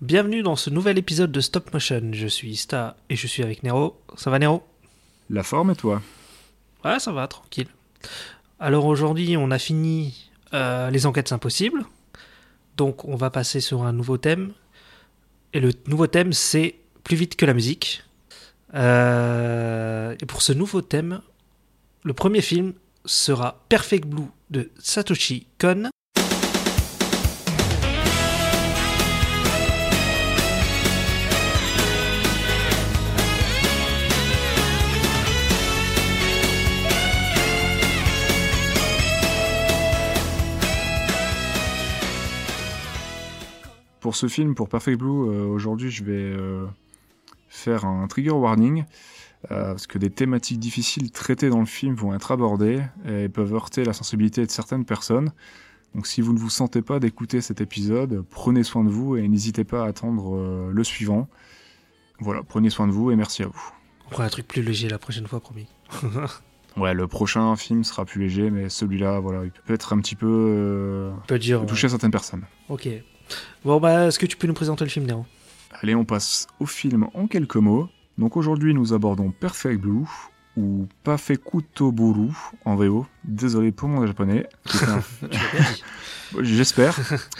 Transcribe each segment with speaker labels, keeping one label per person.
Speaker 1: Bienvenue dans ce nouvel épisode de Stop Motion. Je suis Ista et je suis avec Nero. Ça va Nero
Speaker 2: La forme et toi
Speaker 1: Ouais, ça va, tranquille. Alors aujourd'hui, on a fini euh, les enquêtes impossibles. Donc on va passer sur un nouveau thème. Et le nouveau thème, c'est plus vite que la musique. Euh, et pour ce nouveau thème, le premier film sera Perfect Blue de Satoshi Kon.
Speaker 2: Pour ce film, pour Perfect Blue, euh, aujourd'hui je vais euh, faire un trigger warning, euh, parce que des thématiques difficiles traitées dans le film vont être abordées et peuvent heurter la sensibilité de certaines personnes. Donc si vous ne vous sentez pas d'écouter cet épisode, prenez soin de vous et n'hésitez pas à attendre euh, le suivant. Voilà, prenez soin de vous et merci à vous.
Speaker 1: On prend un truc plus léger la prochaine fois, promis.
Speaker 2: Ouais, le prochain film sera plus léger, mais celui-là, voilà, il peut être un petit peu... euh,
Speaker 1: Peut dire. ouais.
Speaker 2: toucher certaines personnes.
Speaker 1: Ok. Bon, bah, est-ce que tu peux nous présenter le film, Nero
Speaker 2: Allez, on passe au film en quelques mots. Donc aujourd'hui, nous abordons Perfect Blue ou Pafekutoburu en VO. Désolé pour mon japonais. C'est un-
Speaker 1: Tu l'as bien dit.
Speaker 2: J'espère.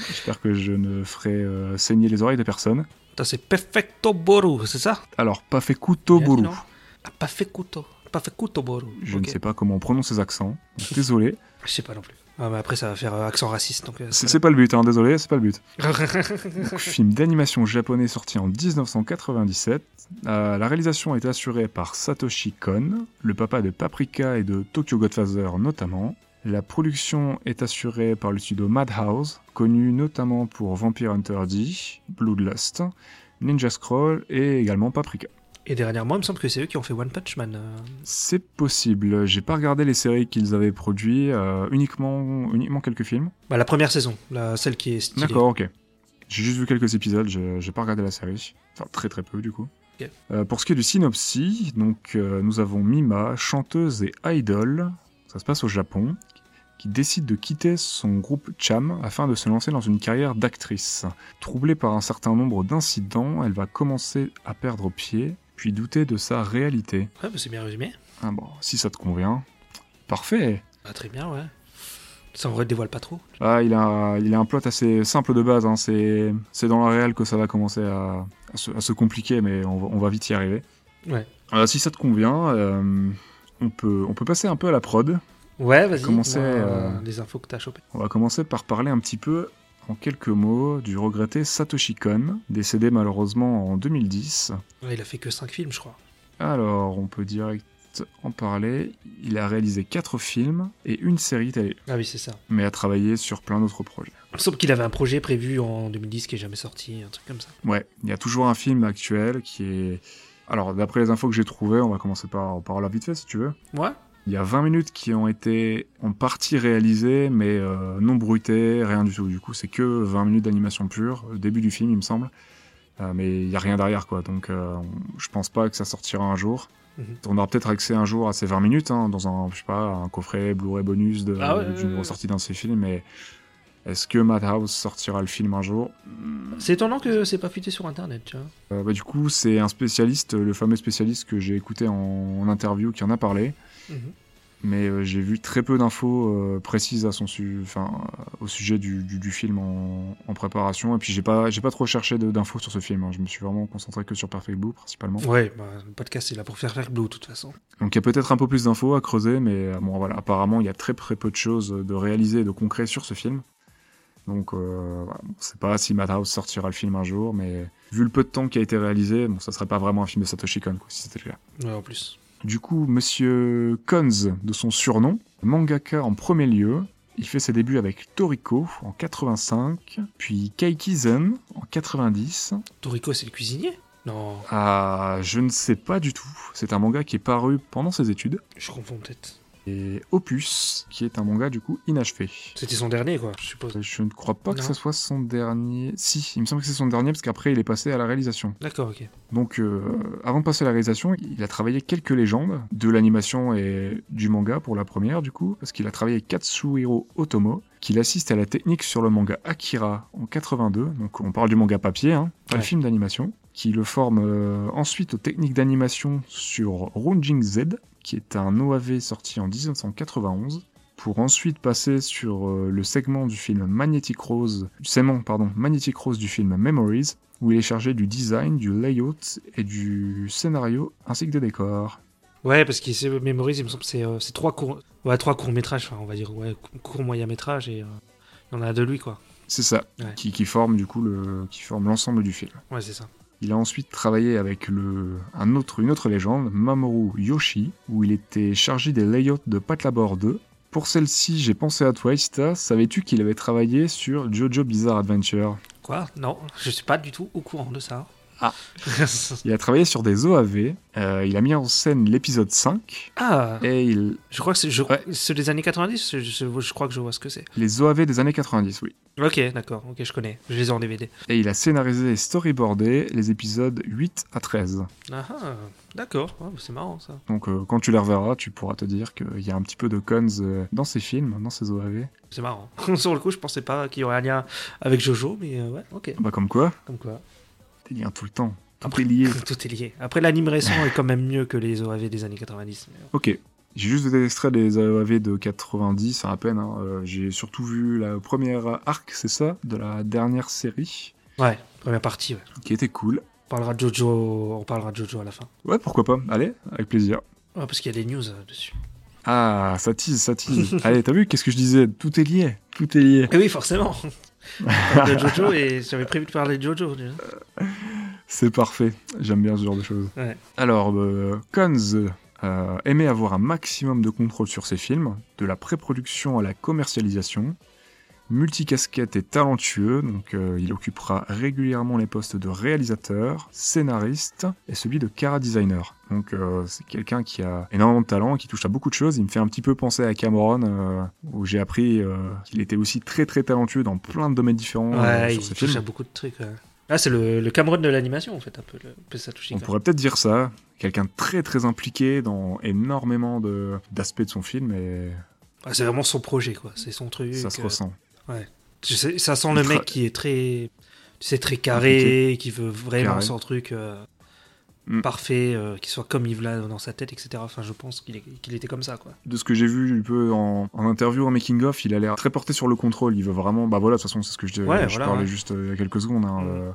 Speaker 2: J'espère que je ne ferai euh, saigner les oreilles de personne.
Speaker 1: Attends, c'est Perfecto Boru, c'est ça
Speaker 2: Alors, Pafekutoburu.
Speaker 1: Bien dit, non Ah, Perfecto. Perfecto Boru.
Speaker 2: Je
Speaker 1: Ok.
Speaker 2: ne sais pas comment on prononce ces accents. Donc, Désolé.
Speaker 1: Je sais pas non plus. Ah, mais après, ça va faire euh, accent raciste. Donc, euh,
Speaker 2: C'est
Speaker 1: ça
Speaker 2: c'est pas le but, hein. Désolé, c'est pas le but.
Speaker 1: va.
Speaker 2: Donc, film d'animation japonais sorti en 1997. Euh, la réalisation est assurée par Satoshi Kon, le papa de Paprika et de Tokyo Godfather notamment. La production est assurée par le studio Madhouse, connu notamment pour Vampire Hunter D, Bloodlust, Ninja Scroll et également Paprika.
Speaker 1: Et dernièrement, il me semble que c'est eux qui ont fait One Punch Man. euh.
Speaker 2: C'est possible, j'ai pas regardé les séries qu'ils avaient produites, euh, uniquement, uniquement quelques films.
Speaker 1: Bah, la première saison, la, celle qui est stylée.
Speaker 2: D'accord, ok. J'ai juste vu quelques épisodes, je- j'ai pas regardé la série. Enfin, très très peu du coup.
Speaker 1: Ok.
Speaker 2: Euh, pour ce qui est du synopsis, donc, euh, nous avons Mima, chanteuse et idol, ça se passe au Japon, qui décide de quitter son groupe Cham afin de se lancer dans une carrière d'actrice. Troublée par un certain nombre d'incidents, elle va commencer à perdre pied, puis douter de sa réalité.
Speaker 1: Ouais, bah, c'est bien résumé.
Speaker 2: Ah bon, si ça te convient. Parfait
Speaker 1: Bah, très bien, ouais. Ça, on ne dévoile pas trop.
Speaker 2: Ah, il a, il a un plot assez simple de base. hein. C'est, c'est dans la réelle que ça va commencer à, à se, à se compliquer, mais on, va- on va vite y arriver.
Speaker 1: Ouais.
Speaker 2: Euh, si ça te convient, euh, on, peut, on peut passer un peu à la prod.
Speaker 1: Ouais, vas-y.
Speaker 2: Commencer,
Speaker 1: dis-moi,
Speaker 2: euh,
Speaker 1: Les infos que t'as chopées.
Speaker 2: On va commencer par parler un petit peu, en quelques mots, du regretté Satoshi Kon, décédé malheureusement en 2010.
Speaker 1: Ouais, il a fait que 5 films, je crois.
Speaker 2: Alors, on peut direct en parler. Il a réalisé 4 films et une série télé,
Speaker 1: Ah oui, c'est ça.
Speaker 2: mais a travaillé sur plein d'autres projets.
Speaker 1: Il me semble qu'il avait un projet prévu en 2010 qui est jamais sorti, un truc comme ça.
Speaker 2: Ouais, il y a toujours un film actuel qui est. Alors, d'après les infos que j'ai trouvées, on va commencer par, par la vite fait si tu veux.
Speaker 1: Ouais.
Speaker 2: Il y a 20 minutes qui ont été en partie réalisées, mais euh, non bruitées, rien du tout. Du coup, c'est que 20 minutes d'animation pure, au début du film, il me semble. Euh, mais il n'y a rien derrière, quoi. Donc, euh, on- je pense pas que ça sortira un jour.
Speaker 1: Mhm.
Speaker 2: On aura peut-être accès un jour à ces 20 minutes, hein, dans un, je sais pas, un coffret Blu-ray bonus de- d'une
Speaker 1: Ah ouais, ouais, ouais.
Speaker 2: ressortie d'un de ces films. Mais est-ce que Madhouse sortira le film un jour
Speaker 1: C'est étonnant que c'est pas fuité sur internet, tu vois.
Speaker 2: Euh, bah, du coup, c'est un spécialiste, euh, le fameux spécialiste que j'ai écouté en, en interview qui en a parlé,
Speaker 1: Mhm.
Speaker 2: mais euh, j'ai vu très peu d'infos euh, précises à son su- enfin, euh, au sujet du, du- du film en, en préparation, et puis j'ai pas, j'ai pas trop cherché de- d'infos sur ce film, hein. je me suis vraiment concentré que sur Perfect Blue principalement.
Speaker 1: Ouais, bah, le podcast est là pour faire faire Blue de toute façon.
Speaker 2: Donc il y a peut-être un peu plus d'infos à creuser, mais euh, bon voilà, apparemment il y a très très peu de choses de réalisées et de concret sur ce film. Donc euh, voilà, on ne sait pas si Madhouse sortira le film un jour, mais vu le peu de temps qui a été réalisé, bon ça serait pas vraiment un film de Satoshi Kon quoi, si c'était le cas.
Speaker 1: Ouais, en plus.
Speaker 2: Du coup, Monsieur Konz, de son surnom, mangaka en premier lieu, il fait ses débuts avec Toriko en 85, puis Kaikizen en 90.
Speaker 1: Toriko, c'est le cuisinier Non,
Speaker 2: Ah, je ne sais pas du tout. C'est un manga qui est paru pendant ses études.
Speaker 1: je confonds peut-être.
Speaker 2: Et Opus, qui est un manga du coup inachevé.
Speaker 1: C'était son dernier, quoi, je suppose.
Speaker 2: Je ne crois pas que
Speaker 1: Non.
Speaker 2: ce soit son dernier. Si, il me semble que c'est son dernier parce qu'après il est passé à la réalisation.
Speaker 1: D'accord, ok.
Speaker 2: Donc, euh, avant de passer à la réalisation, il a travaillé quelques légendes de l'animation et du manga pour la première, du coup, parce qu'il a travaillé avec Katsuhiro Otomo, qu'il assiste à la technique sur le manga Akira en 82, donc on parle du manga papier, hein, pas le
Speaker 1: Ouais.
Speaker 2: film d'animation, qui le forme euh, ensuite aux techniques d'animation sur Rounding Z, qui est un OAV sorti en 1991, pour ensuite passer sur euh, le segment du film Magnetic Rose, du segment, pardon, Magnetic Rose du film Memories, où il est chargé du design, du layout et du scénario ainsi que des décors.
Speaker 1: Ouais, parce qu'il se mémorise, il me semble, que c'est euh, c'est trois courts, ouais, trois courts métrages, enfin, on va dire, ouais, cou- court moyen métrage et euh, il y en a deux lui quoi.
Speaker 2: C'est ça,
Speaker 1: Ouais.
Speaker 2: qui, qui forme du coup le, qui forme l'ensemble du film.
Speaker 1: Ouais, c'est ça.
Speaker 2: Il a ensuite travaillé avec le, un autre, une autre légende, Mamoru Yoshi, où il était chargé des layouts de Patlabor 2. Pour celle-ci, j'ai pensé à toi, Ista. Savais-tu qu'il avait travaillé sur Jojo Bizarre Adventure
Speaker 1: Quoi Non, je suis pas du tout au courant de ça.
Speaker 2: Ah.
Speaker 1: ah,
Speaker 2: Il a travaillé sur des OAV, euh, il a mis en scène l'épisode 5, et il,
Speaker 1: Ah, je crois que c'est je-
Speaker 2: Ouais.
Speaker 1: c'est des années 90, je, je- je crois que je vois ce que c'est.
Speaker 2: les OAV des années 90, oui.
Speaker 1: Ok, d'accord, ok, je connais, je les ai en DVD.
Speaker 2: Et il a scénarisé et storyboardé les épisodes 8 à 13.
Speaker 1: Ah, ah, d'accord, Ouais, c'est marrant ça.
Speaker 2: Donc euh, quand tu les reverras, tu pourras te dire qu'il y a un petit peu de cons euh, dans ces films, dans ces OAV.
Speaker 1: C'est marrant. Sur le coup, je pensais pas qu'il y aurait un lien avec Jojo, mais euh, ouais, ok,
Speaker 2: Bah comme quoi,
Speaker 1: comme quoi.
Speaker 2: des liens tout le temps, tout
Speaker 1: Après-
Speaker 2: est lié.
Speaker 1: Tout est lié. Après, l'anime récent est quand même mieux que les OAV des années 90. mais, euh,
Speaker 2: Ok. J'ai juste des extraits des AEAV de 90, hein, à peine. hein. Euh, J'ai surtout vu la première arc, c'est ça, de la dernière série,
Speaker 1: Ouais, première partie, ouais.
Speaker 2: qui était cool.
Speaker 1: On parlera de Jojo, on parlera de Jojo à la fin.
Speaker 2: Ouais, pourquoi pas. Allez, avec plaisir.
Speaker 1: Ouais, parce qu'il y a des news euh, dessus.
Speaker 2: Ah, ça tease, ça tease. Allez, t'as vu, qu'est-ce que je disais Tout est lié, tout est lié.
Speaker 1: Et Ah oui, forcément. On parle de Jojo et j'avais prévu de parler de Jojo. déjà.
Speaker 2: C'est parfait. J'aime bien ce genre de choses.
Speaker 1: Ouais.
Speaker 2: Alors, euh, Cons euh, aimait avoir un maximum de contrôle sur ses films, de la pré-production à la commercialisation. Multicasquette et talentueux, donc euh, il occupera régulièrement les postes de réalisateur, scénariste et celui de cara designer. Donc euh, c'est quelqu'un qui a énormément de talent, qui touche à beaucoup de choses. Il me fait un petit peu penser à Cameron, euh, où j'ai appris euh, qu'il était aussi très très talentueux dans plein de domaines différents
Speaker 1: Ouais,
Speaker 2: euh, sur
Speaker 1: il
Speaker 2: ses
Speaker 1: touche à
Speaker 2: films.
Speaker 1: beaucoup de trucs. ouais. Ah, c'est le, le Cameron de l'animation, en fait, un peu. Le, peut ça touche
Speaker 2: On pourrait peut-être dire ça. Quelqu'un de très très impliqué dans énormément de- d'aspects de, son film et
Speaker 1: Ah, c'est vraiment son projet, quoi. C'est son truc.
Speaker 2: ça se
Speaker 1: euh,
Speaker 2: ressent.
Speaker 1: tu sais, ça sent
Speaker 2: Il
Speaker 1: le
Speaker 2: tra-
Speaker 1: mec qui est très. Tu sais, très carré, qui veut vraiment
Speaker 2: Carré.
Speaker 1: son truc euh,
Speaker 2: Mm.
Speaker 1: parfait, euh, qui soit comme Yves là dans sa tête, etc. Enfin, je pense qu'il est- qu'il était comme ça, quoi.
Speaker 2: De ce que j'ai vu un peu en, en interview, en making-of, il a l'air très porté sur le contrôle. Il veut vraiment. Bah voilà, de toute façon, c'est ce que je,
Speaker 1: Ouais,
Speaker 2: je
Speaker 1: voilà,
Speaker 2: parlais
Speaker 1: ouais.
Speaker 2: juste euh, il y a quelques secondes. hein,
Speaker 1: Mm.
Speaker 2: euh,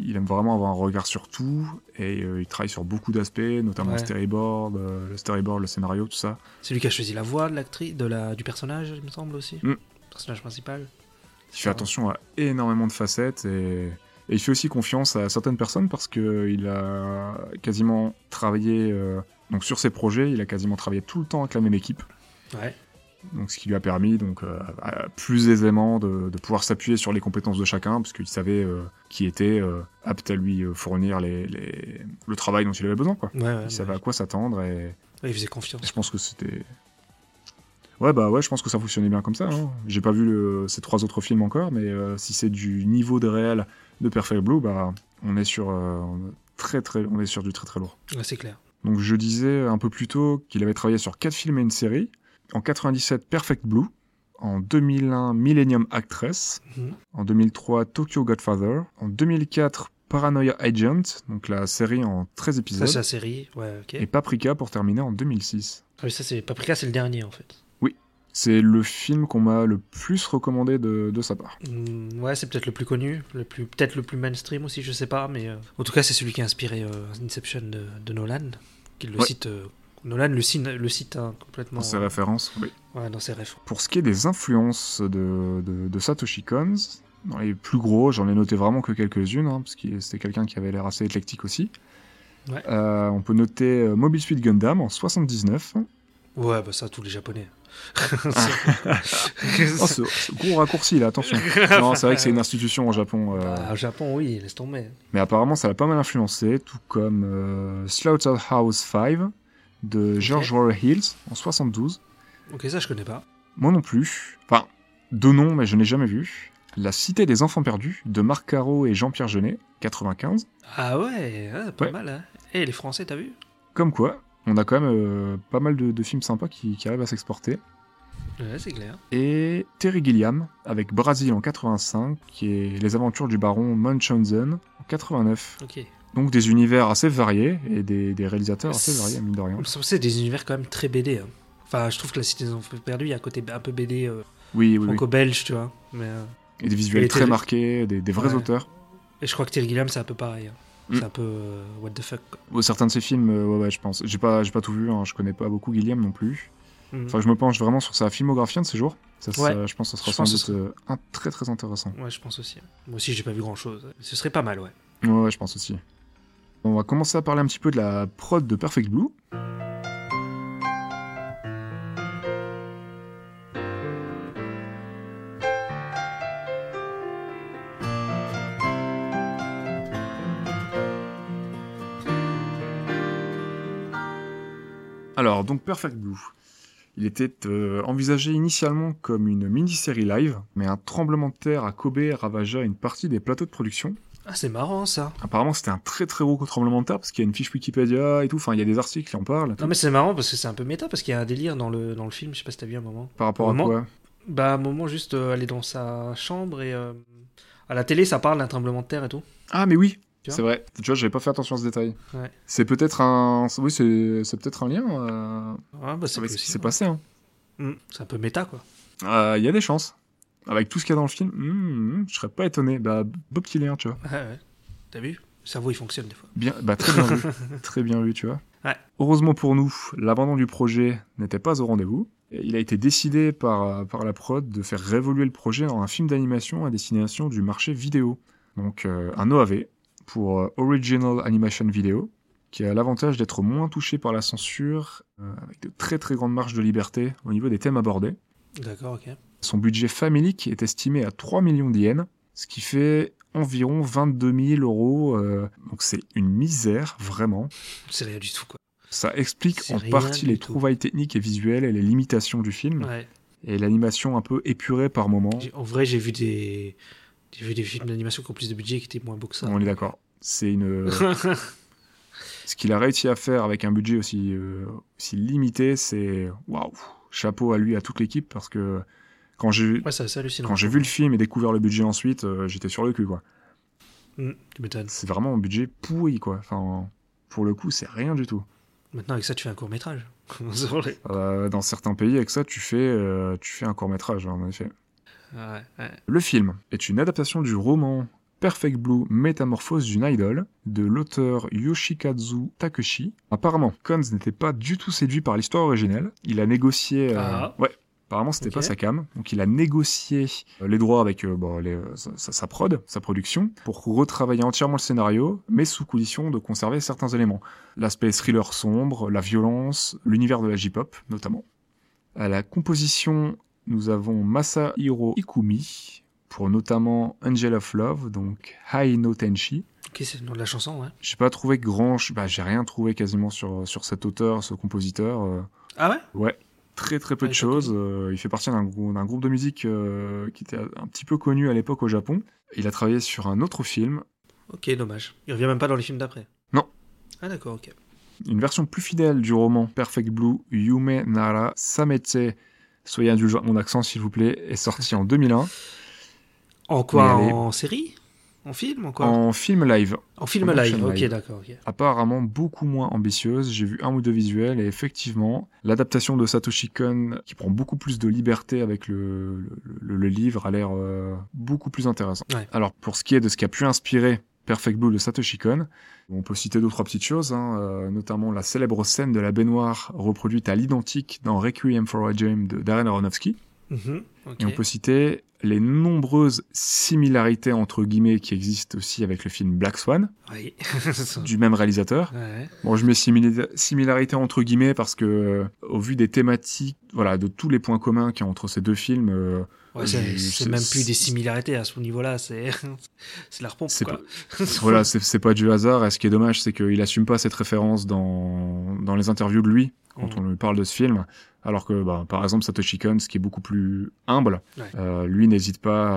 Speaker 2: il aime vraiment avoir un regard sur tout et euh, il travaille sur beaucoup d'aspects, notamment
Speaker 1: Ouais.
Speaker 2: le storyboard, euh, le storyboard, le scénario, tout ça.
Speaker 1: C'est lui qui a choisi la voix de l'actrice, de la, du personnage, il me semble aussi.
Speaker 2: Mm.
Speaker 1: Personnage principal.
Speaker 2: Il fait attention à énormément de facettes et, et il fait aussi confiance à certaines personnes parce qu'il a quasiment travaillé euh, donc sur ses projets, il a quasiment travaillé tout le temps avec la même équipe.
Speaker 1: Ouais.
Speaker 2: Donc, ce qui lui a permis donc euh, à- plus aisément de, de pouvoir s'appuyer sur les compétences de chacun, parce qu'il savait euh, qui était euh, apte à lui euh, fournir les, les- le travail dont il avait besoin. Quoi.
Speaker 1: Ouais, ouais,
Speaker 2: Il savait
Speaker 1: ouais.
Speaker 2: à quoi s'attendre et
Speaker 1: Ouais, il faisait confiance.
Speaker 2: je pense que c'était. Ouais, bah ouais, je pense que ça fonctionnait bien comme ça. hein. J'ai pas vu le- ces trois autres films encore, mais euh, si c'est du niveau de réel de Perfect Blue, bah on est sur, euh, très, très, on est sur du très très lourd.
Speaker 1: Ouais, c'est clair.
Speaker 2: Donc je disais un peu plus tôt qu'il avait travaillé sur quatre films et une série. En 97, Perfect Blue. En 2001, Millennium Actress.
Speaker 1: Mhm.
Speaker 2: En 2003, Tokyo Godfather. En 2004, Paranoia Agent, donc la série en 13
Speaker 1: Ça,
Speaker 2: épisodes.
Speaker 1: c'est la série. Ouais, ok.
Speaker 2: et Paprika pour terminer en 2006.
Speaker 1: Ah oui, ça, c'est Paprika, c'est le dernier, en fait.
Speaker 2: C'est le film qu'on m'a le plus recommandé de, de sa part.
Speaker 1: Mm, ouais, c'est peut-être le plus connu, le plus, peut-être le plus mainstream aussi, je sais pas, mais euh, en tout cas, c'est celui qui a inspiré euh, Inception de, de Nolan, qui le
Speaker 2: Ouais.
Speaker 1: cite. euh, Nolan le cite, le cite hein, complètement
Speaker 2: Ses références, oui.
Speaker 1: euh, ouais, dans ses refs.
Speaker 2: Pour ce qui est des influences de, de- de Satoshi Kon, dans les plus gros, j'en ai noté vraiment que quelques-unes, hein, parce que c'était quelqu'un qui avait l'air assez éclectique aussi.
Speaker 1: Ouais.
Speaker 2: Euh, on peut noter euh, Mobile Suit Gundam en Oh, 79.
Speaker 1: Ouais, bah ça, tous les Japonais.
Speaker 2: Oh, ce, ce gros raccourci là, attention. non, c'est vrai que c'est une institution au Japon. euh,
Speaker 1: Bah, au Japon, oui, laisse tomber.
Speaker 2: Mais apparemment, ça l'a pas mal influencé, tout comme euh, Slaughterhouse 5 de George Warren Hills en 72.
Speaker 1: Ok, ça, je connais pas.
Speaker 2: Moi non plus. Enfin, deux noms, mais je n'ai jamais vu. La Cité des Enfants Perdus de Marc Caro et Jean-Pierre Jeunet, 95.
Speaker 1: Ah ouais, hein, pas
Speaker 2: Ouais.
Speaker 1: mal. Hein. Et les Français, t'as vu
Speaker 2: Comme quoi, on a quand même euh, pas mal de, de films sympas qui, qui arrivent à s'exporter.
Speaker 1: Ouais, c'est clair.
Speaker 2: et Terry Gilliam avec Brasil en 85 et Les Aventures du Baron Munchausen en 89.
Speaker 1: Ok.
Speaker 2: Donc des univers assez variés et des, des réalisateurs assez variés, mine de rien.
Speaker 1: Il me semble que c'est des univers quand même très BD. hein. Enfin, je trouve que la Cité des Enfants Perdus, il y a un côté un peu BD euh,
Speaker 2: Oui, oui, oui.
Speaker 1: franco-belge, tu vois. Mais, euh,
Speaker 2: Et des
Speaker 1: Et
Speaker 2: visuels
Speaker 1: les
Speaker 2: très
Speaker 1: télé-
Speaker 2: marqués, des, des vrais
Speaker 1: Ouais.
Speaker 2: auteurs.
Speaker 1: Et je crois que Terry Gilliam, c'est un peu pareil. hein.
Speaker 2: Mm.
Speaker 1: C'est un peu euh, what the fuck. quoi.
Speaker 2: Bon, certains de ces films, euh, ouais, ouais, je pense. J'ai pas, j'ai pas tout vu, hein, je connais pas beaucoup Gilliam non plus.
Speaker 1: Mm.
Speaker 2: Enfin, je me penche vraiment sur sa filmographie un de ces jours. Ça, ça-
Speaker 1: Ouais.
Speaker 2: je pense que ça sera
Speaker 1: Je
Speaker 2: sans
Speaker 1: pense que
Speaker 2: doute
Speaker 1: ce
Speaker 2: euh, un très très intéressant.
Speaker 1: Ouais, je pense aussi. Moi aussi, j'ai pas vu grand chose. Ce serait pas mal, ouais.
Speaker 2: Ouais, ouais, je pense aussi. On va commencer à parler un petit peu de la prod de Perfect Blue. Alors, donc Perfect Blue. Il était euh, envisagé initialement comme une mini-série live, mais un tremblement de terre à Kobe ravagea une partie des plateaux de production.
Speaker 1: Ah, c'est marrant ça.
Speaker 2: Apparemment, c'était un très très gros tremblement de terre parce qu'il y a une fiche Wikipédia et tout. Enfin, il y a des articles qui en parlent.
Speaker 1: Non, mais c'est marrant parce que c'est un peu méta parce qu'il y a un délire dans le, dans le film. Je sais pas si t'as vu un moment.
Speaker 2: Par rapport à
Speaker 1: Vraiment
Speaker 2: quoi
Speaker 1: Bah, à un moment, juste euh, aller dans sa chambre et euh, à la télé, ça parle d'un tremblement de terre et tout.
Speaker 2: Ah, mais oui
Speaker 1: Tu vois
Speaker 2: C'est vrai. Tu vois, j'avais pas fait attention à ce détail.
Speaker 1: Ouais.
Speaker 2: C'est peut-être un. Oui, c'est c'est peut-être un lien euh,
Speaker 1: Ah, bah, c'est
Speaker 2: avec ce qui s'est
Speaker 1: possible.
Speaker 2: passé. hein.
Speaker 1: Mm. C'est un peu méta, quoi.
Speaker 2: Euh, Il y a des chances. Avec tout ce qu'il y a dans le film, hmm, hmm, je serais pas étonné. Bah, beau petit lien, tu vois.
Speaker 1: Ouais, ouais. T'as vu Le cerveau, il fonctionne des fois.
Speaker 2: Bien, bah, très bien vu. Très bien vu, tu vois.
Speaker 1: Ouais.
Speaker 2: Heureusement pour nous, l'abandon du projet n'était pas au rendez-vous. Et Il a été décidé par, euh, par la prod de faire révoluer le projet en un film d'animation à destination du marché vidéo. Donc euh, un OAV pour euh, Original Animation Video, qui a l'avantage d'être moins touché par la censure, euh, avec de très très grandes marges de liberté au niveau des thèmes abordés.
Speaker 1: D'accord, ok.
Speaker 2: Son budget familique est estimé à 3 millions d'yens, ce qui fait environ 22 000 euros. euh, donc c'est une misère, vraiment.
Speaker 1: C'est rien du tout, quoi.
Speaker 2: Ça explique
Speaker 1: C'est
Speaker 2: en
Speaker 1: rien
Speaker 2: partie
Speaker 1: du
Speaker 2: les
Speaker 1: tout.
Speaker 2: trouvailles techniques et visuelles et les limitations du film,
Speaker 1: Ouais.
Speaker 2: et l'animation un peu épurée par moments.
Speaker 1: J'ai- En vrai, j'ai vu des. J'ai vu des films d'animation qui ont plus de budget et qui étaient moins beaux que ça.
Speaker 2: On est d'accord. C'est une... ce qu'il a réussi à faire avec un budget aussi, euh, aussi limité, c'est... Waouh Chapeau à lui, à toute l'équipe, parce que quand j'ai
Speaker 1: Ouais, ça, c'est hallucinant.
Speaker 2: quand j'ai vu le film et découvert le budget ensuite, euh, j'étais sur le cul, quoi.
Speaker 1: Mm, tu m'étonnes.
Speaker 2: c'est vraiment un budget pourri, quoi. Enfin, pour le coup, c'est rien du tout.
Speaker 1: Maintenant, avec ça, tu fais un court métrage. ouais,
Speaker 2: Euh, dans certains pays, avec ça, tu fais, euh, tu fais un court métrage, en effet.
Speaker 1: ouais.
Speaker 2: Le film est une adaptation du roman Perfect Blue Métamorphose d'une idole de l'auteur Yoshikazu Takeshi. Apparemment, Cons n'était pas du tout séduit par l'histoire originelle. Il a négocié. euh,
Speaker 1: Ah.
Speaker 2: Ouais. Apparemment, c'était
Speaker 1: Ok.
Speaker 2: pas sa cam. Donc, il a négocié euh, les droits avec euh, bon, les, euh, sa, sa- sa prod, sa production, pour retravailler entièrement le scénario, mais sous condition de conserver certains éléments. L'aspect thriller sombre, la violence, l'univers de la J-pop, notamment. À la composition, nous avons Masahiro Ikumi, pour notamment Angel of Love, donc High No Tenshi.
Speaker 1: Ok, c'est le nom de la chanson, ouais.
Speaker 2: J'ai pas trouvé grand, ch- bah, j'ai rien trouvé quasiment sur, sur cet auteur, ce compositeur. euh,
Speaker 1: Ah ouais
Speaker 2: très très peu
Speaker 1: Ah,
Speaker 2: de
Speaker 1: il est pas
Speaker 2: choses. Euh, il fait partie d'un grou- d'un groupe de musique euh, qui était un petit peu connu à l'époque au Japon. Il a travaillé sur un autre film,
Speaker 1: Ok, dommage. Il revient même pas dans les films d'après.
Speaker 2: Non.
Speaker 1: Ah d'accord, ok.
Speaker 2: une version plus fidèle du roman Perfect Blue Yume Nara Samete. Soyez indulgents, mon accent s'il vous plaît, est sorti en 2001
Speaker 1: En quoi
Speaker 2: Mais elle est-
Speaker 1: En série En film En quoi en...
Speaker 2: en film live.
Speaker 1: film
Speaker 2: en
Speaker 1: live.
Speaker 2: action
Speaker 1: Ok,
Speaker 2: live.
Speaker 1: d'accord, ok.
Speaker 2: apparemment beaucoup moins ambitieuse. J'ai vu un ou deux visuels et effectivement, l'adaptation de Satoshi Kon, qui prend beaucoup plus de liberté avec le, le- le- le livre, a l'air euh, beaucoup plus intéressant.
Speaker 1: Ouais.
Speaker 2: Alors, pour ce qui est de ce qui a pu inspirer Perfect Blue de Satoshi Kon, on peut citer deux, trois petites choses, hein, euh, notamment la célèbre scène de la baignoire reproduite à l'identique dans Requiem for a Dream de Darren Aronofsky.
Speaker 1: Mhm, ok.
Speaker 2: Et on peut citer les nombreuses similarités entre guillemets qui existent aussi avec le film Black Swan
Speaker 1: Oui. Ah.
Speaker 2: du même réalisateur.
Speaker 1: Ouais.
Speaker 2: Bon, je mets simili- similarité entre guillemets parce que, euh, au vu des thématiques, voilà, de tous les points communs qu'il y a entre ces deux films, euh,
Speaker 1: Ouais, c'est-
Speaker 2: Je-
Speaker 1: c'est
Speaker 2: c'est-
Speaker 1: même plus des
Speaker 2: c'est-
Speaker 1: similarités à ce niveau-là, c'est c'est la repompe
Speaker 2: C'est
Speaker 1: quoi.
Speaker 2: voilà, c'est c'est pas du hasard. Et ce qui est dommage, c'est qu'il assume pas cette référence dans, dans les interviews de lui quand
Speaker 1: Mm.
Speaker 2: on lui parle de ce film. Alors que, bah, par exemple, Satoshi Kon, ce qui est beaucoup plus humble,
Speaker 1: Ouais.
Speaker 2: euh, lui n'hésite pas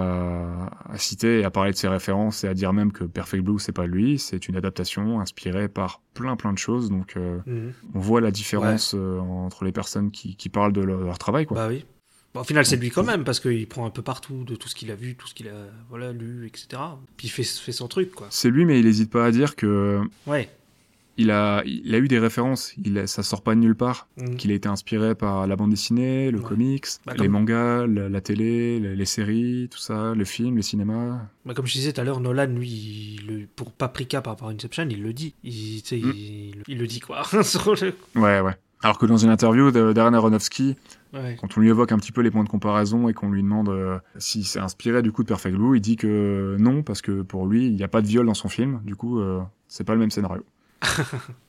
Speaker 2: à, à citer et à parler de ses références et à dire même que Perfect Blue, c'est pas lui, c'est une adaptation inspirée par plein plein de choses. Donc, euh,
Speaker 1: Mhm.
Speaker 2: on voit la différence euh, entre les personnes qui, qui parlent de leur, leur travail. Quoi.
Speaker 1: Bah oui. Bon, au final, c'est lui quand même, parce qu'il prend un peu partout de tout ce qu'il a vu, tout ce qu'il a voilà, lu, etc. Puis il fait, fait son truc, quoi.
Speaker 2: C'est lui, mais il n'hésite pas à dire que
Speaker 1: Ouais.
Speaker 2: il a, il a eu des références. Il a- ça sort pas de nulle part.
Speaker 1: Mm.
Speaker 2: Qu'il a été inspiré par la bande dessinée, le
Speaker 1: Ouais.
Speaker 2: comics,
Speaker 1: Bah,
Speaker 2: les
Speaker 1: comme-
Speaker 2: mangas, la, la télé, les, les séries, tout ça, le film, le cinéma.
Speaker 1: Bah, comme je disais tout à l'heure, Nolan, lui, il le- pour Paprika par rapport à Inception, il le dit. Il, tu sais,
Speaker 2: Mm.
Speaker 1: il, il le dit, quoi. sur le-
Speaker 2: Ouais, ouais. Alors que dans une interview de Darren Aronofsky,
Speaker 1: Ouais.
Speaker 2: quand on lui évoque un petit peu les points de comparaison et qu'on lui demande euh, si c'est inspiré du coup de Perfect Blue, il dit que non, parce que pour lui, il n'y a pas de viol dans son film. Du coup, euh, c'est pas le même scénario.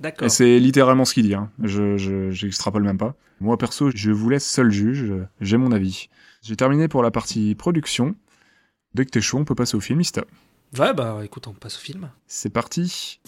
Speaker 1: D'accord.
Speaker 2: Et c'est littéralement ce qu'il dit. Hein. Je, je, j'extrapole même pas. Moi perso, je vous laisse seul juge. J'ai mon avis. J'ai terminé pour la partie production. Dès que t'es chaud, on peut passer au filmista.
Speaker 1: Ouais, bah écoute, on passe au film.
Speaker 2: C'est parti.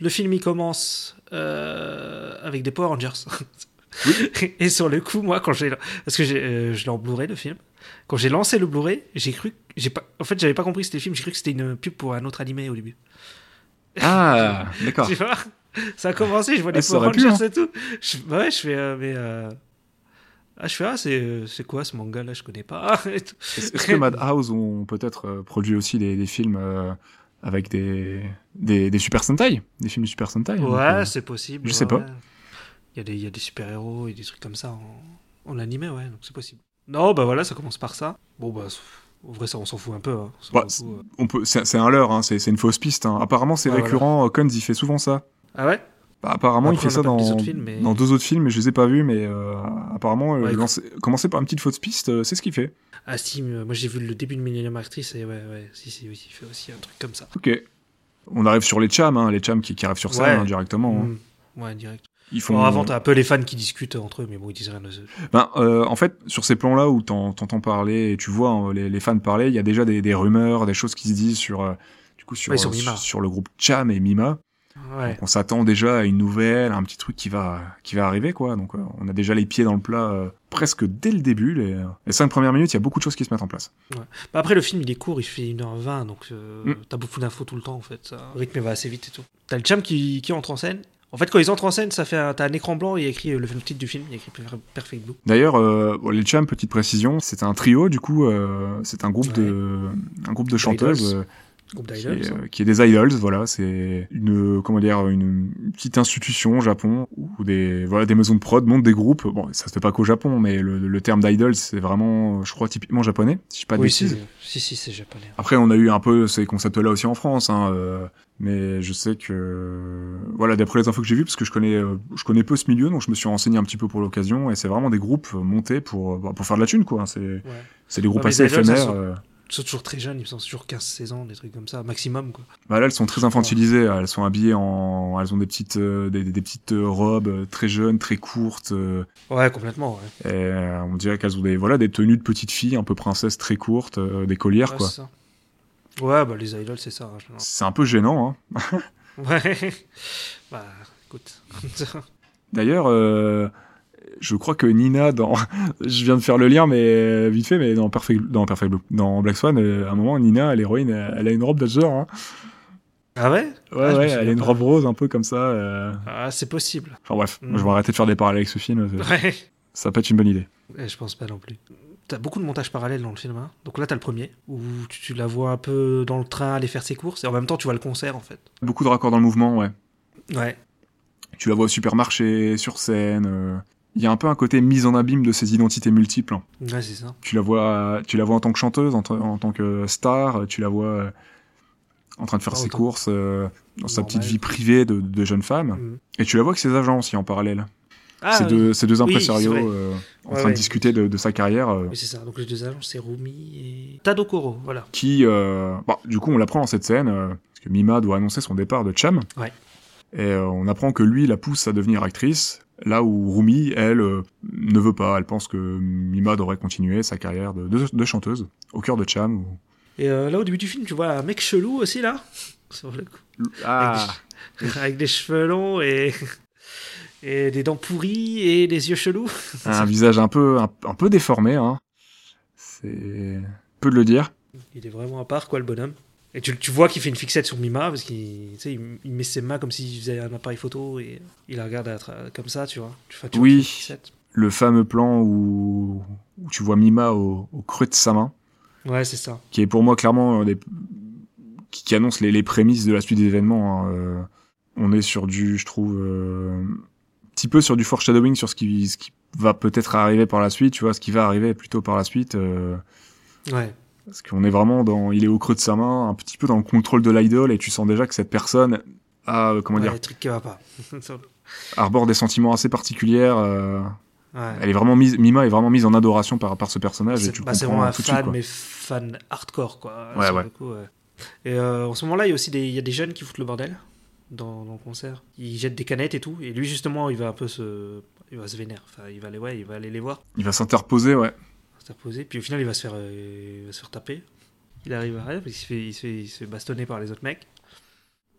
Speaker 1: Le film, il commence euh, avec des Power Rangers.
Speaker 2: Oui.
Speaker 1: Et sur le coup, moi, quand j'ai. Parce que j'ai, euh, je l'ai en Blu-ray, le film. Quand j'ai lancé le Blu-ray, j'ai cru. J'ai pas... En fait, j'avais pas compris que c'était le film, j'ai cru que c'était une pub pour un autre animé au début.
Speaker 2: Ah, d'accord.
Speaker 1: Tu vois Ça a commencé, je vois les
Speaker 2: Ah, ça
Speaker 1: Power
Speaker 2: aurait pu,
Speaker 1: Rangers et tout. Je, bah ouais, je fais. euh, mais. euh, Ah, je fais, ah, c'est, euh, c'est quoi ce manga-là Je connais pas. et tout.
Speaker 2: Est-ce est-ce que Madhouse ont peut-être euh, produit aussi des, des films euh, avec des, des, des Super Sentai Des films du Super Sentai donc, euh,
Speaker 1: Ouais, c'est possible.
Speaker 2: je sais
Speaker 1: ouais,
Speaker 2: pas.
Speaker 1: ouais. Il y a des, il y a des super-héros et des trucs comme ça en, en animé, ouais, donc c'est possible. Non, bah voilà, ça commence par ça. Bon, bah, au vrai, ça, on s'en fout un peu. hein. On s'en
Speaker 2: Ouais,
Speaker 1: fout,
Speaker 2: c'est-
Speaker 1: euh.
Speaker 2: on peut, c'est, c'est un leurre, hein, c'est, c'est une fausse piste. hein. Apparemment, c'est
Speaker 1: Ah, voilà.
Speaker 2: récurrent. euh, Cones, il fait souvent ça.
Speaker 1: Ah ouais
Speaker 2: Bah, apparemment,
Speaker 1: Après,
Speaker 2: il
Speaker 1: on
Speaker 2: fait
Speaker 1: a
Speaker 2: ça
Speaker 1: pas
Speaker 2: dans,
Speaker 1: les autres films, mais-
Speaker 2: dans deux autres films, mais je les ai pas vus. Mais euh, apparemment, euh,
Speaker 1: Ouais,
Speaker 2: lancer- commencer par une petite fausse piste, euh, c'est ce qu'il fait.
Speaker 1: Ah si, mais, euh, moi j'ai vu le début de Millennium Actrice et ouais, ouais, si, si, oui, il fait aussi un truc comme ça.
Speaker 2: Ok. On arrive sur les chams, hein, les chams qui, qui arrivent sur scène
Speaker 1: Ouais.
Speaker 2: hein, directement. hein.
Speaker 1: Mm. Ouais, direct.
Speaker 2: Ils font.
Speaker 1: Bon, avant, t'as un peu les fans qui discutent entre eux, mais bon, ils disent rien de
Speaker 2: Ben, euh, en fait, sur ces plans-là où t'en- t'entends parler et tu vois hein, les, les fans parler, il y a déjà des, des rumeurs, des choses qui se disent sur, euh, du coup, sur,
Speaker 1: Ouais, sur
Speaker 2: euh,
Speaker 1: Mima.
Speaker 2: sur, sur le groupe Cham et Mima.
Speaker 1: Ouais.
Speaker 2: On s'attend déjà à une nouvelle, à un petit truc qui va, qui va arriver, quoi. Donc, euh, on a déjà les pieds dans le plat euh, presque dès le début. Les, les cinq premières minutes, il y a beaucoup de choses qui se mettent en place.
Speaker 1: Bah, après, le film, il est court, il fait 1h20, donc euh,
Speaker 2: Mm.
Speaker 1: t'as beaucoup d'infos tout le temps, en fait. Ça. Le rythme il va assez vite et tout. T'as le cham qui, qui entre en scène. En fait, quand ils entrent en scène, ça fait un- t'as un écran blanc, il y a écrit euh, le titre du film, il y a écrit Per- Perfect Blue.
Speaker 2: D'ailleurs, euh, bon, les Cham, petite précision, c'est un trio, du coup, euh, c'est un groupe de, un groupe de chanteuses.
Speaker 1: Idols.
Speaker 2: euh,
Speaker 1: Groupe
Speaker 2: qui
Speaker 1: d'idols.
Speaker 2: est,
Speaker 1: ça.
Speaker 2: euh, qui est des idols, voilà, c'est une comment dire une petite institution au Japon où des voilà des maisons de prod montent des groupes. Bon, ça se fait pas qu'au Japon, mais le, le terme d'idol c'est vraiment, je crois typiquement japonais, si je dis pas de
Speaker 1: oui,
Speaker 2: bêtises.
Speaker 1: c'est- si, si, c'est japonais.
Speaker 2: Après, on a eu un peu ces concepts-là aussi en France, hein, euh, mais je sais que voilà d'après les infos que j'ai vues, parce que je connais euh, je connais peu ce milieu, donc je me suis renseigné un petit peu pour l'occasion, et c'est vraiment des groupes montés pour bah, pour faire de la thune quoi. C'est
Speaker 1: Ouais.
Speaker 2: c'est des groupes
Speaker 1: Ouais, mais
Speaker 2: assez
Speaker 1: les idols, ça
Speaker 2: éphémères.
Speaker 1: se-
Speaker 2: euh.
Speaker 1: Ils sont toujours très jeunes, ils sont toujours 15-16 ans, des trucs comme ça, maximum, quoi.
Speaker 2: Bah là, elles sont très infantilisées. hein, Elles sont habillées en, elles ont des petites, euh, des, des- des petites euh, robes euh, très jeunes, très courtes. euh,
Speaker 1: Ouais, complètement, ouais.
Speaker 2: et euh, on dirait qu'elles ont des, voilà, des tenues de petites filles, un peu princesses, très courtes, euh, des collières
Speaker 1: Ouais,
Speaker 2: quoi.
Speaker 1: c'est ça. Ouais, bah les idols, c'est ça. hein, généralement.
Speaker 2: C'est un peu gênant. Hein.
Speaker 1: Ouais. bah, écoute.
Speaker 2: D'ailleurs, euh, je crois que Nina dans, je viens de faire le lien, mais euh, vite fait, mais dans Perfect, dans Perfect Blue, dans Black Swan, euh, à un moment, Nina, l'héroïne, elle, elle a une robe de ce genre. Hein.
Speaker 1: ah ouais
Speaker 2: Ouais,
Speaker 1: Ah, je me
Speaker 2: ouais,
Speaker 1: souviens
Speaker 2: elle a une
Speaker 1: pas.
Speaker 2: robe rose, un peu comme ça. euh.
Speaker 1: Ah, c'est possible.
Speaker 2: Enfin bref,
Speaker 1: Mm.
Speaker 2: je vais arrêter de faire des parallèles avec ce film. euh,
Speaker 1: Ouais.
Speaker 2: Ça peut être une bonne idée.
Speaker 1: Eh, je pense pas non plus. T'as beaucoup de montages parallèles dans le film. hein. Donc là, t'as le premier, où tu, tu la vois un peu dans le train aller faire ses courses, et en même temps, tu vois le concert, en fait.
Speaker 2: Beaucoup de raccords dans le mouvement, ouais.
Speaker 1: Ouais.
Speaker 2: Tu la vois au supermarché, sur scène. euh, Il y a un peu un côté mise en abîme de ses identités multiples. hein.
Speaker 1: Ouais, c'est ça.
Speaker 2: Tu la vois, tu la vois en tant que chanteuse, en, t- en tant que star. Tu la vois euh, en train de faire
Speaker 1: Ah,
Speaker 2: ses
Speaker 1: autant.
Speaker 2: courses euh, dans sa
Speaker 1: Normal.
Speaker 2: petite vie privée de, de jeune femme.
Speaker 1: Mhm.
Speaker 2: Et tu la vois avec ses agents aussi en parallèle.
Speaker 1: Ah,
Speaker 2: ces,
Speaker 1: oui.
Speaker 2: deux, ces deux
Speaker 1: Oui,
Speaker 2: impresarios
Speaker 1: c'est vrai.
Speaker 2: euh, en
Speaker 1: Ouais,
Speaker 2: train
Speaker 1: ouais.
Speaker 2: de discuter de, de sa carrière. euh,
Speaker 1: Oui, c'est ça. Donc les deux agents, c'est Rumi et Tadokoro, voilà.
Speaker 2: qui, euh, bah, du coup, on l'apprend dans cette scène, euh, parce que Mima doit annoncer son départ de Cham.
Speaker 1: Ouais.
Speaker 2: Et euh, on apprend que lui la pousse à devenir actrice, là où Rumi, elle, euh, ne veut pas. Elle pense que Mima devrait continuer sa carrière de, de- de chanteuse au cœur de Cham. ou- Ah.
Speaker 1: Et euh, là, au début du film, tu vois un mec chelou aussi, là. Sur le coup. Avec des- avec des cheveux longs et, et des dents pourries et des yeux chelous.
Speaker 2: Un visage un peu, un, un peu déformé, hein. C'est peu de le dire.
Speaker 1: Il est vraiment à part, quoi, le bonhomme. Et tu, tu vois qu'il fait une fixette sur Mima, parce qu'il tu sais, il, il met ses mains comme s'il faisait un appareil photo et il la regarde à tra- comme ça, tu vois. Enfin, tu vois
Speaker 2: Oui.
Speaker 1: qu'il y a une fixette.
Speaker 2: Le fameux plan où, où tu vois Mima au, au creux de sa main,
Speaker 1: Ouais, c'est ça.
Speaker 2: qui est pour moi clairement un des- qui, qui annonce les, les prémices de la suite des événements. hein. Euh, on est sur du, je trouve, euh, un petit peu sur du foreshadowing sur ce qui, ce qui va peut-être arriver par la suite, tu vois, ce qui va arriver plutôt par la suite. euh,
Speaker 1: Ouais.
Speaker 2: Parce qu'on est vraiment dans, il est au creux de sa main, un petit peu dans le contrôle de l'idole, et tu sens déjà que cette personne a, euh, comment
Speaker 1: ouais
Speaker 2: dire,
Speaker 1: les trucs qui va pas.
Speaker 2: arbore des sentiments assez particuliers. euh,
Speaker 1: Ouais.
Speaker 2: elle est vraiment mise, Mima est vraiment mise en adoration par, par ce personnage, et
Speaker 1: C'est
Speaker 2: tu le
Speaker 1: bah, c'est
Speaker 2: comprends
Speaker 1: vraiment un
Speaker 2: tout de
Speaker 1: fan,
Speaker 2: suite. quoi.
Speaker 1: mais fan hardcore, quoi.
Speaker 2: Ouais,
Speaker 1: sur
Speaker 2: ouais.
Speaker 1: le coup, ouais. Et euh, en ce moment-là, il y a aussi des, il y a des jeunes qui foutent le bordel dans, dans le concert. Ils jettent des canettes et tout. Et lui, justement, il va un peu se, il va se vénère. Enfin, il va aller, ouais, il va aller les voir,
Speaker 2: Il va s'interposer, ouais.
Speaker 1: s'interposer. Puis au final, il va se faire, euh, il va se faire taper. Il arrive à rien parce qu'il se fait, il se fait, il se fait bastonner par les autres mecs.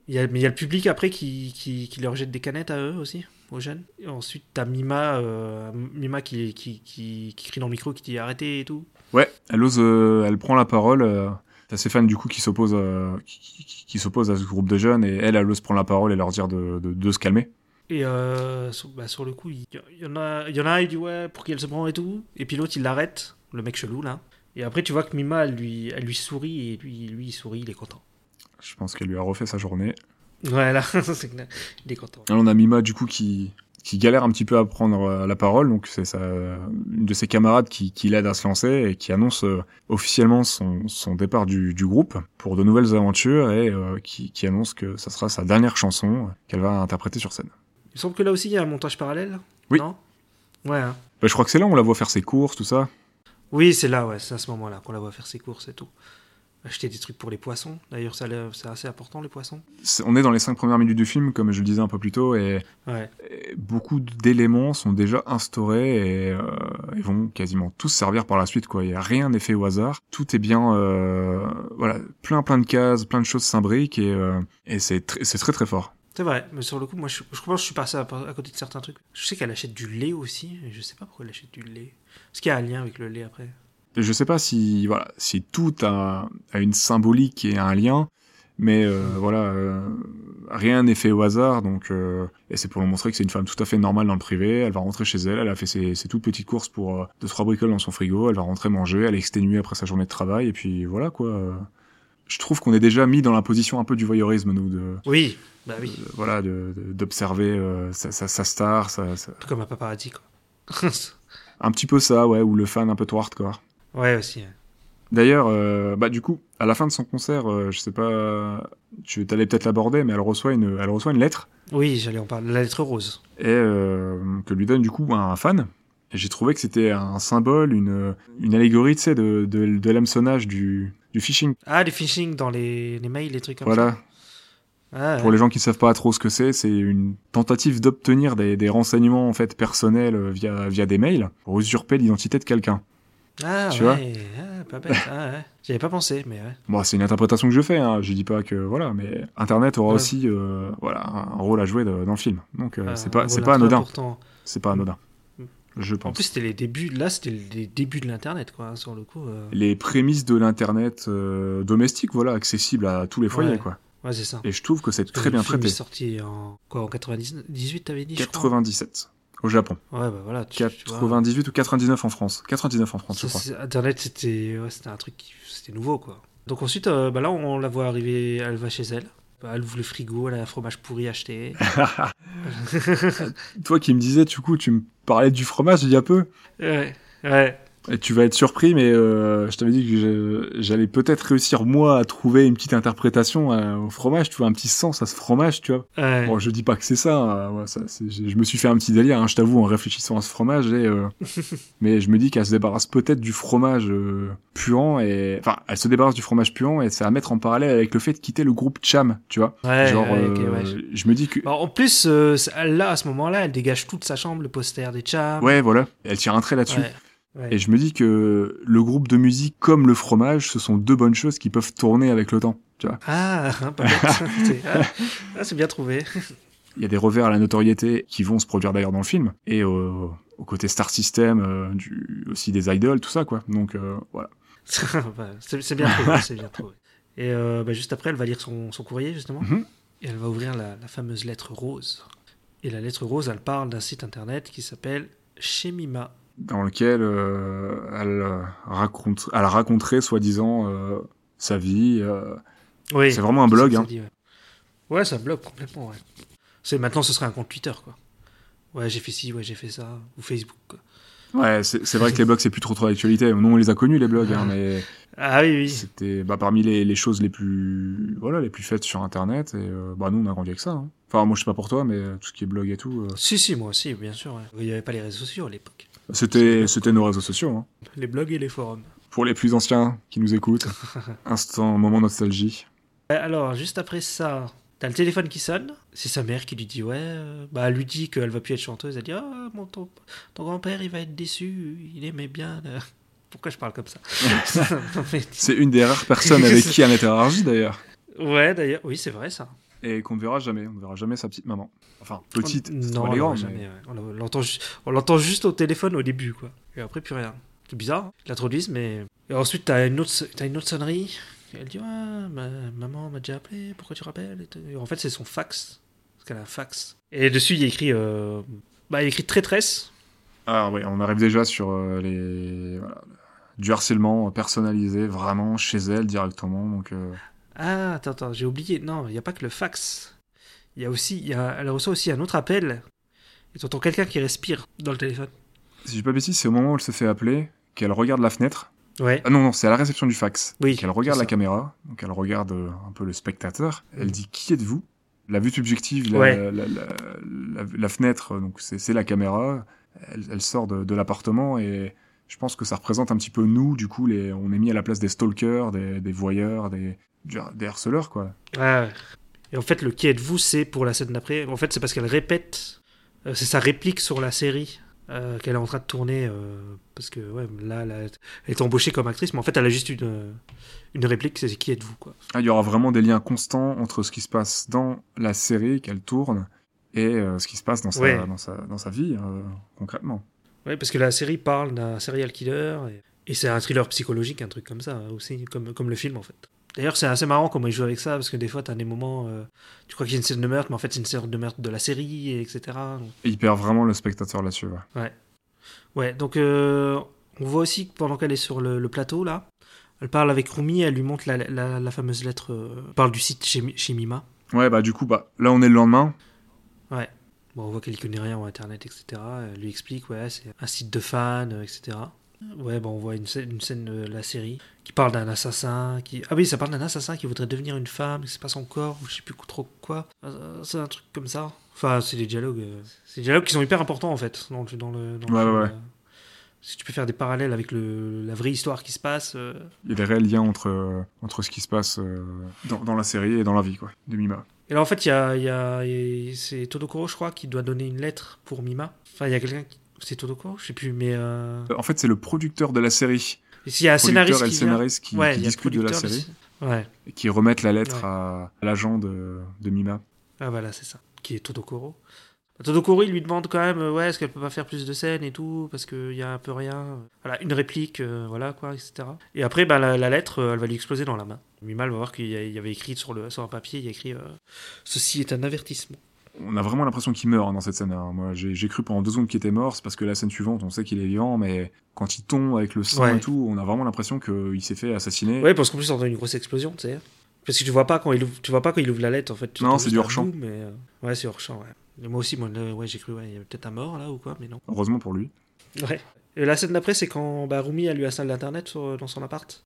Speaker 1: Il y a, mais il y a le public après qui, qui, qui leur jette des canettes à eux aussi, aux jeunes. Et ensuite, t'as Mima, euh, Mima qui, qui, qui, qui crie dans le micro, qui dit arrêtez et tout.
Speaker 2: Ouais, elle ose, euh, elle prend la parole. euh, T'as ses fans du coup qui s'opposent, euh, qui, qui- qui- qui s'opposent à ce groupe de jeunes, et elle, elle ose prendre la parole et leur dire de, de, de se calmer.
Speaker 1: Et euh, sur, bah, sur le coup, il y, il y en a, il y en a un, il dit ouais, pour qui elle se prend et tout. Et puis l'autre, il l'arrête, le mec chelou là. Et après, tu vois que Mima, elle lui, elle lui sourit et lui, lui, il sourit, il est content.
Speaker 2: Je pense qu'elle lui a refait sa journée.
Speaker 1: Ouais, là, c'est clair, il est content.
Speaker 2: Et là, on a Mima du coup qui qui galère un petit peu à prendre euh, la parole, donc c'est sa, une de ses camarades qui, qui l'aide à se lancer et qui annonce euh, officiellement son, son départ du, du groupe pour de nouvelles aventures et euh, qui, qui annonce que ça sera sa dernière chanson euh, qu'elle va interpréter sur scène.
Speaker 1: Il me semble que là aussi, il y a un montage parallèle.
Speaker 2: Oui.
Speaker 1: Non ouais. hein.
Speaker 2: Bah, je crois que c'est là où on la voit faire ses courses, tout ça.
Speaker 1: Oui, c'est là, ouais, c'est à ce moment-là qu'on la voit faire ses courses et tout. Acheter des trucs pour les poissons. D'ailleurs, ça, l'a- c'est assez important, les poissons.
Speaker 2: C'est- On est dans les cinq premières minutes du film, comme je le disais un peu plus tôt, et,
Speaker 1: Ouais.
Speaker 2: et beaucoup d'éléments sont déjà instaurés et, euh, et vont quasiment tous servir par la suite. Quoi. Il n'y a rien n'est fait au hasard. Tout est bien, euh, voilà, plein plein de cases, plein de choses s'imbriquent et, euh, et c'est tr- c'est très très fort.
Speaker 1: C'est vrai, mais sur le coup, moi, je, je pense que je suis passé à, à côté de certains trucs. Je sais qu'elle achète du lait aussi, et je sais pas pourquoi elle achète du lait. Est-ce qu'il y a un lien avec le lait après
Speaker 2: Et je sais pas si voilà, si tout a, a une symbolique et un lien, mais euh, voilà, euh, rien n'est fait au hasard. Donc, euh, et c'est pour lui montrer que c'est une femme tout à fait normale dans le privé. Elle va rentrer chez elle, elle a fait ses, ses toutes petites courses pour euh, deux trois bricoles dans son frigo. Elle va rentrer manger, elle est exténuée après sa journée de travail, et puis voilà quoi. euh. Je trouve qu'on est déjà mis dans la position un peu du voyeurisme, nous, de
Speaker 1: Oui, bah oui,
Speaker 2: de- voilà, de- de- d'observer euh, sa, sa- sa star, sa- sa-
Speaker 1: un peu comme un paparazzi, quoi.
Speaker 2: un petit peu ça, ouais, ou le fan un peu trop hardcore.
Speaker 1: ouais, aussi. ouais.
Speaker 2: D'ailleurs, euh, bah du coup, à la fin de son concert, euh, je sais pas, tu allais peut-être l'aborder, mais elle reçoit une, elle reçoit une lettre
Speaker 1: Oui, j'allais en parler. La lettre rose.
Speaker 2: et euh, que lui donne du coup un fan. Et j'ai trouvé que c'était un symbole, une, une allégorie, tu sais, de, de, de l'hameçonnage du, du phishing.
Speaker 1: Ah, les phishing dans les, les mails, les trucs comme
Speaker 2: Voilà.
Speaker 1: ça. Ah,
Speaker 2: Pour les gens qui ne savent pas trop ce que c'est, c'est une tentative d'obtenir des, des renseignements en fait personnels euh, via via des mails pour usurper l'identité de quelqu'un.
Speaker 1: ah,
Speaker 2: tu
Speaker 1: ouais, ah, pas bête. ah, ouais. J'y avais pas pensé, mais ouais.
Speaker 2: Bon, Bah, c'est une interprétation que je fais. Hein. Je dis pas que voilà, mais Internet aura
Speaker 1: Ouais.
Speaker 2: aussi euh, voilà un rôle à jouer de- dans le film. Donc euh,
Speaker 1: Ah,
Speaker 2: c'est
Speaker 1: on
Speaker 2: pas c'est
Speaker 1: voit
Speaker 2: pas
Speaker 1: l'intro
Speaker 2: anodin.
Speaker 1: Pourtant.
Speaker 2: C'est pas anodin.
Speaker 1: Mm.
Speaker 2: Je
Speaker 1: En
Speaker 2: pense.
Speaker 1: plus, c'était les débuts. Là, c'était les débuts de l'internet, quoi. hein, sur le coup. euh.
Speaker 2: Les prémices de l'internet euh, domestique, voilà, accessible à tous les foyers,
Speaker 1: Ouais.
Speaker 2: quoi.
Speaker 1: Ouais, c'est ça.
Speaker 2: Et je trouve que c'est
Speaker 1: Parce que
Speaker 2: très
Speaker 1: le
Speaker 2: bien
Speaker 1: film
Speaker 2: traité.
Speaker 1: est sorti en quoi en 98, t'avais dit je crois
Speaker 2: 97 au Japon,
Speaker 1: Ouais, bah voilà. tu- tu vois,
Speaker 2: 98 ou 99 en France, 99 en France,
Speaker 1: ça,
Speaker 2: je crois.
Speaker 1: c'est- Internet, c'était ouais, c'était un truc, qui- c'était nouveau quoi. Donc ensuite, euh, bah là, on la voit arriver, elle va chez elle. Bah, elle ouvre le frigo, elle a un fromage pourri acheté.
Speaker 2: Toi qui me disais, du coup, tu me parlais du fromage il y a peu.
Speaker 1: ouais, ouais.
Speaker 2: Et tu vas être surpris, mais euh, je t'avais dit que je- j'allais peut-être réussir moi à trouver une petite interprétation euh, au fromage, tu vois, un petit sens à ce fromage, tu vois.
Speaker 1: ouais.
Speaker 2: Bon, je dis pas que c'est ça, euh, ouais, ça, c'est- je je me suis fait un petit délire, hein, je t'avoue, en réfléchissant à ce fromage, et, euh, mais je me dis qu'elle se débarrasse peut-être du fromage euh, puant, et enfin, elle se débarrasse du fromage puant, et c'est à mettre en parallèle avec le fait de quitter le groupe Cham, tu vois.
Speaker 1: Ouais,
Speaker 2: Genre,
Speaker 1: ouais, ok,
Speaker 2: euh,
Speaker 1: ouais, je-
Speaker 2: je me dis que
Speaker 1: Bon, en plus, euh, c'est- elle, là, à ce moment-là, elle dégage toute sa chambre, le poster des chams.
Speaker 2: ouais, voilà, elle tire un trait là-dessus.
Speaker 1: ouais. ouais.
Speaker 2: Et je me dis que le groupe de musique comme le fromage, ce sont deux bonnes choses qui peuvent tourner avec le temps. Tu vois.
Speaker 1: Ah, hein, pas bête. C'est- ah, ah, c'est bien trouvé.
Speaker 2: Il y a des revers à la notoriété qui vont se produire d'ailleurs dans le film et au, au côté star system, euh, du, aussi des idoles, tout ça quoi. Donc euh, voilà.
Speaker 1: Bah, c'est c'est bien trouvé, c'est bien trouvé. Et euh, bah, juste après, elle va lire son, son courrier, justement.
Speaker 2: Mhm.
Speaker 1: Et elle va ouvrir la, la fameuse lettre rose. Et la lettre rose, elle parle d'un site internet qui s'appelle Chemima.
Speaker 2: Dans lequel euh, elle euh, raconte, elle raconterait soi-disant euh, sa vie. euh.
Speaker 1: Oui.
Speaker 2: C'est vraiment un blog. hein.
Speaker 1: ouais. Ouais, ça blogue complètement, ouais. C'est, maintenant, ce serait un compte Twitter, quoi. Ouais, j'ai fait ci, ouais, j'ai fait ça. Ou Facebook, quoi.
Speaker 2: Ouais, c'est c'est vrai que les blogs c'est plus trop trop d'actualité. Nous on les a connus les blogs, hein, mais
Speaker 1: Ah oui, oui.
Speaker 2: c'était bah, parmi les, les choses les plus voilà les plus faites sur internet et euh, bah nous on a grandi avec ça. hein. Enfin moi je sais pas pour toi mais euh, tout ce qui est blog et tout, euh,
Speaker 1: Si, si, moi aussi, bien sûr. ouais. Il n'y avait pas les réseaux sociaux à l'époque.
Speaker 2: c'était c'était nos réseaux sociaux. hein.
Speaker 1: Les blogs et les forums.
Speaker 2: Pour les plus anciens qui nous écoutent, instant moment nostalgie.
Speaker 1: Euh, Alors, juste après ça, t'as le téléphone qui sonne. C'est sa mère qui lui dit Ouais, euh, bah, elle lui dit qu'elle va plus être chanteuse. Elle dit Ah, mon ton, ton grand-père, il va être déçu. Il aimait bien. euh. Pourquoi je parle comme ça Non, mais-
Speaker 2: C'est une des rares personnes avec qui on était arrangé d'ailleurs.
Speaker 1: Ouais, d'ailleurs, oui, c'est vrai ça.
Speaker 2: Et qu'on ne verra jamais, on ne verra jamais sa petite maman. Enfin, petite,
Speaker 1: On-
Speaker 2: c'est
Speaker 1: Non,
Speaker 2: toi,
Speaker 1: on
Speaker 2: elle est
Speaker 1: l'entend
Speaker 2: grande, mais-
Speaker 1: jamais. ouais. On l'a- l'entend ju- On l'entend juste au téléphone au début, quoi. Et après, plus rien. C'est bizarre, hein. ils l'introduisent, mais. Et ensuite, t'as une, autre... t'as une autre sonnerie. Et elle dit Ouais, ma... maman m'a déjà appelé, pourquoi tu rappelles Et tout. Et En fait, c'est son fax. Parce qu'elle a un fax. Et dessus, il y a écrit. euh, Bah, il y a écrit traîtresse.
Speaker 2: Ah oui, on arrive déjà sur euh, les... voilà, du harcèlement personnalisé, vraiment, chez elle, directement. Donc, euh,
Speaker 1: Ah, attends, attends, j'ai oublié. Non, il n'y a pas que le fax. Il y a aussi. il Y a... Elle reçoit aussi un autre appel. Et t'entends quelqu'un qui respire dans le téléphone.
Speaker 2: si je dis pas de bêtises, c'est au moment où elle se fait appeler, qu'elle regarde la fenêtre.
Speaker 1: Ouais.
Speaker 2: Ah non, non, c'est à la réception du fax.
Speaker 1: Oui,
Speaker 2: Qu'elle regarde
Speaker 1: c'est
Speaker 2: la
Speaker 1: ça.
Speaker 2: caméra, donc elle regarde euh, un peu le spectateur. Elle dit « Qui êtes-vous » La vue subjective, la,
Speaker 1: Ouais.
Speaker 2: la- la- la- la fenêtre, euh, donc c'est c'est la caméra. Elle, elle sort de, de l'appartement et je pense que ça représente un petit peu nous, du coup, les, on est mis à la place des stalkers, des, des voyeurs, des, des harceleurs, quoi.
Speaker 1: Ah ouais. Et en fait, le qui êtes-vous, c'est pour la scène d'après. En fait, c'est parce qu'elle répète. euh, c'est sa réplique sur la série euh, qu'elle est en train de tourner. euh, parce que, ouais, là, là, elle est embauchée comme actrice, mais en fait, elle a juste une, euh, une réplique c'est qui êtes-vous, quoi.
Speaker 2: Ah, il y aura vraiment des liens constants entre ce qui se passe dans la série qu'elle tourne et euh, ce qui se passe dans sa,
Speaker 1: Ouais.
Speaker 2: dans sa, dans sa vie, euh, concrètement.
Speaker 1: Ouais, parce que la série parle d'un serial killer. Et, et c'est un thriller psychologique, un truc comme ça, euh, aussi, comme, comme le film, en fait. D'ailleurs, c'est assez marrant comment ils jouent avec ça, parce que des fois, t'as des moments. euh, tu crois qu'il y a une scène de meurtre, mais en fait, c'est une scène de meurtre de la série, et etc. Donc,
Speaker 2: Et il perd vraiment le spectateur là-dessus. ouais.
Speaker 1: Ouais, donc euh, on voit aussi que pendant qu'elle est sur le, le plateau, là, elle parle avec Rumi, elle lui montre la, la- la fameuse lettre, euh, elle parle du site chez, Mi- chez Mima.
Speaker 2: Ouais. bah du coup, bah, là on est le lendemain.
Speaker 1: Bon, on voit qu'elle connaît rien en Internet, etc. Elle lui explique, ouais, c'est un site de fans, euh, etc. Ouais, bon, on voit une scène, une scène euh, de la série qui parle d'un assassin qui... Ah oui, ça parle d'un assassin qui voudrait devenir une femme, que c'est pas son corps, ou je sais plus trop quoi. Euh, C'est un truc comme ça. Enfin, c'est des dialogues... euh, C'est des dialogues qui sont hyper importants, en fait, dans le... Dans le, dans le
Speaker 2: Ouais,
Speaker 1: film,
Speaker 2: ouais, ouais.
Speaker 1: euh. Si tu peux faire des parallèles avec le, la vraie histoire qui se passe... euh,
Speaker 2: Il y a des réels liens entre, euh, entre ce qui se passe euh, dans, dans la série et dans la vie quoi, de Mima.
Speaker 1: Et là, en fait, il y a, il y a- et c'est Todokoro, je crois, qui doit donner une lettre pour Mima. Enfin, il y a quelqu'un qui... C'est Todokoro Je sais plus, mais... Euh...
Speaker 2: Euh, En fait, c'est le producteur de la série,
Speaker 1: et s'il y a un scénariste
Speaker 2: producteur et le
Speaker 1: qui vient...
Speaker 2: scénariste qui,
Speaker 1: Ouais,
Speaker 2: qui
Speaker 1: il y a le
Speaker 2: discutent de la
Speaker 1: producteur, le
Speaker 2: série
Speaker 1: sc- Ouais,
Speaker 2: et qui remettent la lettre à, à l'agent de, de Mima.
Speaker 1: ah voilà, c'est ça. Qui est Todokoro. Todokoro, il lui demande quand même, euh, ouais, est-ce qu'elle peut pas faire plus de scènes et tout, parce qu'il y a un peu rien. euh, Voilà, une réplique, euh, voilà, quoi, etc. Et après, bah, la, la lettre, euh, elle va lui exploser dans la main. Mima, elle va voir qu'il y, a- il y avait écrit sur, le, sur un papier, il y a écrit euh, Ceci est un avertissement.
Speaker 2: On a vraiment l'impression qu'il meurt hein, dans cette scène. hein. Moi, j'ai j'ai cru pendant deux secondes qu'il était mort, c'est parce que la scène suivante, on sait qu'il est vivant, mais quand il tombe avec le sang
Speaker 1: Ouais.
Speaker 2: et tout, on a vraiment l'impression qu'il s'est fait assassiner.
Speaker 1: Ouais, parce qu'en plus, on entend une grosse explosion, tu sais. Parce que tu vois pas quand il ouvre, tu vois pas quand il ouvre la lettre, en fait. Tu
Speaker 2: Non,
Speaker 1: entends
Speaker 2: c'est
Speaker 1: juste
Speaker 2: du
Speaker 1: un
Speaker 2: hors-champ.
Speaker 1: boum, Mais euh, ouais, c'est hors champ. Ouais. Et moi aussi, moi, là, ouais, j'ai cru, ouais, il y avait peut-être un mort là ou quoi, mais non.
Speaker 2: Heureusement pour lui.
Speaker 1: Ouais. Et la scène d'après, c'est quand bah, Rumi elle lui installe l'internet sur- dans son appart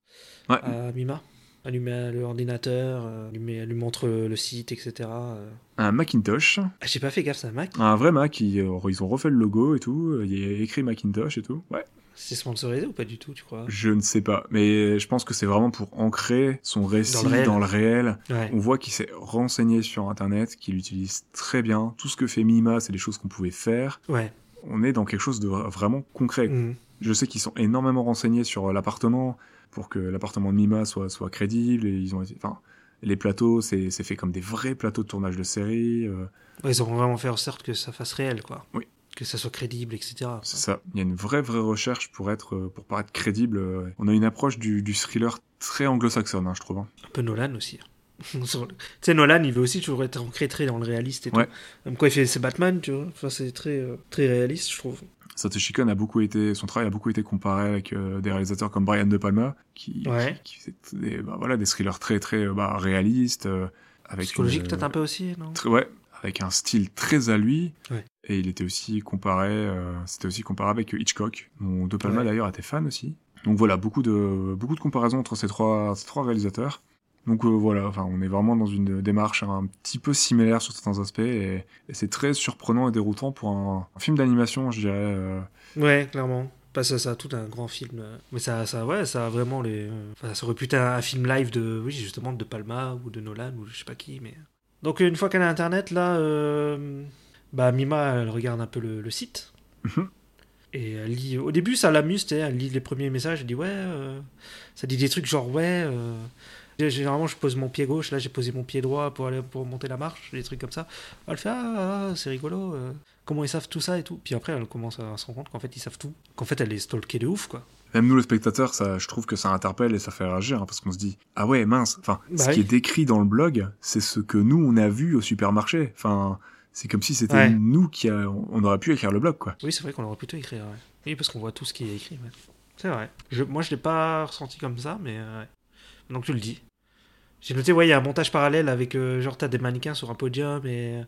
Speaker 2: Ouais.
Speaker 1: à Mima. Elle lui met l'ordinateur, euh, elle lui, met- elle lui montre le, le site, etc. euh.
Speaker 2: Un Macintosh,
Speaker 1: Ah, j'ai pas fait gaffe, c'est un Mac.
Speaker 2: un vrai Mac, ils, euh, ils ont refait le logo et tout, il y a écrit Macintosh et tout. Ouais.
Speaker 1: C'est sponsorisé ou pas du tout, tu crois
Speaker 2: Je ne sais pas, mais je pense que c'est vraiment pour ancrer son récit dans le réel.
Speaker 1: réel. Ouais.
Speaker 2: On voit qu'il s'est renseigné sur Internet, qu'il utilise très bien. Tout ce que fait Mima, c'est des choses qu'on pouvait faire.
Speaker 1: Ouais.
Speaker 2: On est dans quelque chose de vra- vraiment concret.
Speaker 1: Mhm.
Speaker 2: Je sais qu'ils sont énormément renseignés sur euh, l'appartement pour que l'appartement de Mima soit, soit crédible et ils ont été, enfin, Les plateaux, c'est c'est fait comme des vrais plateaux de tournage de séries. euh,
Speaker 1: Ouais, Ils ont vraiment fait en sorte que ça fasse réel, quoi.
Speaker 2: Oui.
Speaker 1: Que ça soit crédible, etc.
Speaker 2: C'est ça. Il y a une vraie, vraie recherche pour être, euh, pour paraître crédible. euh, On a une approche du, du thriller très anglo-saxonne, hein, je trouve. hein.
Speaker 1: Un peu Nolan aussi. Sur le- tu sais, Nolan, il veut aussi toujours être ancré très dans le réaliste et
Speaker 2: Ouais.
Speaker 1: tout. Même quand il fait ses Batman, tu vois. Enfin, c'est très, euh, très réaliste, je trouve.
Speaker 2: Satoshi Kon a beaucoup été, son travail a beaucoup été comparé avec euh, des réalisateurs comme Brian De Palma, qui,
Speaker 1: Ouais.
Speaker 2: qui faisait des, bah, voilà, des thrillers très, très euh, bah, réalistes, euh, avec
Speaker 1: Psychologique,
Speaker 2: une-
Speaker 1: peut-être un peu aussi, non
Speaker 2: Tr- ouais, avec un style très à lui.
Speaker 1: Ouais.
Speaker 2: Et il était aussi comparé, euh, c'était aussi comparé avec Hitchcock, dont De Palma
Speaker 1: Ouais.
Speaker 2: d'ailleurs était fan aussi. Donc voilà, beaucoup de, beaucoup de comparaisons entre ces trois, ces trois réalisateurs. Donc euh, voilà, enfin, on est vraiment dans une démarche un petit peu similaire sur certains aspects, et, et c'est très surprenant et déroutant pour un, un film d'animation, je dirais. euh,
Speaker 1: Ouais, clairement. Parce que ça a tout un grand film. euh, Mais ça, ça, ouais, ça a vraiment les. euh, Enfin, ça aurait pu être un, un film live de, oui, justement, de Palma ou de Nolan ou je sais pas qui. Mais euh. donc une fois qu'elle a internet, là, euh, bah Mima, elle regarde un peu le, le site
Speaker 2: Mhm.
Speaker 1: et elle lit. Au début, ça l'amuse, tu sais, elle lit les premiers messages, elle dit ouais, euh, ça dit des trucs genre ouais. euh, Généralement, je pose mon pied gauche. Là, j'ai posé mon pied droit pour aller pour monter la marche, des trucs comme ça. Elle fait ah, ah, c'est rigolo. euh, comment ils savent tout ça et tout. Puis après, elle commence à se rendre compte qu'en fait, ils savent tout. Qu'en fait, elle est stalkée de ouf, quoi.
Speaker 2: Même nous, le spectateur, ça, je trouve que ça interpelle et ça fait réagir, hein, parce qu'on se dit ah ouais mince. Enfin,
Speaker 1: Bah
Speaker 2: ce qui
Speaker 1: oui.
Speaker 2: est décrit dans le blog, c'est ce que nous on a vu au supermarché. Enfin, c'est comme si c'était
Speaker 1: Ouais.
Speaker 2: nous qui a- on aurait pu écrire le blog quoi.
Speaker 1: Oui, c'est vrai qu'on aurait plutôt écrit. ouais. Oui, parce qu'on voit tout ce qui est écrit. ouais. C'est vrai. Je, moi, je l'ai pas ressenti comme ça, mais euh, ouais. donc tu le dis. J'ai noté, ouais, il y a un montage parallèle avec euh, genre t'as des mannequins sur un podium et euh,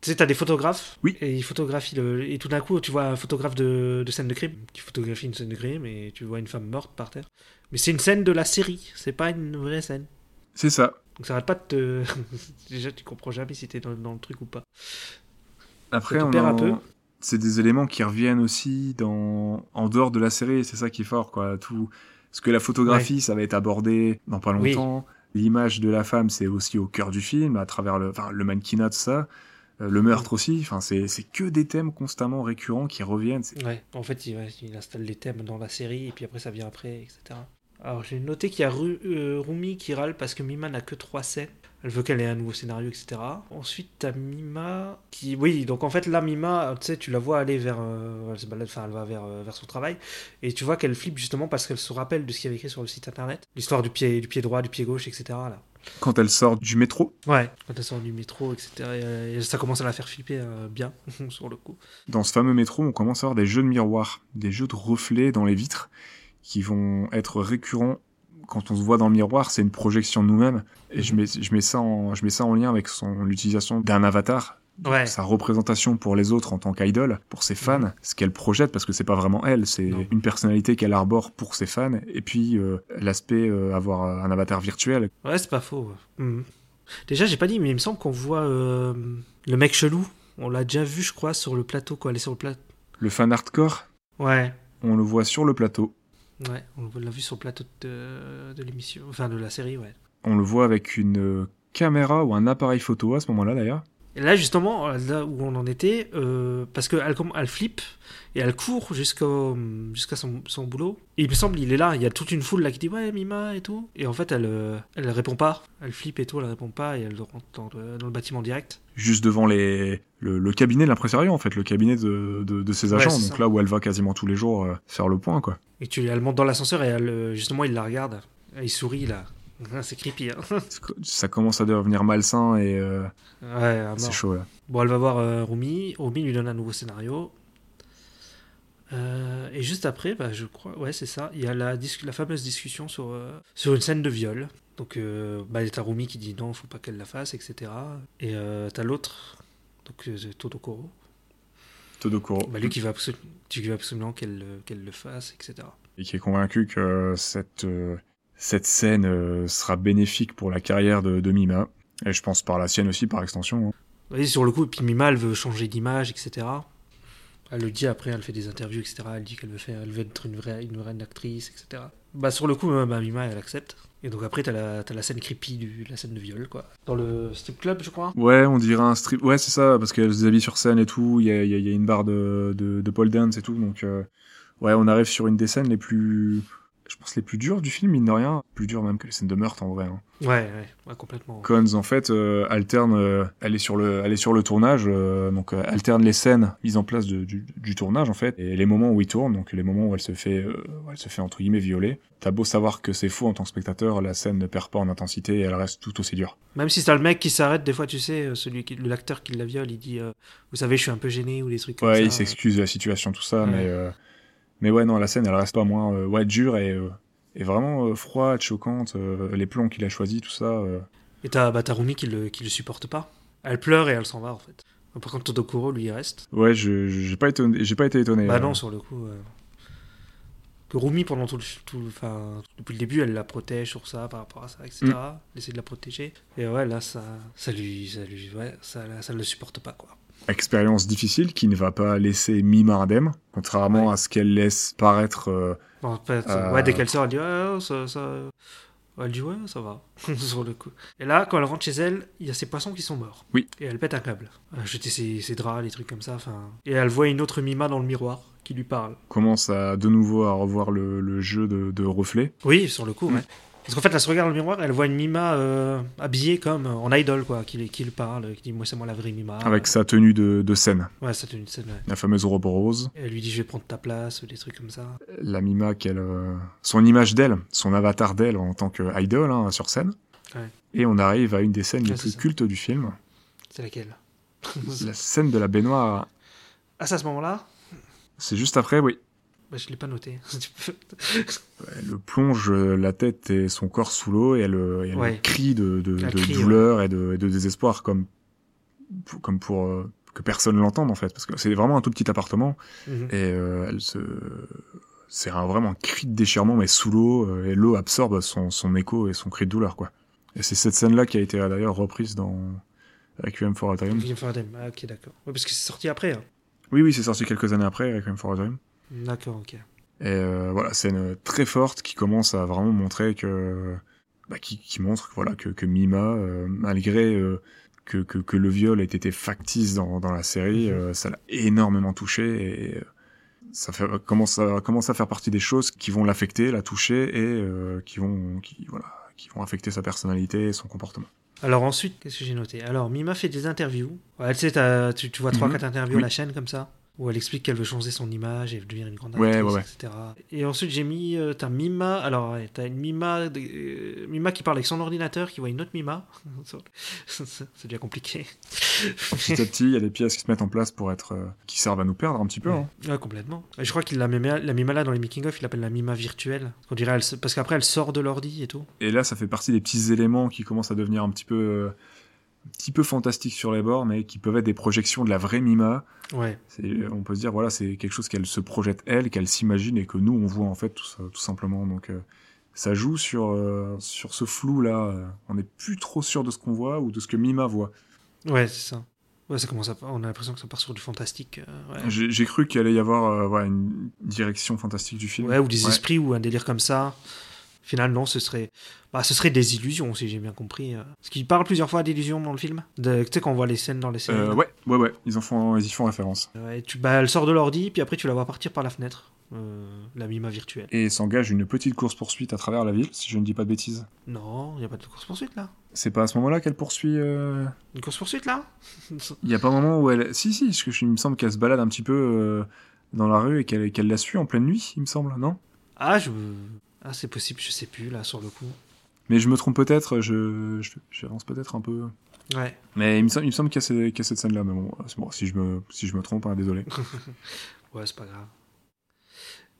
Speaker 1: tu sais t'as des photographes.
Speaker 2: Oui.
Speaker 1: Et ils photographient le- et tout d'un coup tu vois un photographe de, de scène de crime qui photographie une scène de crime et tu vois une femme morte par terre. Mais c'est une scène de la série, c'est pas une vraie scène.
Speaker 2: C'est ça.
Speaker 1: Donc ça arrête pas de te. Déjà, tu comprends jamais si t'es dans, dans le truc ou pas.
Speaker 2: Après,
Speaker 1: Ça te
Speaker 2: on
Speaker 1: perd
Speaker 2: a-
Speaker 1: un peu.
Speaker 2: C'est des éléments qui reviennent aussi dans en dehors de la série. C'est ça qui est fort quoi. Tout ce que la photographie, ça va être abordé dans pas
Speaker 1: Oui.
Speaker 2: longtemps. L'image de la femme, c'est aussi au cœur du film, à travers le, enfin, le mannequinat, tout ça. Euh, Le meurtre aussi, enfin, c'est c'est que des thèmes constamment récurrents qui reviennent. C'est-
Speaker 1: Ouais, en fait, il, ouais, il installe les thèmes dans la série et puis après ça vient après, etc. Alors j'ai noté qu'il y a Ru- euh, Rumi qui râle parce que Mima n'a que trois scènes. Elle veut qu'elle ait un nouveau scénario, etc. Ensuite, t'as Mima qui. Oui, donc en fait, là, Mima, tu sais, tu la vois aller vers. euh, elle se balade, enfin, elle va vers, euh, vers son travail. Et tu vois qu'elle flippe justement parce qu'elle se rappelle de ce qu'il y avait écrit sur le site internet. L'histoire du pied, du pied droit, du pied gauche, etc. Là.
Speaker 2: Quand elle sort du métro,
Speaker 1: Ouais, quand elle sort du métro, etc. Et, et ça commence à la faire flipper euh, bien, sur le coup.
Speaker 2: Dans ce fameux métro, on commence à avoir des jeux de miroirs, des jeux de reflets dans les vitres qui vont être récurrents quand on se voit dans le miroir, c'est une projection de nous-mêmes. Et je mets, je, mets ça en, je mets ça en lien avec son l'utilisation d'un avatar,
Speaker 1: Ouais,
Speaker 2: sa représentation pour les autres en tant qu'idole, pour ses fans, ce qu'elle projette, parce que c'est pas vraiment elle, c'est
Speaker 1: Non.
Speaker 2: une personnalité qu'elle arbore pour ses fans, et puis euh, l'aspect euh, avoir un avatar virtuel.
Speaker 1: ouais c'est pas faux. ouais. Mhm. Déjà, j'ai pas dit, mais il me semble qu'on voit euh, le mec chelou. On l'a déjà vu, je crois, sur le plateau, quoi. Elle est sur le plateau.
Speaker 2: Le fan hardcore,
Speaker 1: Ouais,
Speaker 2: on le voit sur le plateau,
Speaker 1: ouais, on l'a vu sur le plateau de, de l'émission, enfin de la série, ouais.
Speaker 2: on le voit avec une euh, caméra ou un appareil photo à ce moment-là d'ailleurs.
Speaker 1: Et là, justement, là où on en était, euh, parce qu'elle elle flippe et elle court jusqu'au- jusqu'à son, son boulot. Et il me semble, il est là, il y a toute une foule là qui dit Ouais, Mima et tout. Et en fait, elle, euh, elle répond pas. Elle flippe et tout, elle répond pas et elle rentre dans le, dans le bâtiment direct.
Speaker 2: juste devant les, le, le cabinet de l'impresario, en fait, le cabinet de, de, de ses
Speaker 1: Ouais,
Speaker 2: agents,
Speaker 1: c'est ça.
Speaker 2: donc là où elle va quasiment tous les jours euh, faire le point, quoi.
Speaker 1: Et tu, elle monte dans l'ascenseur et elle, euh, justement, il la regarde. Et il sourit là. C'est creepy. Hein
Speaker 2: Ça commence à devenir malsain et euh,
Speaker 1: ouais, à Ah, mort.
Speaker 2: c'est chaud, là.
Speaker 1: Bon, elle va voir euh, Rumi. Rumi lui donne un nouveau scénario. Euh, et juste après, bah, je crois, ouais, c'est ça. Il y a la, dis- la fameuse discussion sur, euh, sur une scène de viol. Donc, euh, bah, t'as Rumi qui dit non, faut pas qu'elle la fasse, etc. Et euh, t'as l'autre, donc euh, c'est Todokoro,
Speaker 2: Todokoro,
Speaker 1: bah, lui qui veut, absolu- qui veut absolument qu'elle le- qu'elle le fasse, etc.
Speaker 2: et qui est convaincu que euh, cette, euh, cette scène euh, sera bénéfique pour la carrière de, de Mima, et je pense par la sienne aussi, par extension. hein.
Speaker 1: Oui, sur le coup, et puis Mima, elle veut changer d'image, etc. Elle le dit après, elle fait des interviews, etc. Elle dit qu'elle veut, faire, elle veut être une vraie, une vraie actrice, etc. Bah, sur le coup, euh, bah, Mima, elle accepte. Et donc après, t'as la, t'as la scène creepy, du, la scène de viol, quoi. Dans le strip club, je crois.
Speaker 2: Ouais, on dirait un strip... Ouais, c'est ça, parce qu'elle se déshabille sur scène et tout, il y a, il y a- il y a une barre de, de, de pole dance et tout, donc... euh, Ouais, on arrive sur une des scènes les plus je pense, les plus dures du film, mine de rien. Plus dures même que les scènes de meurtre, en vrai. hein.
Speaker 1: Ouais, ouais, ouais, complètement. ouais.
Speaker 2: Cons, en fait, euh, alterne, euh, elle, est sur le, elle est sur le tournage, euh, donc euh, alterne les scènes mises en place de- du, du tournage, en fait, et les moments où il tourne, donc les moments où elle se fait, euh, où elle se fait entre guillemets, violer. T'as beau savoir que c'est faux en tant que spectateur, la scène ne perd pas en intensité et elle reste tout aussi dure.
Speaker 1: Même si c'est le mec qui s'arrête, des fois, tu sais, euh, celui qui, l'acteur qui la viole, il dit euh, Vous savez, je suis un peu gêné ou des trucs comme
Speaker 2: ouais,
Speaker 1: ça.
Speaker 2: il s'excuse de la situation, tout ça,
Speaker 1: Ouais.
Speaker 2: mais, euh, mais ouais, non, la scène, elle reste pas moins euh, ouais, dure et, euh, et vraiment euh, froide, choquante, euh, les plans qu'il a choisis, tout ça. euh,
Speaker 1: Et t'as bah, t'as Rumi qui le, qui le supporte pas. Elle pleure et elle s'en va, en fait. Par contre, Todokuro, lui, il reste.
Speaker 2: Ouais, je- je- j'ai pas, étonné- j'ai pas été étonné.
Speaker 1: bah
Speaker 2: euh,
Speaker 1: non, sur le coup. euh, Que Rumi, pendant tout le. Tout, le- enfin, depuis le début, elle la protège sur ça, par rapport à ça, etc.
Speaker 2: Mm.
Speaker 1: Essaie de la protéger. Et ouais, là, ça, ça lui. Ça, lui ouais, ça, ça ne le supporte pas, quoi.
Speaker 2: expérience difficile qui ne va pas laisser mime indemne, contrairement
Speaker 1: Ouais.
Speaker 2: à ce qu'elle laisse paraître. euh,
Speaker 1: Bon, en fait,
Speaker 2: Euh,
Speaker 1: ouais, dès qu'elle sort, elle dit ouais, ça, ça- Elle dit ouais, ça va. sur le coup. Et là, quand elle rentre chez elle, il y a ses poissons qui sont morts.
Speaker 2: Oui.
Speaker 1: Et elle pète un câble. Euh, Elle a jeté ses, ses draps, les trucs comme ça. Enfin. Et elle voit une autre Mima dans le miroir qui lui parle.
Speaker 2: commence à de nouveau à revoir le, le jeu de, de reflets.
Speaker 1: Oui, sur le coup,
Speaker 2: Mm.
Speaker 1: ouais. Parce qu'en fait, elle se regarde dans le miroir, elle voit une Mima euh, habillée comme euh, en idol, quoi, qui, lui- qui lui parle, qui dit Moi, c'est moi la vraie Mima.
Speaker 2: Avec sa tenue de, de scène,
Speaker 1: Ouais, c'est une scène. ouais.
Speaker 2: la fameuse robe rose,
Speaker 1: Et elle lui dit Je vais prendre ta place, ou des trucs comme ça.
Speaker 2: la mima qu'elle, euh, son image d'elle, son avatar d'elle en tant que idol hein, sur scène.
Speaker 1: Ouais.
Speaker 2: Et on arrive à une des scènes
Speaker 1: Ouais,
Speaker 2: les
Speaker 1: c'est
Speaker 2: plus
Speaker 1: ça.
Speaker 2: cultes du film,
Speaker 1: C'est laquelle
Speaker 2: la scène de la baignoire.
Speaker 1: Ah, c'est à ce moment-là
Speaker 2: C'est juste après, oui.
Speaker 1: bah, Je l'ai pas noté. Tu peux-
Speaker 2: Elle plonge euh, la tête et son corps sous l'eau et elle, euh, et elle
Speaker 1: Ouais.
Speaker 2: crie de, de-
Speaker 1: Elle
Speaker 2: de
Speaker 1: crie,
Speaker 2: douleur et, de, et de désespoir comme, pour- comme pour euh, que personne l'entende en fait parce que c'est vraiment un tout petit appartement
Speaker 1: Mhm.
Speaker 2: et euh, elle se c'est un vraiment un cri de déchirement mais sous l'eau euh, et l'eau absorbe son, son écho et son cri de douleur quoi et c'est cette scène là qui a été euh, d'ailleurs reprise dans Requiem for a Dream
Speaker 1: William Fardem. Ah, ok, d'accord. Ouais, parce que c'est sorti après. hein.
Speaker 2: oui oui c'est sorti quelques années après Requiem for a Dream
Speaker 1: D'accord, ok.
Speaker 2: Et euh, voilà, scène euh, très forte qui commence à vraiment montrer que. Bah, qui, qui montre que, voilà, que, que Mima, euh, malgré euh, que, que, que le viol ait été factice dans, dans la série,
Speaker 1: Mhm.
Speaker 2: euh, ça l'a énormément touché et euh, ça fait, commence, à, commence à faire partie des choses qui vont l'affecter, la toucher et euh, qui, vont, qui, voilà, qui vont affecter sa personnalité et son comportement.
Speaker 1: Alors ensuite, qu'est-ce que j'ai noté Alors, Mima fait des interviews. Ouais, tu sais, t'as- tu, tu vois trois
Speaker 2: Mhm.
Speaker 1: quatre interviews
Speaker 2: Oui.
Speaker 1: à la chaîne comme ça, où elle explique qu'elle veut changer son image et devenir une grande
Speaker 2: Ouais,
Speaker 1: actrice,
Speaker 2: ouais, ouais.
Speaker 1: etc. Et ensuite, j'ai mis, euh, t'as Mima, alors ouais, t'as une Mima, de- euh, Mima qui parle avec son ordinateur, qui voit une autre Mima. C'est déjà compliqué.
Speaker 2: Petit à petit, il y a des pièces qui se mettent en place pour être. euh, qui servent à nous perdre un petit peu. hein.
Speaker 1: Ouais, complètement. Et je crois qu'il la Mima, la Mima là dans les making of, il l'appelle la Mima virtuelle. On dirait, elle se- parce qu'après elle sort de l'ordi et tout.
Speaker 2: Et là, ça fait partie des petits éléments qui commencent à devenir un petit peu, euh, un petit peu fantastiques sur les bords, mais qui peuvent être des projections de la vraie Mima.
Speaker 1: Ouais.
Speaker 2: C'est- euh, On peut se dire, voilà, c'est quelque chose qu'elle se projette elle, qu'elle s'imagine et que nous, on voit en fait tout, ça- tout simplement. Donc, euh, ça joue sur, euh, sur ce flou-là. euh, On n'est plus trop sûr de ce qu'on voit ou de ce que Mima voit.
Speaker 1: Ouais, c'est ça. Ouais, ça commence à... On a l'impression que ça part sur du fantastique. euh, ouais.
Speaker 2: J'ai j'ai cru qu'il allait y avoir euh, ouais, une direction fantastique du film.
Speaker 1: Ouais, ou des
Speaker 2: Ouais.
Speaker 1: esprits ou un délire comme ça. Finalement, ce serait, bah, ce serait des illusions, si j'ai bien compris. euh. Parce qu'il parle plusieurs fois d'illusions dans le film. De- Tu sais, quand on voit les scènes dans les scènes.
Speaker 2: Euh, ouais, ouais, ouais, ils, en font, ils y font référence.
Speaker 1: tu, bah, elle sort de l'ordi, puis après, tu la vois partir par la fenêtre. euh, la mima virtuelle.
Speaker 2: Et s'engage une petite course-poursuite à travers la ville, si je ne dis pas de bêtises.
Speaker 1: Non, il n'y a pas de course-poursuite là.
Speaker 2: C'est pas à ce moment-là qu'elle poursuit euh,
Speaker 1: Une course-poursuite là
Speaker 2: Il y a pas un moment où elle. Si, si, parce que je- il me semble qu'elle se balade un petit peu euh, dans la rue et qu'elle qu'elle la suit en pleine nuit, il me semble, non
Speaker 1: Ah, je. Ah, c'est possible, je sais plus là, sur le coup.
Speaker 2: Mais je me trompe peut-être, je je- j'avance peut-être un peu.
Speaker 1: Ouais.
Speaker 2: Mais il me semble, il me semble qu'il y, a ces- qu'il y a cette scène-là, mais bon, c'est bon, si je me, si je me trompe, hein, désolé.
Speaker 1: Ouais, c'est pas grave.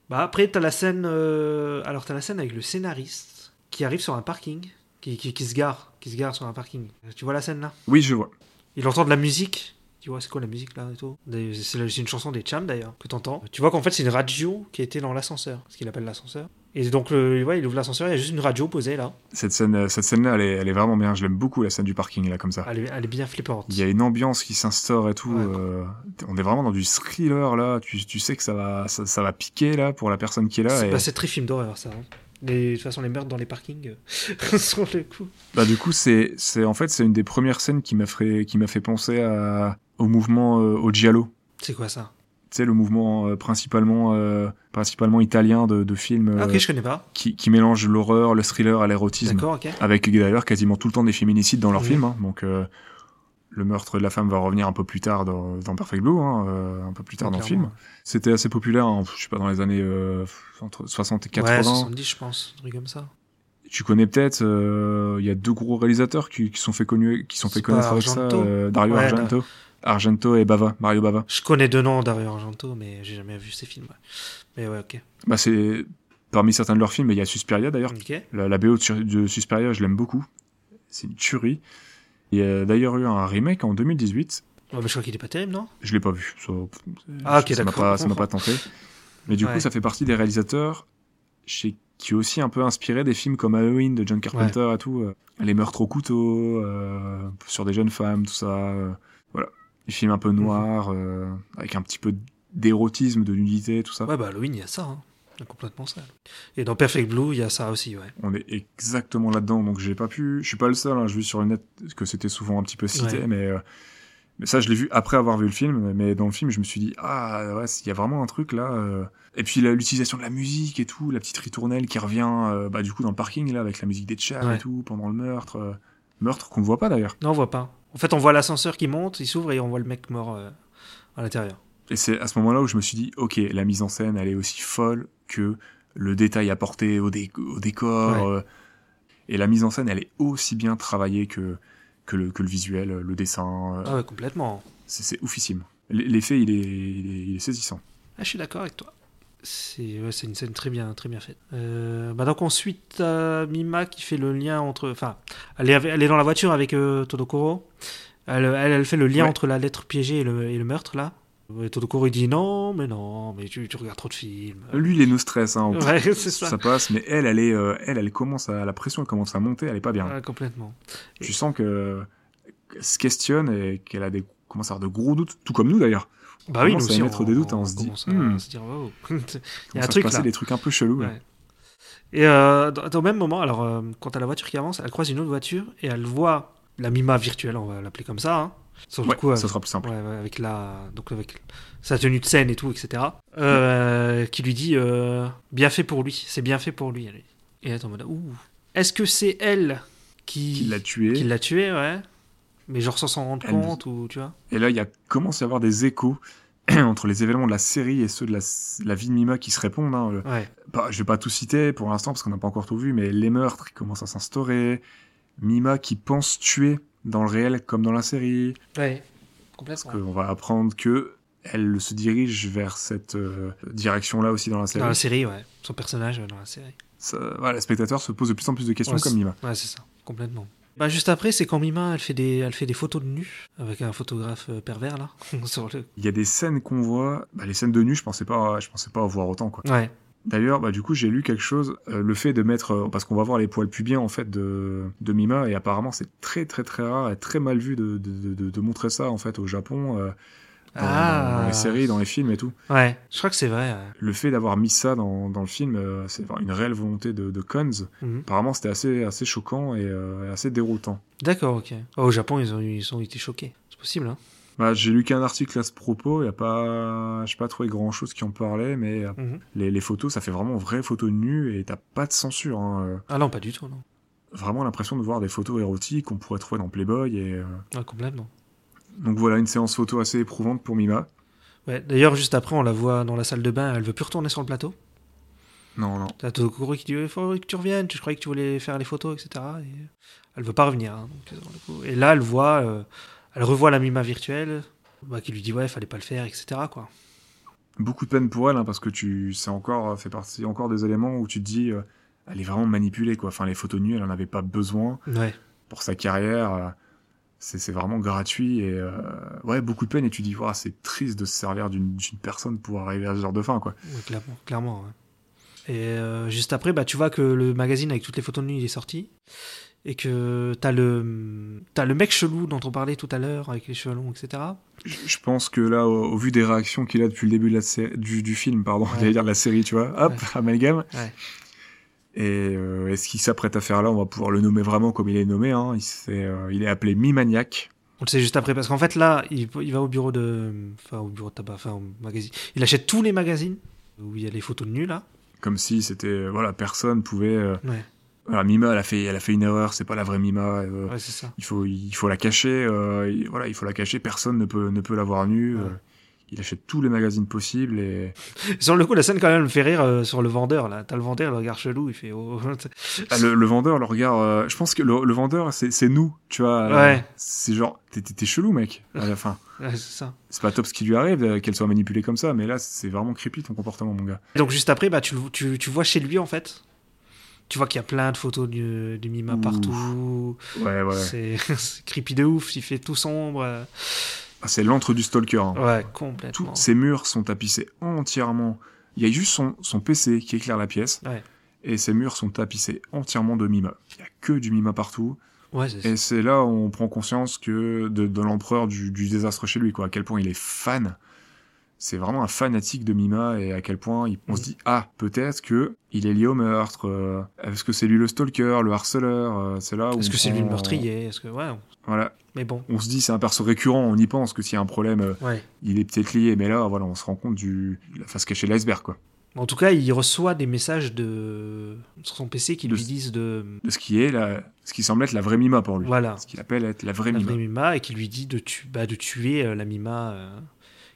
Speaker 1: Bah après, t'as la scène. euh, Alors t'as la scène avec le scénariste qui arrive sur un parking, qui, qui, qui se gare, qui se gare sur un parking. Tu vois la scène là
Speaker 2: Oui, je vois.
Speaker 1: Il entend de la musique. Tu vois, c'est quoi la musique là et tout Des- C'est la- c'est une chanson des Cham d'ailleurs que t'entends. Tu vois qu'en fait c'est une radio qui était dans l'ascenseur, ce qu'il appelle l'ascenseur. Et donc le, ouais, il ouvre l'ascenseur, il y a juste une radio posée là.
Speaker 2: Cette scène-là, cette scène elle, est, elle est vraiment bien, je l'aime beaucoup, la scène du parking, là, comme ça.
Speaker 1: Elle est, elle est bien flippante.
Speaker 2: Il y a une ambiance qui s'instaure et tout.
Speaker 1: Ouais.
Speaker 2: euh, on est vraiment dans du thriller, là. Tu, tu sais que ça va, ça, ça va piquer, là, pour la personne qui est là.
Speaker 1: C'est
Speaker 2: et-
Speaker 1: bah, c'est très film d'horreur ça. hein. Les- de toute façon les meurtres dans les parkings, euh, sur le coup.
Speaker 2: Bah du coup c'est c'est en fait c'est une des premières scènes qui m'a fait qui m'a fait penser à au mouvement euh, au giallo.
Speaker 1: C'est quoi ça
Speaker 2: tu sais, le mouvement euh, principalement, euh, principalement italien de, de films euh,
Speaker 1: Ah, ok, je connais pas.
Speaker 2: qui, qui mélange l'horreur, le thriller à l'érotisme.
Speaker 1: D'accord, ok.
Speaker 2: Avec d'ailleurs quasiment tout le temps des féminicides dans leurs
Speaker 1: Oui.
Speaker 2: films. hein. Donc euh, le meurtre de la femme va revenir un peu plus tard dans, dans Perfect Blue, hein, euh, un peu plus tard dans le film.
Speaker 1: Clairement.
Speaker 2: C'était assez populaire, hein, je sais pas, dans les années euh, entre 60 et 80.
Speaker 1: Ouais, 70, je pense, un truc comme ça.
Speaker 2: Tu connais peut-être, euh, il y a deux gros réalisateurs qui, qui sont fait, connu, qui sont fait
Speaker 1: C'est
Speaker 2: connaître
Speaker 1: pas
Speaker 2: avec ça,
Speaker 1: Argento
Speaker 2: euh, Dario
Speaker 1: Ouais,
Speaker 2: Argento. Argento et Bava, Mario Bava.
Speaker 1: Je connais deux noms Dario Argento, mais j'ai jamais vu ses films. ouais. Mais ouais, ok.
Speaker 2: Bah, c'est parmi certains de leurs films, et il y a Suspiria d'ailleurs.
Speaker 1: Ok.
Speaker 2: La, la BO de, Sur- de Suspiria, je l'aime beaucoup. C'est une tuerie. Il y a d'ailleurs eu un remake en 2018
Speaker 1: Ouais, mais je crois qu'il est pas terrible, non
Speaker 2: Je l'ai pas vu. Ça,
Speaker 1: Ah, ok,
Speaker 2: ça m'a
Speaker 1: d'accord.
Speaker 2: pas- Ça m'a pas tenté. Mais du
Speaker 1: Ouais.
Speaker 2: coup, ça fait partie des réalisateurs chez qui aussi un peu inspiré des films comme Halloween de John Carpenter et tout. euh, Les meurtres au couteau euh, sur des jeunes femmes, tout ça. euh, voilà. Des films un peu noirs, euh, avec un petit peu d'érotisme, de nudité, tout ça.
Speaker 1: Ouais, bah Halloween, il y a ça. Hein. Il y a complètement ça. Et dans Perfect Blue, il y a ça aussi, ouais.
Speaker 2: On est exactement là-dedans, donc j'ai pas pu. Je suis pas le seul. Hein, je vu sur le net que c'était souvent un petit peu cité,
Speaker 1: Ouais.
Speaker 2: mais euh, mais ça je l'ai vu après avoir vu le film. Mais dans le film, je me suis dit ah ouais, il y a vraiment un truc là. euh. Et puis la- l'utilisation de la musique et tout, la petite ritournelle qui revient euh, bah du coup dans le parking là avec la musique des chars
Speaker 1: Ouais.
Speaker 2: et tout pendant le meurtre, euh, meurtre qu'on ne voit pas d'ailleurs.
Speaker 1: Non, on voit pas. En fait, on voit l'ascenseur qui monte, il s'ouvre et on voit le mec mort euh, à l'intérieur.
Speaker 2: Et c'est à ce moment-là où je me suis dit ok, la mise en scène elle est aussi folle que le détail apporté au, dé- au décor.
Speaker 1: Ouais.
Speaker 2: euh, et la mise en scène, elle est aussi bien travaillée que, que, le, que le visuel, le dessin. euh,
Speaker 1: Ah ouais, complètement.
Speaker 2: C'est, c'est oufissime. L- L'effet, il est, il, est, il est saisissant.
Speaker 1: Ah, je suis d'accord avec toi. C'est ouais, c'est une scène très bien, très bien faite. Euh, bah donc ensuite, t'as Mima qui fait le lien entre... Enfin, elle est, avec- elle est dans la voiture avec euh, Todokoro. Elle, elle, elle fait le lien
Speaker 2: Ouais.
Speaker 1: entre la lettre piégée et le, et le meurtre, là. Et Todokoro, il dit non, mais non, mais tu, tu regardes trop de films.
Speaker 2: Lui, il est no stress. Hein, au-
Speaker 1: Ouais, c'est ça.
Speaker 2: Euh, Ça passe, mais elle, elle, est, euh, elle, elle commence à. La pression, elle commence à monter, elle est pas bien.
Speaker 1: Ah, complètement.
Speaker 2: Tu sens que qu'elle se questionne et qu'elle a des, commence à avoir de gros doutes, tout comme nous d'ailleurs.
Speaker 1: Bah oui,
Speaker 2: commence
Speaker 1: nous
Speaker 2: à
Speaker 1: aussi,
Speaker 2: émettre des doutes, hein, on se dit,
Speaker 1: commence à
Speaker 2: hmm.
Speaker 1: se dire, waouh. Il y a
Speaker 2: Commence
Speaker 1: un
Speaker 2: à se
Speaker 1: truc
Speaker 2: passer
Speaker 1: là.
Speaker 2: des trucs un peu chelous. là.
Speaker 1: Ouais. Et euh, dans, dans le même moment, alors, euh, quand à la voiture qui avance, elle croise une autre voiture et elle voit la Mima virtuelle, on va l'appeler comme ça. Hein. Sauf
Speaker 2: Ouais,
Speaker 1: du coup, euh,
Speaker 2: ça sera plus simple.
Speaker 1: ouais, ouais, avec, la, donc avec sa tenue de scène et tout, etc. Euh, Qui lui dit euh, Bien fait pour lui, c'est bien fait pour lui. elle. Et elle est en mode Ouh. Est-ce que c'est elle
Speaker 2: Qui
Speaker 1: qui,
Speaker 2: l'a tué.
Speaker 1: qui l'a tué Ouais. Mais genre sans s'en rendre
Speaker 2: Elle-
Speaker 1: compte, ou tu vois
Speaker 2: Et là, il y a, commence à y avoir des échos entre les événements de la série et ceux de la, la vie de Mima qui se répondent. hein. Euh,
Speaker 1: Ouais,
Speaker 2: Bah, je vais pas tout citer pour l'instant parce qu'on n'a pas encore tout vu, mais les meurtres qui commencent à s'instaurer, Mima qui pense tuer dans le réel comme dans la série,
Speaker 1: ouais.
Speaker 2: parce
Speaker 1: complètement.
Speaker 2: qu'on va apprendre que elle se dirige vers cette euh, direction-là aussi dans la série.
Speaker 1: Dans la série, ouais. Son personnage ouais, dans la série.
Speaker 2: Ça- voilà, le spectateur se pose de plus en plus de questions
Speaker 1: Ouais,
Speaker 2: comme Mima.
Speaker 1: Ouais, c'est ça, complètement. Bah, juste après, c'est quand Mima, elle fait, des, elle fait des photos de nu avec un photographe euh, pervers, là. sur le...
Speaker 2: Il y a des scènes qu'on voit, bah, les scènes de nu, je pensais pas, je pensais pas en voir autant quoi.
Speaker 1: Ouais,
Speaker 2: D'ailleurs, bah, du coup, j'ai lu quelque chose, euh, le fait de mettre, euh, parce qu'on va voir les poils pubiens en fait de, de Mima, et apparemment c'est très très très rare et très mal vu de, de, de- de montrer ça en fait au Japon, euh, dans,
Speaker 1: Ah.
Speaker 2: dans les séries, dans les films et tout.
Speaker 1: ouais, je crois que c'est vrai. ouais.
Speaker 2: Le fait d'avoir mis ça dans, dans le film, euh, c'est une réelle volonté de, de Cons.
Speaker 1: Mhm.
Speaker 2: Apparemment, c'était assez, assez choquant et euh, assez déroutant.
Speaker 1: D'accord, ok. Oh, au Japon, ils ont, eu- ils ont été choqués. C'est possible, hein
Speaker 2: Bah, j'ai lu qu'un article à ce propos, il a pas, j'ai pas trouvé grand chose qui en parlait, mais euh,
Speaker 1: Mhm.
Speaker 2: les, les photos, ça fait vraiment vraie photo nue et t'as pas de censure. Hein, euh.
Speaker 1: Ah non, pas du tout, non.
Speaker 2: vraiment l'impression de voir des photos érotiques qu'on pourrait trouver dans Playboy. Et, euh,
Speaker 1: Ah, complètement.
Speaker 2: Donc voilà, une séance photo assez éprouvante pour Mima.
Speaker 1: Ouais, d'ailleurs, juste après, on la voit dans la salle de bain, elle veut plus retourner sur le plateau.
Speaker 2: Non, non.
Speaker 1: T'as Tokoro qui dit Il faut que tu reviennes, je croyais que tu voulais faire les photos, etc. Et elle veut pas revenir. hein, donc, euh, du coup. Et là, elle voit, euh, elle revoit la Mima virtuelle, bah, qui lui dit Ouais, fallait pas le faire, etc. Quoi.
Speaker 2: Beaucoup de peine pour elle, hein, parce que tu c'est encore euh, fait partie encore des éléments où tu te dis, euh, elle est vraiment manipulée, quoi. Enfin, les photos nues, elle en avait pas besoin
Speaker 1: Ouais.
Speaker 2: pour sa carrière. euh, c'est c'est vraiment gratuit et euh, ouais, beaucoup de peine. Et tu dis, Ouah, c'est triste de se servir d'une d'une personne pour arriver à ce genre de fin, quoi.
Speaker 1: Ouais, clairement, clairement, ouais. Et euh, juste après, bah, tu vois que le magazine avec toutes les photos de nuit il est sorti. Et que t'as le, t'as le mec chelou dont on parlait tout à l'heure avec les cheveux longs, etc.
Speaker 2: Je je pense que là, au, au vu des réactions qu'il a depuis le début de la sé- du, du film, pardon,
Speaker 1: Ouais.
Speaker 2: j'allais dire de la série, tu vois, hop,
Speaker 1: Ouais.
Speaker 2: amalgame.
Speaker 1: Ouais.
Speaker 2: Et euh, est-ce qu'il s'apprête à faire là On va pouvoir le nommer vraiment comme il est nommé. Hein. Il, s'est, euh, il est appelé Mimaniac.
Speaker 1: On le sait juste après, parce qu'en fait, là, il, il va au bureau de. Enfin, au bureau de tabac, enfin, au magazine. Il achète tous les magazines où il y a les photos de nus, là.
Speaker 2: Comme si c'était. euh, Voilà, personne pouvait. euh,
Speaker 1: Ouais,
Speaker 2: voilà, Mima, elle a fait, elle a fait une erreur, c'est pas la vraie Mima. euh,
Speaker 1: ouais c'est ça.
Speaker 2: il, faut, il faut la cacher, euh, il- voilà, il faut la cacher, personne ne peut, ne peut l'avoir nue.
Speaker 1: Ouais.
Speaker 2: euh, il achète tous les magazines possibles et
Speaker 1: Sur le coup, la scène, quand même, me fait rire euh, sur le vendeur, là. T'as le vendeur, il le regard chelou, il fait. Oh.
Speaker 2: Ah, le, le vendeur, le regard, euh, je pense que le, le vendeur, c'est c'est nous, tu vois. euh,
Speaker 1: Ouais.
Speaker 2: C'est genre, t'es- t'es t'es chelou, mec, à la fin.
Speaker 1: Ouais, c'est ça.
Speaker 2: C'est pas top ce qui lui arrive, euh, qu'elle soit manipulée comme ça, mais là, c'est vraiment creepy ton comportement, mon gars.
Speaker 1: Et donc, juste après, bah, tu, le- tu, tu vois chez lui, en fait. Tu vois qu'il y a plein de photos du, du Mima
Speaker 2: Ouf.
Speaker 1: partout.
Speaker 2: Ouais, ouais. ouais.
Speaker 1: C'est c'est creepy de ouf, il fait tout sombre. euh.
Speaker 2: Ah, C'est l'antre du stalker. hein.
Speaker 1: Ouais,
Speaker 2: Tous
Speaker 1: complètement.
Speaker 2: ces murs sont tapissés entièrement. Il y a juste son, son PC qui éclaire la pièce.
Speaker 1: Ouais.
Speaker 2: Et ces murs sont tapissés entièrement de mima. Il y a que du mima partout.
Speaker 1: Ouais, c'est
Speaker 2: Et c'est là où on prend conscience que de, de l'empereur du, du désastre chez lui, quoi. À quel point il est fan. C'est vraiment un fanatique de Mima et à quel point il-
Speaker 1: Mm.
Speaker 2: on se dit ah peut-être que il est lié au meurtre. euh, Est-ce que c'est lui le stalker, le harceleur euh, C'est là où
Speaker 1: Est-ce
Speaker 2: on
Speaker 1: que c'est lui le
Speaker 2: prend-
Speaker 1: meurtrier Est-ce que ouais, on-
Speaker 2: Voilà,
Speaker 1: mais bon,
Speaker 2: on se dit c'est un perso récurrent. On y pense que s'il y a un problème, euh,
Speaker 1: ouais.
Speaker 2: il est peut-être lié. Mais là, voilà, on se rend compte du de la face cachée de l'iceberg, quoi.
Speaker 1: En tout cas, il reçoit des messages de sur son PC qui
Speaker 2: De-
Speaker 1: lui disent de
Speaker 2: De ce qui est la, ce qui semble être la vraie Mima pour lui.
Speaker 1: voilà
Speaker 2: Ce qu'il appelle être la vraie
Speaker 1: la
Speaker 2: Mima,
Speaker 1: vraie Mima et qui lui dit de tu... bah, de tuer euh, la Mima euh,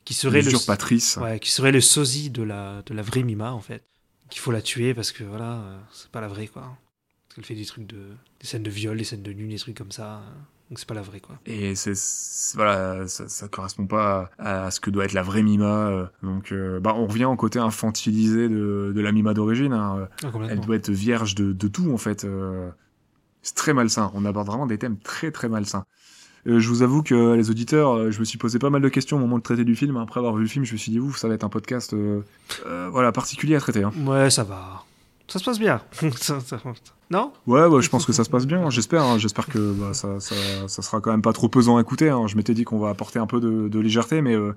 Speaker 1: qui serait le
Speaker 2: l'usurpatrice.
Speaker 1: ouais, qui serait le sosie de la de la vraie Mima en fait. Qu'il faut la tuer parce que voilà, euh, c'est pas la vraie quoi. Parce qu'elle fait des trucs de des scènes de viol, des scènes de nu, des trucs comme ça. euh, Donc c'est pas la vraie quoi.
Speaker 2: Et c'est- c'est voilà, ça, ça correspond pas à, à ce que doit être la vraie Mima. euh. Donc, euh, bah, on revient au côté infantilisé de, de la Mima d'origine. hein.
Speaker 1: Ah,
Speaker 2: Elle
Speaker 1: complètement.
Speaker 2: doit être vierge de, de tout en fait. euh. C'est très malsain. On aborde vraiment des thèmes très très malsains. Euh, je vous avoue que les auditeurs, euh, je me suis posé pas mal de questions au moment de traiter du film. Après avoir vu le film, je me suis dit, ouf, ça va être un podcast, euh, euh, voilà, particulier à traiter. hein.
Speaker 1: Ouais, ça va. Ça se passe bien. Ça- ça- Non
Speaker 2: Ouais, bah, je pense que ça se passe bien. hein. J'espère, hein. j'espère que bah, ça, ça, ça sera quand même pas trop pesant à écouter. hein. Je m'étais dit qu'on va apporter un peu de, de légèreté, mais euh,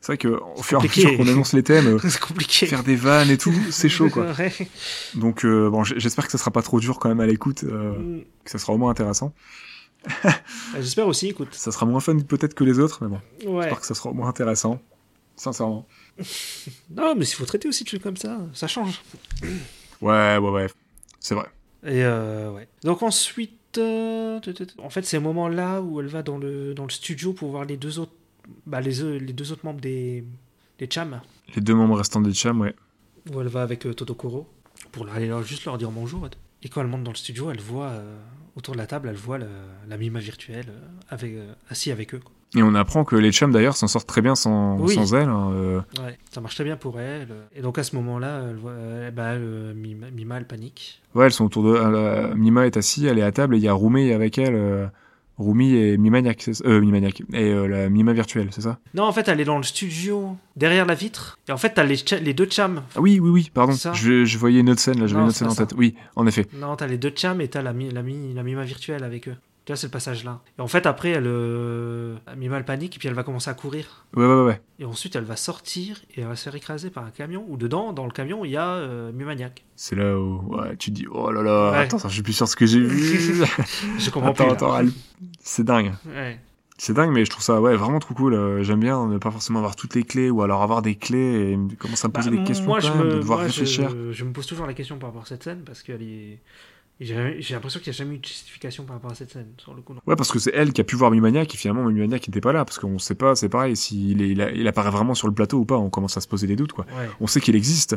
Speaker 2: c'est vrai que au fur et à
Speaker 1: compliqué.
Speaker 2: mesure qu'on annonce les thèmes, euh,
Speaker 1: C'est compliqué.
Speaker 2: faire des vannes et tout, c'est chaud quoi.
Speaker 1: Ouais.
Speaker 2: Donc euh, bon, j- j'espère que ça sera pas trop dur quand même à l'écoute, euh,
Speaker 1: Mm.
Speaker 2: que ça sera au moins intéressant.
Speaker 1: J'espère aussi, écoute.
Speaker 2: Ça sera moins fun peut-être que les autres, mais bon,
Speaker 1: Ouais.
Speaker 2: j'espère que ça sera au moins intéressant. Sincèrement.
Speaker 1: Non, mais il faut traiter aussi de trucs comme ça, ça change.
Speaker 2: Ouais, ouais, ouais. C'est vrai.
Speaker 1: Et euh, ouais. Donc ensuite, euh, tut, tut, tut. en fait, c'est au moment là où elle va dans le, dans le studio pour voir les deux autres, bah, les, euh, les deux autres membres des, des Cham,
Speaker 2: Les deux membres restants des Cham, ouais.
Speaker 1: où elle va avec euh, Totokoro pour aller leur, juste leur dire bonjour. Et quand elle monte dans le studio, elle voit euh, autour de la table, elle voit le- la mima virtuelle euh, avec, euh, assis avec eux. quoi.
Speaker 2: Et on apprend que les Cham d'ailleurs s'en sortent très bien sans,
Speaker 1: Oui.
Speaker 2: sans elle. hein, euh,
Speaker 1: Ouais, ça marche très bien pour elle. Et donc à ce moment-là, elle voit- euh, bah, le Mima, Mima, elle panique.
Speaker 2: Ouais, elles sont autour de. euh, Mima est assise, elle est à table et il y a Rumi avec elle. euh, Rumi et Mimaniac, c'est ça- euh, Mimaniac. Et euh, la Mima virtuelle, c'est ça
Speaker 1: Non, en fait, elle est dans le studio, derrière la vitre. Et en fait, t'as les, cha- les deux chams.
Speaker 2: Ah oui, oui, oui, pardon.
Speaker 1: Ça.
Speaker 2: Je, je voyais une autre scène là, j'avais
Speaker 1: Non,
Speaker 2: une autre
Speaker 1: c'est
Speaker 2: scène en
Speaker 1: pas ça.
Speaker 2: tête. Oui, en effet.
Speaker 1: Non, t'as les deux chams et t'as la, mi- la, mi- la Mima virtuelle avec eux. Tu vois, c'est le passage-là. Et en fait, après, elle, euh, la Mima, elle panique et puis elle va commencer à courir.
Speaker 2: Ouais, ouais, ouais. ouais.
Speaker 1: Et ensuite, elle va sortir et elle va se faire écraser par un camion. Ou dedans, dans le camion, il y a euh, Mimaniac.
Speaker 2: C'est là où ouais, tu te dis oh là là,
Speaker 1: Ouais.
Speaker 2: attends, ça, je suis plus sûr de ce que j'ai vu.
Speaker 1: Je comprends
Speaker 2: attends,
Speaker 1: plus. là.
Speaker 2: attends, elle- c'est dingue.
Speaker 1: Ouais.
Speaker 2: C'est dingue, mais je trouve ça ouais, vraiment trop cool. euh, J'aime bien ne pas forcément avoir toutes les clés ou alors avoir des clés et commencer à me
Speaker 1: Bah,
Speaker 2: poser des questions
Speaker 1: moi,
Speaker 2: quand
Speaker 1: je
Speaker 2: même,
Speaker 1: me,
Speaker 2: de devoir
Speaker 1: moi, je-
Speaker 2: réfléchir.
Speaker 1: Je, me pose toujours la question par rapport à cette scène parce que est... j'ai j'ai l'impression qu'il n'y a jamais eu de justification par rapport à cette scène, sur le coup. Non.
Speaker 2: Ouais, parce que c'est elle qui a pu voir Mimaniac et finalement Mimaniac n'était pas là, parce qu'on sait pas, c'est pareil, s'il est- il, a- il apparaît vraiment sur le plateau ou pas, on commence à se poser des doutes, quoi.
Speaker 1: Ouais,
Speaker 2: On sait qu'il existe,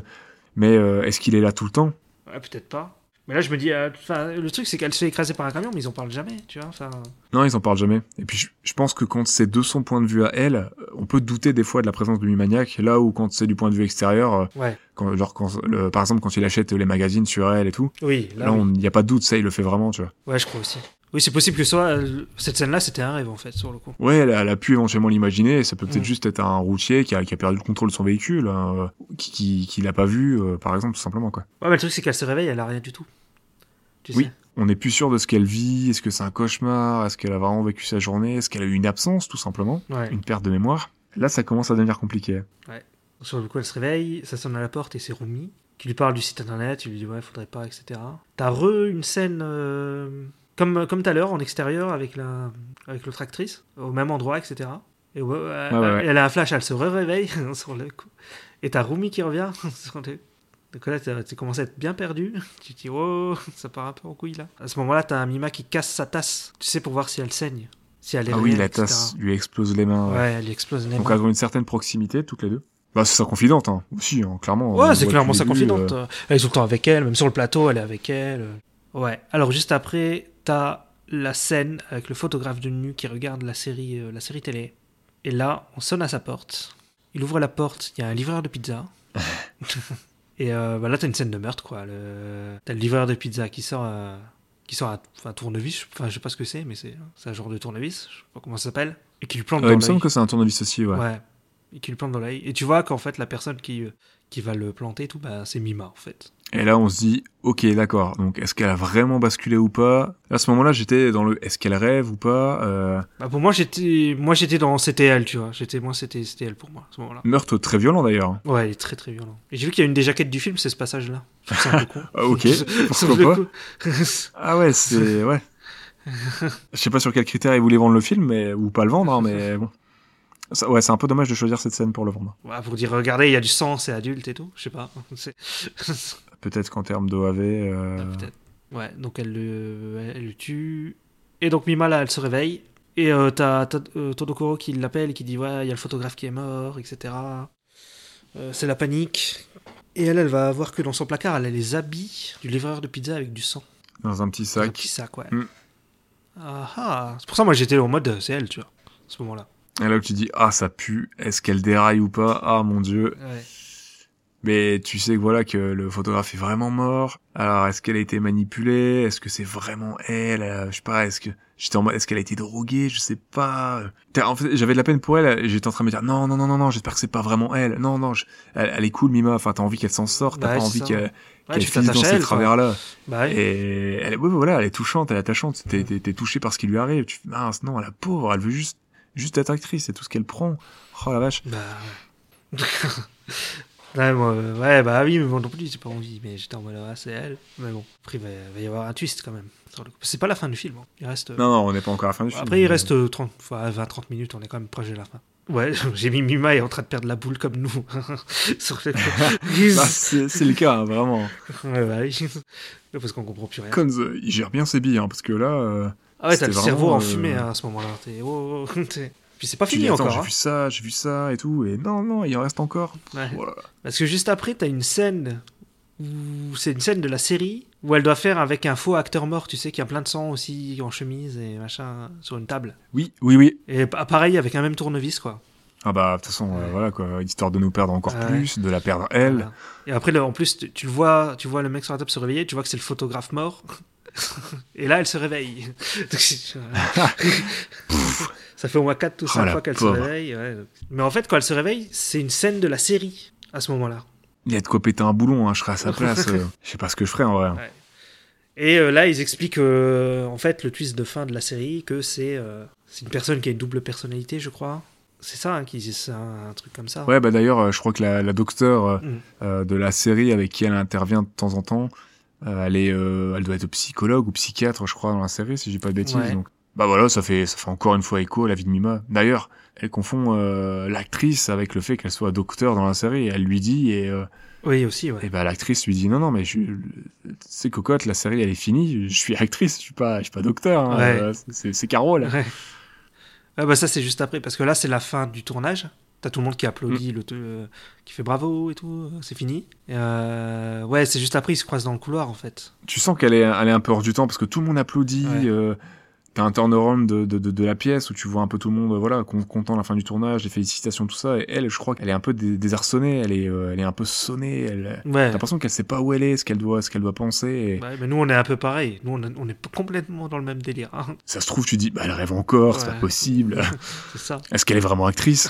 Speaker 2: mais euh, est-ce qu'il est là tout le temps
Speaker 1: Ouais, peut-être pas. Mais là, je me dis, euh, enfin, le truc, c'est qu'elle se fait écraser par un camion, mais ils en parlent jamais, tu vois. Enfin,
Speaker 2: Non, ils en parlent jamais. Et puis je, je pense que quand c'est de son point de vue à elle, euh, on peut douter des fois de la présence de Mimaniac, là où quand c'est du point de vue extérieur, euh,
Speaker 1: ouais.
Speaker 2: quand, genre quand, le- par exemple quand il achète les magazines sur elle et tout,
Speaker 1: Oui,
Speaker 2: là,
Speaker 1: là, oui.
Speaker 2: on- il n'y a pas de doute, ça il le fait vraiment, tu vois.
Speaker 1: Ouais, je crois aussi. Oui, c'est possible que soit euh, cette scène-là, c'était un rêve, en fait, sur le coup.
Speaker 2: Ouais, elle a, elle a pu éventuellement l'imaginer. Ça peut peut-être
Speaker 1: Mm.
Speaker 2: juste être un routier qui a, qui a perdu le contrôle de son véhicule, hein, euh, qui, qui, qui l'a pas vu, euh, par exemple, tout simplement, quoi.
Speaker 1: Ouais, mais le truc, c'est qu'elle se réveille, elle a rien du tout. Tu
Speaker 2: Oui.
Speaker 1: sais
Speaker 2: On n'est plus sûr de ce qu'elle vit. Est-ce que c'est un cauchemar Est-ce qu'elle a vraiment vécu sa journée Est-ce qu'elle a eu une absence, tout simplement
Speaker 1: Ouais.
Speaker 2: Une perte de mémoire Là, ça commence à devenir compliqué.
Speaker 1: Sur le coup, elle se réveille, ça sonne à la porte et c'est Rumi qui lui parle du site internet, il lui dit ouais, faudrait pas, etc. T'as re une scène euh, Comme comme tout à l'heure en extérieur avec la avec l'autre actrice au même endroit etc. Et ouais, ouais,
Speaker 2: Ouais, ouais, ouais.
Speaker 1: elle a un flash, elle se réveille sur le coup. Et t'as Rumi qui revient. sur le- Donc là, t'as- tu commences à être bien perdu. Tu te dis, oh, ça part un peu en couille là. À ce moment-là, t'as un Mima qui casse sa tasse, tu sais, pour voir si elle saigne. Si elle est
Speaker 2: Ah oui,
Speaker 1: réelle,
Speaker 2: la
Speaker 1: etc.
Speaker 2: tasse lui explose les mains. ouais.
Speaker 1: Ouais, elle lui explose les
Speaker 2: Donc,
Speaker 1: mains.
Speaker 2: elles ont une certaine proximité, toutes les deux. Bah, c'est sa confidente, hein. Aussi, hein, clairement. on
Speaker 1: Ouais, c'est
Speaker 2: voit
Speaker 1: clairement
Speaker 2: depuis
Speaker 1: sa
Speaker 2: le début,
Speaker 1: confidente.
Speaker 2: euh,
Speaker 1: Elle est tout le temps avec elle, même sur le plateau, elle est avec elle. euh. Ouais. Alors juste après, t'as la scène avec le photographe de nu qui regarde la série, euh, la série télé. Et là, on sonne à sa porte. Il ouvre la porte, il y a un livreur de pizza. Et euh, bah là, t'as une scène de meurtre, quoi. Le... T'as le livreur de pizza qui sort, euh, qui sort un, un tournevis. je- Enfin, je sais pas ce que c'est, mais c'est c'est un genre de tournevis. Je sais pas comment ça s'appelle. Et qui lui plante
Speaker 2: euh,
Speaker 1: dans
Speaker 2: il me semble
Speaker 1: l'œil.
Speaker 2: que c'est un tournevis aussi, ouais.
Speaker 1: Ouais. Et qui lui plante dans l'œil. Et tu vois qu'en fait, la personne qui, euh, qui va le planter et tout, bah, c'est Mima, en fait.
Speaker 2: Et là, on se dit, ok, d'accord. Donc, est-ce qu'elle a vraiment basculé ou pas À ce moment-là, j'étais dans le, est-ce qu'elle rêve ou pas Euh,
Speaker 1: Bah, pour moi, j'étais, moi, j'étais dans CTL, tu vois. J'étais, moi, c'était c'était elle pour moi, à ce moment-là.
Speaker 2: Meurtre très violent d'ailleurs.
Speaker 1: Ouais, il est très très violent. Et j'ai vu qu'il y a une des jaquettes du film, c'est ce passage-là. Je trouve ça un peu con.
Speaker 2: Ah, ok,
Speaker 1: Sur le
Speaker 2: pourquoi
Speaker 1: coup.
Speaker 2: Ah ouais, c'est ouais. Je sais pas sur quel critère ils voulaient vendre le film, mais ou pas le vendre, hein, mais bon. Ça- ouais, c'est un peu dommage de choisir cette scène pour le vendre.
Speaker 1: Ouais, Bah, pour dire, regardez, il y a du sang, c'est adulte et tout. Je sais pas. C'est-
Speaker 2: Peut-être qu'en termes d'OAV, euh,
Speaker 1: Ah, peut-être. Ouais, donc elle le, elle le tue. Et donc Mima, là, elle se réveille. Et euh, t'as t'as, euh, Todokoro qui l'appelle et qui dit Ouais, il y a le photographe qui est mort, etc. Euh, c'est la panique. Et elle, elle va voir que dans son placard, elle a les habits du livreur de pizza avec du sang.
Speaker 2: dans un petit
Speaker 1: Un
Speaker 2: sac.
Speaker 1: petit sac, ouais.
Speaker 2: Mm.
Speaker 1: Ah ah. C'est pour ça, moi, j'étais en mode euh, C'est elle, tu vois, à ce moment-là.
Speaker 2: Et là où tu dis ah ça pue, est-ce qu'elle déraille ou pas Ah mon dieu.
Speaker 1: Ouais.
Speaker 2: Mais tu sais que voilà que le photographe est vraiment mort. Alors est-ce qu'elle a été manipulée Est-ce que c'est vraiment elle Euh, Je sais pas. Est-ce que j'étais en mode est-ce qu'elle a été droguée Je sais pas. T'as- En fait, j'avais de la peine pour elle. J'étais en train de me dire non non non non non. J'espère que c'est pas vraiment elle. Non non. je- Elle, elle est cool Mima. Enfin t'as envie qu'elle s'en sorte.
Speaker 1: Ouais,
Speaker 2: T'as pas
Speaker 1: c'est
Speaker 2: envie
Speaker 1: ça.
Speaker 2: qu'elle
Speaker 1: Ouais,
Speaker 2: qu'elle
Speaker 1: tu
Speaker 2: finisse dans
Speaker 1: t'attaches à
Speaker 2: ces
Speaker 1: elle. quoi.
Speaker 2: travers là.
Speaker 1: Bah, ouais.
Speaker 2: Et elle, est- ouais, voilà, elle est touchante, elle est attachante. T'es, t'es, t'es touché par ce qui lui arrive. Tu fais, mince, non, la pauvre, elle veut juste, juste être actrice, c'est tout ce qu'elle prend. Oh la vache.
Speaker 1: Bah ouais. Ouais, moi, euh, ouais, bah oui, mais moi non plus, j'ai pas envie, mais j'étais en mode ah, c'est elle. Mais bon, après, il va, va y avoir un twist quand même. sur le coup. C'est pas la fin du film, hein. il reste.
Speaker 2: Non, non, on n'est pas encore à la fin du film.
Speaker 1: Après, il reste euh, 30, enfin, 20-30 minutes, on est quand même proche de la fin. Ouais, j'ai mis Mima est en train de perdre la boule comme nous. sur le coup.
Speaker 2: Bah, c'est, c'est le cas, hein, vraiment.
Speaker 1: Ouais, bah oui. Parce qu'on comprend plus rien.
Speaker 2: Comme euh, il gère bien ses billes, hein, parce que là, euh,
Speaker 1: Ah ouais, t'as
Speaker 2: c'était
Speaker 1: le cerveau
Speaker 2: vraiment,
Speaker 1: en fumée
Speaker 2: euh,
Speaker 1: hein, à ce moment-là. T'es- oh, oh, t'es- Puis c'est pas
Speaker 2: tu
Speaker 1: fini
Speaker 2: dis, attends,
Speaker 1: encore.
Speaker 2: j'ai
Speaker 1: hein.
Speaker 2: vu ça, j'ai vu ça et tout, et non, non, il en reste encore.
Speaker 1: Ouais.
Speaker 2: Voilà.
Speaker 1: Parce que juste après, t'as une scène où c'est une scène de la série où elle doit faire avec un faux acteur mort, tu sais, qui a plein de sang aussi en chemise et machin sur une table.
Speaker 2: Oui, oui, oui.
Speaker 1: Et pa- pareil avec un même tournevis, quoi.
Speaker 2: Ah bah, de toute façon, euh,
Speaker 1: Ouais.
Speaker 2: voilà, quoi, histoire de nous perdre encore
Speaker 1: Ouais.
Speaker 2: plus, de la perdre elle.
Speaker 1: Voilà. Et après, là, en plus, tu, tu le vois, tu vois le mec sur la table se réveiller, tu vois que c'est le photographe mort. et là, elle se réveille. Donc, c'est- Ça fait au moins 4 ou
Speaker 2: Oh,
Speaker 1: 5
Speaker 2: la
Speaker 1: fois qu'elle se
Speaker 2: pauvre.
Speaker 1: réveille. ouais. Mais en fait, quand elle se réveille, c'est une scène de la série à ce moment-là.
Speaker 2: Il y a de quoi péter un boulon, hein, je serais à sa place. euh, je sais pas ce que je ferais en vrai. hein.
Speaker 1: Ouais. Et euh, là, ils expliquent euh, en fait le twist de fin de la série que c'est euh, c'est une personne qui a une double personnalité, je crois. C'est ça, hein, qui c'est un, un truc comme ça.
Speaker 2: Ouais, bah d'ailleurs, euh, je crois que la, la docteur euh,
Speaker 1: Mm.
Speaker 2: euh, de la série avec qui elle intervient de temps en temps, euh, elle, est, euh, elle doit être psychologue ou psychiatre, je crois, dans la série, si j'ai pas de bêtises.
Speaker 1: Ouais.
Speaker 2: Donc, bah voilà, ça fait, ça fait encore une fois écho à la vie de Mima. D'ailleurs, elle confond euh, l'actrice avec le fait qu'elle soit docteur dans la série. Elle lui dit, et, euh,
Speaker 1: Oui, aussi, ouais.
Speaker 2: et bah l'actrice lui dit, non, non, mais je, c'est cocotte, la série, elle est finie, je suis actrice, je suis pas, je suis pas docteur. hein,
Speaker 1: Ouais.
Speaker 2: euh, c'est, c'est Caro, là.
Speaker 1: Ouais. Ah bah ça, c'est juste après, parce que là, c'est la fin du tournage. T'as tout le monde qui applaudit,
Speaker 2: Mm.
Speaker 1: le, le- qui fait bravo et tout, euh, c'est fini. Et, euh, ouais, c'est juste après, ils se croisent dans le couloir, en fait.
Speaker 2: tu sens qu'elle est, elle est un peu hors du temps parce que tout le monde applaudit.
Speaker 1: Ouais.
Speaker 2: euh, T'as un turnaround de, de, de, de la pièce où tu vois un peu tout le monde, euh, voilà, con- content la fin du tournage, les félicitations, tout ça. Et elle, je crois qu'elle est un peu dé- désarçonnée, elle est, euh, elle est un peu sonnée. Elle...
Speaker 1: Ouais. Bah,
Speaker 2: T'as l'impression qu'elle sait pas où elle est, ce qu'elle doit, ce qu'elle doit penser. et
Speaker 1: Ouais, mais nous, on est un peu pareil. Nous, on, est- on est complètement dans le même délire. hein.
Speaker 2: Ça se trouve, tu dis, bah, elle rêve encore, c'est
Speaker 1: Ouais.
Speaker 2: pas possible.
Speaker 1: C'est ça.
Speaker 2: Est-ce qu'elle est vraiment actrice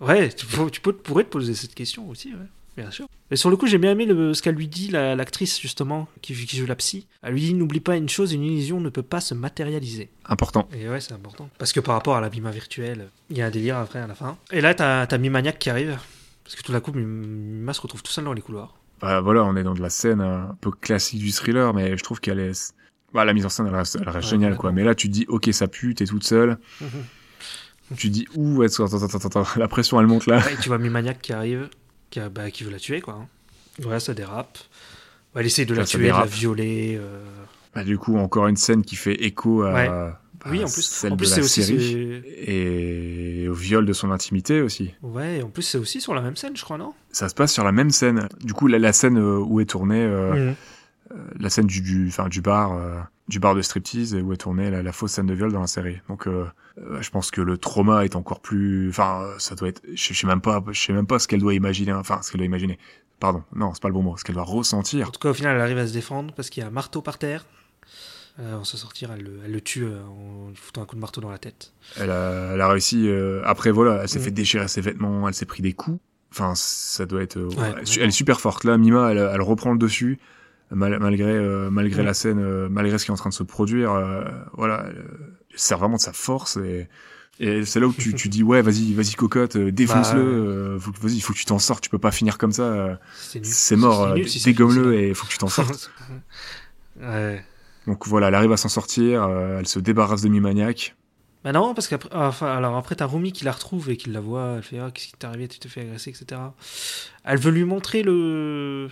Speaker 1: Ouais, tu, peux, tu peux- pourrais te poser cette question aussi, ouais. Bien sûr. Et sur le coup, j'ai bien aimé le, ce qu'elle lui dit, la- l'actrice, justement, qui, qui joue la psy. Elle lui dit N'oublie pas une chose, une illusion ne peut pas se matérialiser.
Speaker 2: Important.
Speaker 1: Et ouais, c'est important. Parce que par rapport à la Mima virtuelle, il y a un délire après à la fin. Et là, t'as t'as Mimaniac qui arrive. Parce que tout d'un coup, Mima se retrouve tout seul dans les couloirs.
Speaker 2: Bah, voilà, on est dans de la scène euh, un peu classique du thriller, mais je trouve qu'elle est. Bah, la mise en scène, elle reste, elle reste géniale, quoi. Mais là, tu te dis, ok, ça pue, t'es toute seule. tu te dis, ouh, attends, attends, attends, attends, attends, la pression, elle monte là.
Speaker 1: Ouais, et tu vois Mimaniac qui arrive, qui, a- bah, qui veut la tuer, quoi. Ouais, ça dérape. Ouais, elle essaie de la
Speaker 2: Ça
Speaker 1: tuer, de la
Speaker 2: dérape.
Speaker 1: violer. euh,
Speaker 2: Bah, du coup, encore une scène qui fait écho à,
Speaker 1: Ouais.
Speaker 2: à
Speaker 1: Oui, en plus,
Speaker 2: Bah, celle
Speaker 1: en plus
Speaker 2: de
Speaker 1: c'est
Speaker 2: la
Speaker 1: aussi.
Speaker 2: série.
Speaker 1: ce-
Speaker 2: Et au viol de son intimité aussi.
Speaker 1: Ouais, et en plus, c'est aussi sur la même scène, je crois, non
Speaker 2: Ça se passe sur la même scène. Du coup, la, la scène euh, où est tournée, euh,
Speaker 1: Mhm.
Speaker 2: la scène du, du, enfin, du bar, euh, du bar de striptease, et où est tournée la, la fausse scène de viol dans la série. Donc, euh, euh, je pense que le trauma est encore plus, enfin, euh, ça doit être, je je sais même pas, je sais même pas ce qu'elle doit imaginer, hein. enfin, ce qu'elle doit imaginer. Pardon, non, c'est pas le bon mot, ce qu'elle doit ressentir.
Speaker 1: En tout cas, au final, elle arrive à se défendre parce qu'il y a un marteau par terre. Euh, on se sortir, elle le, elle le tue euh, en lui foutant un coup de marteau dans la tête.
Speaker 2: Elle a, elle a réussi. euh, après, voilà, elle s'est
Speaker 1: Mhm.
Speaker 2: fait déchirer ses vêtements, elle s'est pris des coups. Enfin, ça doit être. euh,
Speaker 1: Ouais,
Speaker 2: elle, elle est super forte. Là, Mima, elle, elle reprend le dessus mal- malgré euh, malgré
Speaker 1: Mhm.
Speaker 2: la scène, euh, malgré ce qui est en train de se produire. euh, voilà, elle, euh, elle sert vraiment de sa force et. Et c'est là où tu, tu dis ouais vas-y vas-y cocotte euh, défonce-le
Speaker 1: Bah, ouais.
Speaker 2: euh, faut que- vas-y il faut que tu t'en sortes tu peux pas finir comme ça euh,
Speaker 1: C'est nul.
Speaker 2: c'est mort
Speaker 1: C'est
Speaker 2: euh,
Speaker 1: nul si c'est
Speaker 2: dégomme-le
Speaker 1: fini,
Speaker 2: et faut que tu t'en
Speaker 1: c'est
Speaker 2: sortes
Speaker 1: nul. ouais.
Speaker 2: donc voilà elle arrive à s'en sortir euh, elle se débarrasse de Mimaniac
Speaker 1: Bah non, parce qu'après, enfin, alors après, t'as Rumi qui la retrouve et qui la voit. Elle fait Ah, qu'est-ce qui t'est arrivé Tu te fais agresser, etc. Elle veut lui montrer le,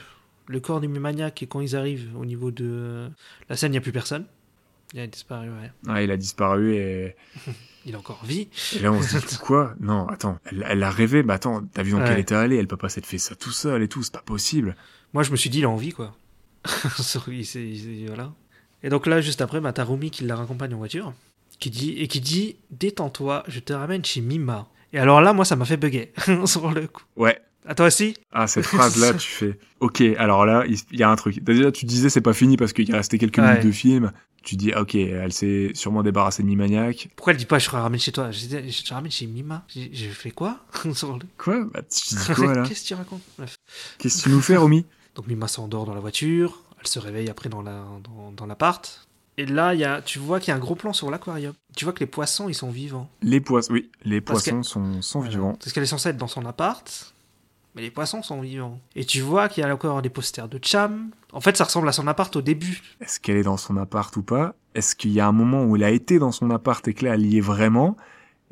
Speaker 1: le corps du maniaque et quand ils arrivent au niveau de euh, la scène, il n'y a plus personne. Il a disparu, ouais.
Speaker 2: ouais, il a disparu et
Speaker 1: Il est encore en vie.
Speaker 2: Et là, on se dit, quoi Non, attends, elle, elle a rêvé, mais attends, t'as vu dans
Speaker 1: Ouais.
Speaker 2: quel état elle est Elle peut pas s'être fait ça tout seul et tout, c'est pas possible.
Speaker 1: Moi, je me suis dit, il a envie, quoi. Sorry, c'est- c'est- voilà. Et donc là, juste après, bah, t'as Rumi qui la raccompagne en voiture, qui dit, et qui dit Détends-toi, je te ramène chez Mima. Et alors là, moi, ça m'a fait bugger, sur le coup.
Speaker 2: Ouais.
Speaker 1: À toi aussi
Speaker 2: Ah, cette phrase-là, tu fais, ok, alors là, il il y a un truc. Déjà, tu disais, c'est pas fini parce qu'il restait quelques
Speaker 1: Ouais.
Speaker 2: minutes de film. Tu dis, ah, ok, elle s'est sûrement débarrassée de Mimaniac.
Speaker 1: Pourquoi elle dit pas Je te ramène chez toi Je, dis, je te ramène chez Mima. J'ai j'ai fait quoi Sur le-
Speaker 2: Quoi bah, Tu dis quoi, là
Speaker 1: Qu'est-ce que tu racontes Bref.
Speaker 2: Qu'est-ce que tu nous fais, Romy
Speaker 1: Donc Mima s'endort dans la voiture, elle se réveille après dans la dans, dans l'appart. Et là, il y a, tu vois qu'il y a un gros plan sur l'aquarium. Tu vois que les poissons, ils sont vivants.
Speaker 2: Les poissons, oui, les
Speaker 1: Parce que-
Speaker 2: poissons sont, sont
Speaker 1: Voilà.
Speaker 2: vivants.
Speaker 1: Parce qu'elle est censée être dans son appart, mais les poissons sont vivants. Et tu vois qu'il y a encore des posters de Cham. En fait, ça ressemble à son appart au début.
Speaker 2: Est-ce qu'elle est dans son appart ou pas Est-ce qu'il y a un moment où elle a été dans son appart et que là, elle y est vraiment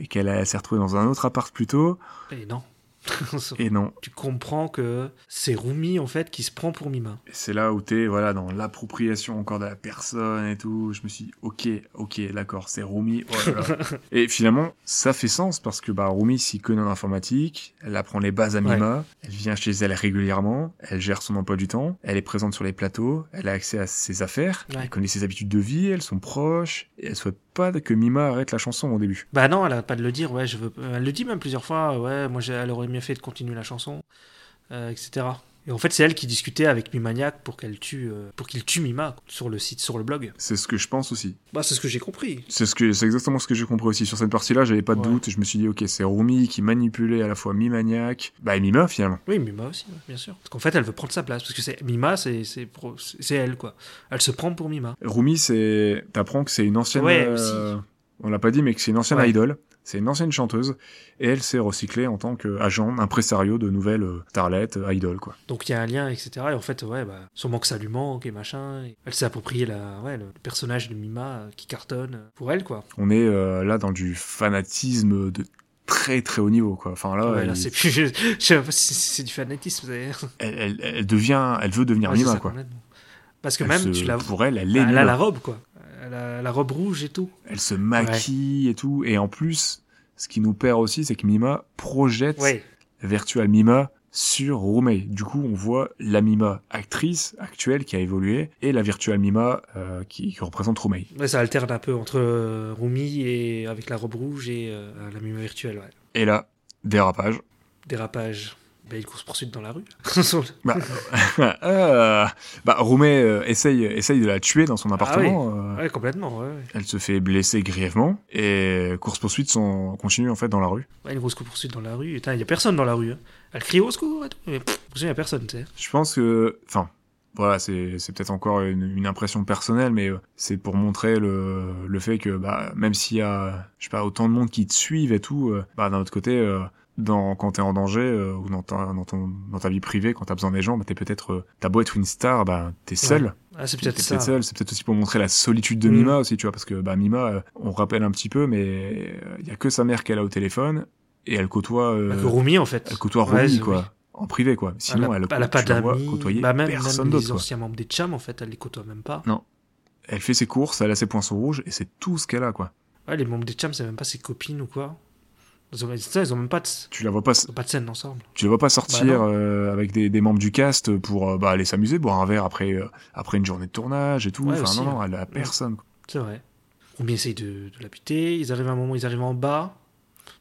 Speaker 2: Et qu'elle a- elle s'est retrouvée dans un autre appart plus tôt
Speaker 1: Et non.
Speaker 2: Et non.
Speaker 1: tu comprends que c'est Rumi, en fait, qui se prend pour Mima.
Speaker 2: Et c'est là où t'es, voilà, dans l'appropriation encore de la personne et tout. Je me suis dit, ok, ok, d'accord, c'est Rumi. oh là là. et finalement, ça fait sens parce que bah, Rumi s'y connaît en informatique, elle apprend les bases à Mima, elle vient chez elle régulièrement, elle gère son emploi du temps, elle est présente sur les plateaux, elle a accès à ses affaires,
Speaker 1: Ouais.
Speaker 2: elle connaît ses habitudes de vie, elles sont proches, et elle souhaite pas que Mima arrête la chanson au début.
Speaker 1: Bah non, elle arrête pas de le dire, ouais, je veux... euh, Elle le dit même plusieurs fois, ouais, moi, j'ai- elle aurait mieux fait de continuer la chanson, euh, etc. Et en fait, c'est elle qui discutait avec Mimaniac pour qu'elle tue, euh, pour qu'il tue Mima sur le site, sur le blog.
Speaker 2: C'est ce que je pense aussi.
Speaker 1: Bah, c'est ce que j'ai compris.
Speaker 2: C'est ce que c'est exactement ce que j'ai compris aussi sur cette partie-là. J'avais pas de
Speaker 1: Ouais.
Speaker 2: doute. Je me suis dit ok, c'est Rumi qui manipulait à la fois Mimaniac, bah et Mima finalement.
Speaker 1: Oui, Mima aussi, ouais, bien sûr. Parce qu'en fait, elle veut prendre sa place. Parce que c'est Mima, c'est c'est pro- c'est- c'est elle, quoi. Elle se prend pour Mima.
Speaker 2: Rumi, c'est t'apprends que c'est une ancienne.
Speaker 1: Ouais,
Speaker 2: euh, On l'a pas dit, mais que c'est une ancienne
Speaker 1: Ouais.
Speaker 2: idole. C'est une ancienne chanteuse et elle s'est recyclée en tant qu'agent, impresario de nouvelles euh, starlettes, euh, idoles quoi.
Speaker 1: Donc il y a un lien, etc. Et en fait, ouais, bah, sûrement que ça lui manque et machin. Et elle s'est approprié la, ouais, le, le personnage de Mima euh, qui cartonne euh, pour elle, quoi.
Speaker 2: On est euh, là dans du fanatisme de très très haut niveau quoi. Enfin là,
Speaker 1: Ouais, là,
Speaker 2: elle,
Speaker 1: c'est plus. Je sais pas si si c'est du fanatisme. c'est-
Speaker 2: elle, elle- elle devient, elle veut devenir
Speaker 1: Ouais, c'est
Speaker 2: Mima
Speaker 1: ça,
Speaker 2: quoi.
Speaker 1: complètement. Parce que
Speaker 2: Elle
Speaker 1: même,
Speaker 2: se-
Speaker 1: tu la
Speaker 2: Pour elle, elle est
Speaker 1: Elle
Speaker 2: Mima.
Speaker 1: a la robe, quoi. Elle a la robe rouge et tout.
Speaker 2: elle se maquille et tout. Et en plus, ce qui nous perd aussi, c'est que Mima projette
Speaker 1: Ouais.
Speaker 2: Virtual Mima sur Rumei. Du coup, on voit la Mima actrice actuelle qui a évolué et la Virtual Mima euh, qui, qui représente Rumei.
Speaker 1: Ouais, ça alterne un peu entre euh, Rumi et avec la robe rouge et euh, la Mima virtuelle, ouais.
Speaker 2: Et là, dérapage.
Speaker 1: Dérapage. Bah, il course poursuite dans la rue. ah
Speaker 2: Bah, euh, bah Rumei euh, essaye, essaye de la tuer dans son appartement. euh,
Speaker 1: Ouais, complètement, ouais. ouais.
Speaker 2: Elle se fait blesser grièvement et course-poursuite sont- continue en fait dans la rue.
Speaker 1: Ouais, une grosse course-poursuite dans la rue. Putain, Il y a personne dans la rue. hein. Elle crie au secours et tout. Mais pff, il y a personne, tu sais.
Speaker 2: Je pense que, enfin, voilà, c'est c'est peut-être encore une, une impression personnelle, mais euh, c'est pour montrer le, le fait que, bah, même s'il y a, je sais pas, autant de monde qui te suivent et tout, euh, bah, d'un autre côté, euh, dans, quand t'es en danger euh, ou dans ta, dans, ton, dans ta vie privée, quand t'as besoin des gens, bah, t'es peut-être, euh, t'as beau être une star, bah, t'es seul.
Speaker 1: Ouais. Ah, c'est peut-être
Speaker 2: T'es
Speaker 1: ça.
Speaker 2: peut-être seul. C'est peut-être aussi pour montrer la solitude de
Speaker 1: Mm.
Speaker 2: Mima aussi, tu vois, parce que bah, Mima, euh, on rappelle un petit peu, mais il y a que sa mère qu'elle a au téléphone et elle côtoie, euh,
Speaker 1: Bah, que Rumi, en fait.
Speaker 2: elle côtoie
Speaker 1: Ouais,
Speaker 2: Romy,
Speaker 1: c'est-
Speaker 2: quoi, en privé, quoi.
Speaker 1: Elle
Speaker 2: Sinon,
Speaker 1: a-
Speaker 2: elle,
Speaker 1: elle a pas
Speaker 2: tu la vois
Speaker 1: d'amis.
Speaker 2: côtoyer
Speaker 1: Bah, même,
Speaker 2: personne
Speaker 1: même
Speaker 2: d'autre.
Speaker 1: les
Speaker 2: quoi.
Speaker 1: anciens membres des Cham, en fait, elle les côtoie même pas.
Speaker 2: Elle fait ses courses, elle a ses points rouges et c'est tout ce qu'elle a, quoi.
Speaker 1: Ouais, les membres des Cham, c'est même pas ses copines ou quoi. Ils ont, ça, ils ont même pas de,
Speaker 2: Tu la vois pas, s-
Speaker 1: ils ont pas de scène ensemble.
Speaker 2: tu la vois pas
Speaker 1: Bah,
Speaker 2: sortir euh, avec des, des membres du cast pour euh, bah, aller s'amuser, boire un verre après euh, après une journée de tournage et tout.
Speaker 1: Ouais,
Speaker 2: enfin
Speaker 1: aussi,
Speaker 2: non, non, elle a personne. quoi.
Speaker 1: C'est vrai. Rumi essaye de, de la buter. Ils arrivent à un moment, ils arrivent en bas.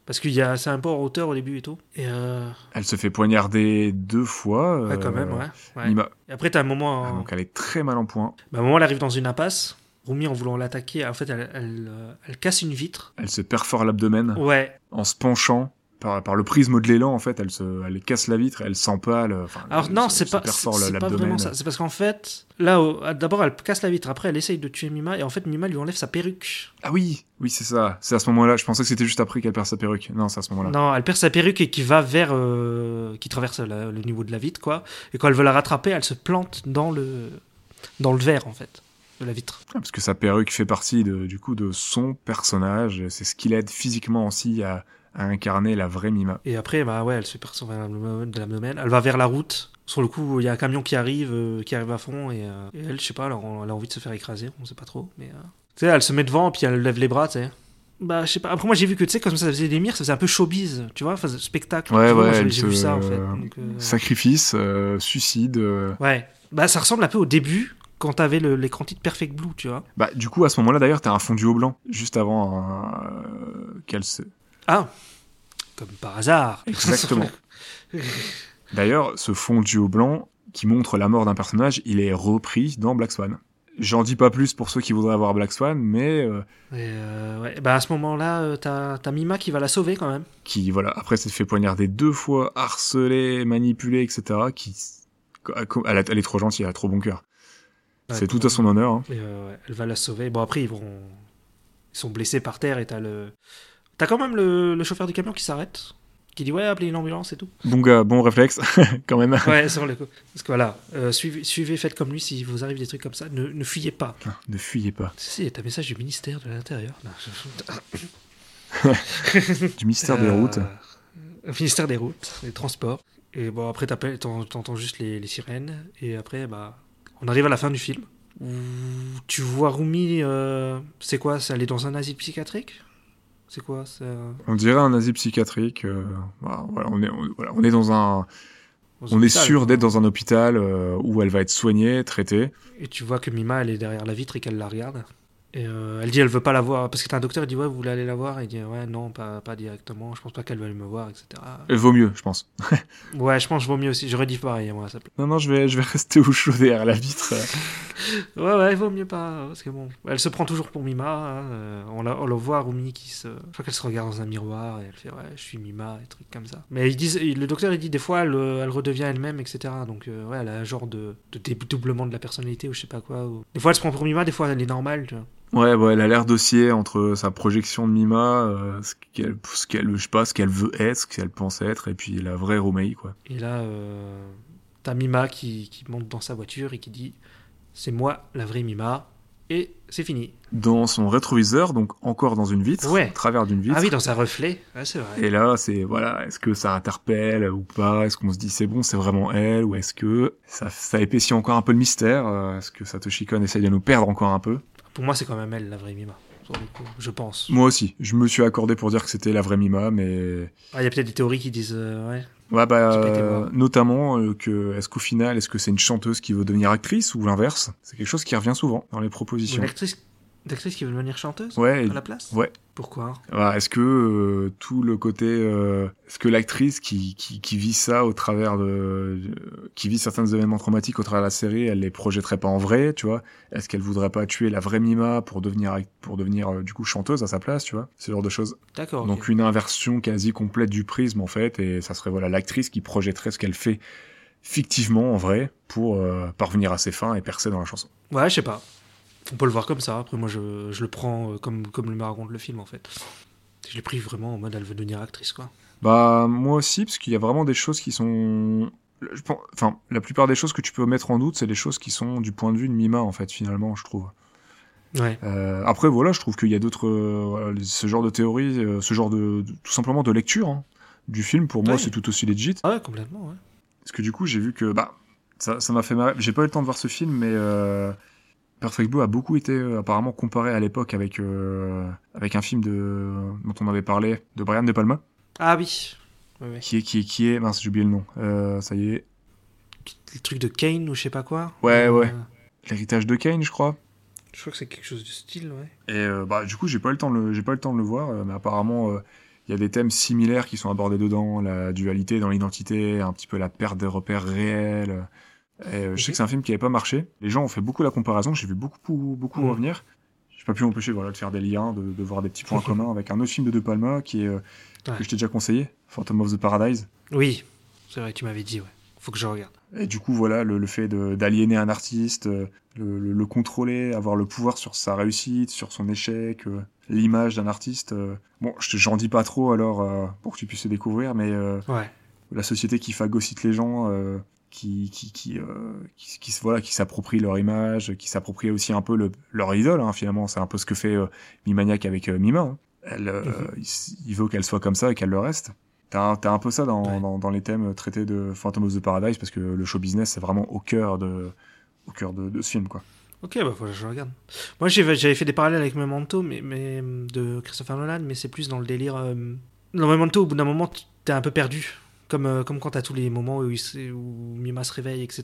Speaker 1: Parce qu'il y a, c'est un peu en hauteur au début et tout. Et euh,
Speaker 2: Elle se fait poignarder deux fois.
Speaker 1: ouais, quand
Speaker 2: euh,
Speaker 1: même, ouais. ouais.
Speaker 2: Mima-
Speaker 1: Et après, t'as un moment.
Speaker 2: Ah,
Speaker 1: hein,
Speaker 2: donc elle est très mal en point.
Speaker 1: bah, à un moment, elle arrive dans une impasse. Rumi, en voulant l'attaquer, en fait, elle, elle, euh, elle casse une vitre.
Speaker 2: Elle se perfore l'abdomen
Speaker 1: Ouais.
Speaker 2: en se penchant. Par, par le prisme de l'élan, en fait, elle, se, elle casse la vitre, elle s'empale. euh, enfin,
Speaker 1: Alors,
Speaker 2: elle
Speaker 1: non,
Speaker 2: se-
Speaker 1: c'est
Speaker 2: se
Speaker 1: pas,
Speaker 2: perfore
Speaker 1: c'est
Speaker 2: le-
Speaker 1: pas
Speaker 2: l'abdomen.
Speaker 1: vraiment ça. C'est parce qu'en fait, là, au- d'abord, elle casse la vitre. Après, elle essaye de tuer Mima. Et en fait, Mima lui enlève sa perruque.
Speaker 2: Ah oui, oui, c'est ça. C'est à ce moment-là. Je pensais que c'était juste après qu'elle perd sa perruque. Non, c'est à ce moment-là.
Speaker 1: Non, elle perd sa perruque et qui va vers, euh, qui traverse la- le niveau de la vitre, quoi. Et quand elle veut la rattraper, elle se plante dans le, dans le verre, en fait, de la vitre.
Speaker 2: Ah, Parce que sa perruque fait partie de, du coup de son personnage. C'est ce qui l'aide physiquement aussi à, à incarner la vraie Mima.
Speaker 1: Et après, bah ouais, elle se perd son verre de l'abdomen. Elle va vers la route. Sur le coup, il y a un camion qui arrive, euh, qui arrive à fond, et, euh, et elle, je sais pas, elle, a- elle a envie de se faire écraser, on sait pas trop, mais. euh, Tu sais, elle se met devant, puis elle lève les bras, tu sais. Bah, je sais pas. Après, moi, j'ai vu que, tu sais, comme ça faisait des mires, ça faisait un peu showbiz, tu vois, enfin, spectacle.
Speaker 2: Ouais,
Speaker 1: Tu vois,
Speaker 2: ouais,
Speaker 1: j'ai-
Speaker 2: elle
Speaker 1: J'ai
Speaker 2: se-
Speaker 1: vu ça, en fait. donc, euh,
Speaker 2: Sacrifice, euh, suicide. euh.
Speaker 1: Ouais. Bah, ça ressemble un peu au début, quand t'avais le- l'écran titre Perfect Blue, tu vois.
Speaker 2: Bah du coup à ce moment-là d'ailleurs t'as un fondu au blanc juste avant euh, qu'elle se.
Speaker 1: Ah Comme par hasard.
Speaker 2: Exactement. D'ailleurs ce fondu au blanc qui montre la mort d'un personnage, il est repris dans Black Swan. J'en dis pas plus pour ceux qui voudraient avoir Black Swan, mais euh,
Speaker 1: Et euh, ouais. Bah, à ce moment-là, euh, t'as t'as Mima qui va la sauver quand même.
Speaker 2: qui voilà après s'est fait poignarder deux fois, harcelé, manipulé, etc. Qui s- elle, a- elle est trop gentille, elle a trop bon cœur. C'est tout à son honneur. hein.
Speaker 1: Et, euh, ouais, elle va la sauver. Bon, après, ils vont. Ils sont blessés par terre et t'as le. T'as quand même le, le chauffeur du camion qui s'arrête, qui dit ouais, appelez une ambulance et tout.
Speaker 2: Bon gars, bon réflexe, quand même.
Speaker 1: Ouais, sans les coups. Parce que voilà, euh, suivez, suivez, faites comme lui si vous arrive des trucs comme ça. Ne, ne fuyez pas.
Speaker 2: Ne fuyez pas.
Speaker 1: Si, c'est un message du ministère de l'Intérieur. Non, je-
Speaker 2: Du mystère des
Speaker 1: Euh,
Speaker 2: routes.
Speaker 1: Le ministère des routes, des transports. Et bon, après, t'appelles- t'en- t'entends juste les, les sirènes. Et après, bah, on arrive à la fin du film. Où tu vois Rumi, euh, c'est quoi ça, Elle est dans un asile psychiatrique C'est quoi c'est euh, un-
Speaker 2: On dirait un asile psychiatrique. euh, voilà, voilà, on est, on, voilà, on est dans un,
Speaker 1: dans un
Speaker 2: on est
Speaker 1: hôpital,
Speaker 2: sûr
Speaker 1: quoi.
Speaker 2: d'être dans un hôpital euh, où elle va être soignée, traitée.
Speaker 1: Et tu vois que Mima, elle est derrière la vitre et qu'elle la regarde. Et euh, elle dit, elle veut pas la voir. Parce que t'as un docteur, il dit, ouais, vous voulez aller la voir Et il dit, ouais, non, pas, pas directement. Je pense pas qu'elle veuille me voir, etc.
Speaker 2: Euh, vaut mieux, je pense.
Speaker 1: Ouais, je pense que je vaut mieux aussi. J'aurais dit pareil, moi, à sa place.
Speaker 2: Non, non, je vais, je vais rester au chaud derrière la vitre.
Speaker 1: Ouais, ouais, vaut mieux pas, parce que bon, elle se prend toujours pour Mima. hein, euh, on, la, on le voit, Rumi, qui se. Je crois qu'elle se regarde dans un miroir et elle fait Ouais, je suis Mima, et trucs comme ça. Mais ils disent, il- le docteur, il dit des fois, elle, euh, elle redevient elle-même, etc. Donc, euh, ouais, elle a un genre de, de dédoublement de la personnalité ou je sais pas quoi. ou- Des fois, elle se prend pour Mima, des fois, elle est normale, tu vois.
Speaker 2: ouais, bon, elle a l'air d'osciller entre sa projection de Mima, euh, ce qu'elle, ce qu'elle, je sais pas, ce qu'elle veut être, ce qu'elle pense être, et puis la vraie Roméi, quoi.
Speaker 1: Et là, euh, t'as Mima qui, qui monte dans sa voiture et qui dit C'est moi, la vraie Mima, et c'est fini.
Speaker 2: Dans son rétroviseur, donc encore dans une vitre,
Speaker 1: Ouais.
Speaker 2: au travers d'une vitre.
Speaker 1: Ah oui, dans un reflet, ouais, c'est vrai.
Speaker 2: Et là, c'est voilà, est-ce que ça interpelle ou pas Est-ce qu'on se dit c'est bon, c'est vraiment elle Ou est-ce que ça, ça épaissit encore un peu le mystère euh, Est-ce que Satoshi Kon essaye de nous perdre encore un peu
Speaker 1: Pour moi, c'est quand même elle, la vraie Mima, sur le coup, je pense.
Speaker 2: Moi aussi, je me suis accordé pour dire que c'était la vraie Mima, mais
Speaker 1: Ah, Il y a peut-être des théories qui disent. euh, ouais.
Speaker 2: ouais bah
Speaker 1: J'ai pas été
Speaker 2: euh,
Speaker 1: voir.
Speaker 2: notamment euh, que est-ce qu'au final est-ce que c'est une chanteuse qui veut devenir actrice ou l'inverse C'est quelque chose qui revient souvent dans les
Speaker 1: Ou
Speaker 2: propositions.
Speaker 1: Une actrice, une actrice qui veut devenir chanteuse
Speaker 2: Ouais, et-
Speaker 1: à la place
Speaker 2: ouais.
Speaker 1: Pourquoi
Speaker 2: Voilà, est-ce que euh, tout le côté, euh, est-ce que l'actrice qui, qui, qui vit ça au travers de, de- qui vit certains événements traumatiques au travers de la série, elle les projetterait pas en vrai, tu vois Est-ce qu'elle voudrait pas tuer la vraie Mima pour devenir act- pour devenir euh, du coup chanteuse à sa place, tu vois Ce genre de choses.
Speaker 1: D'accord.
Speaker 2: Donc
Speaker 1: ok.
Speaker 2: une inversion quasi complète du prisme en fait, et ça serait voilà l'actrice qui projetterait ce qu'elle fait fictivement en vrai pour euh, parvenir à ses fins et percer dans la chanson.
Speaker 1: Ouais, je sais pas. On peut le voir comme ça. Après, moi, je, je le prends euh, comme, comme le me raconte le film, en fait. Je l'ai pris vraiment en mode elle veut devenir actrice, quoi.
Speaker 2: Bah, moi aussi, parce qu'il y a vraiment des choses qui sont. je pense- Enfin, la plupart des choses que tu peux mettre en doute, c'est des choses qui sont du point de vue de Mima, en fait, finalement, je trouve.
Speaker 1: Ouais.
Speaker 2: Euh, après, voilà, je trouve qu'il y a d'autres. euh, voilà, les- ce genre de théorie, euh, ce genre de, de- Tout simplement de lecture hein, du film, pour moi,
Speaker 1: Ouais.
Speaker 2: c'est tout aussi legit.
Speaker 1: Ah ouais, complètement. ouais.
Speaker 2: Parce que du coup, j'ai vu que. Bah, ça ça m'a fait marrer. J'ai pas eu le temps de voir ce film, mais. euh, Perfect Blue a beaucoup été euh, apparemment comparé à l'époque avec, euh, avec un film de, dont on avait parlé, de Brian De Palma,
Speaker 1: Ah oui. Ouais, ouais.
Speaker 2: qui est, qui est, qui est, mince, j'ai oublié le nom, Euh, ça y est,
Speaker 1: Le truc de Kane ou je sais pas quoi.
Speaker 2: Ouais,
Speaker 1: Euh,
Speaker 2: ouais. l'héritage de Kane, je crois.
Speaker 1: Je crois que c'est quelque chose du style, ouais.
Speaker 2: Et euh, bah, du coup, j'ai pas eu le temps de le, j'ai pas eu le temps de le voir, euh, mais apparemment, euh, il y a des thèmes similaires qui sont abordés dedans, la dualité dans l'identité, un petit peu la perte des repères réels. Et, euh, je sais
Speaker 1: Mhm.
Speaker 2: que c'est un film qui avait pas marché. Les gens ont fait beaucoup la comparaison, j'ai vu beaucoup, beaucoup, beaucoup
Speaker 1: Mhm.
Speaker 2: revenir. J'ai pas pu m'empêcher voilà, de faire des liens, de, de voir des petits points communs avec un autre film de De Palma qui est, euh,
Speaker 1: Ouais.
Speaker 2: que je t'ai déjà conseillé, Phantom of the Paradise.
Speaker 1: Oui, c'est vrai, tu m'avais dit, ouais. Faut que je regarde.
Speaker 2: Et du coup, voilà, le, le fait de- d'aliéner un artiste, euh, le, le- le contrôler, avoir le pouvoir sur sa réussite, sur son échec, euh, l'image d'un artiste. euh. Bon, je te- j'en dis pas trop alors euh, pour que tu puisses le découvrir, mais euh,
Speaker 1: Ouais.
Speaker 2: la société qui phagocyte les gens, euh, qui, qui, qui, euh, qui, qui se- voilà, qui s'approprie leur image, qui s'approprie aussi un peu le- leur idole, hein, finalement. C'est un peu ce que fait euh, Mimaniac avec euh, Mima. hein. Elle, euh,
Speaker 1: Mhm.
Speaker 2: il s- il veut qu'elle soit comme ça et qu'elle le reste. T'as un, t'as un peu ça dans,
Speaker 1: Ouais.
Speaker 2: dans, dans les thèmes euh, traités de Phantom of the Paradise, parce que le show business, c'est vraiment au cœur de, au cœur de, de ce film, quoi.
Speaker 1: Ok, bah faut que je regarde. Moi, j'ai- j'avais fait des parallèles avec Memento, mais, mais euh, de Christopher Nolan, mais c'est plus dans le délire. euh, Dans Memento, au bout d'un moment, tu- t'es un peu perdu, comme euh, comme quand t'as tous les moments où, il se- où Mima se réveille, etc.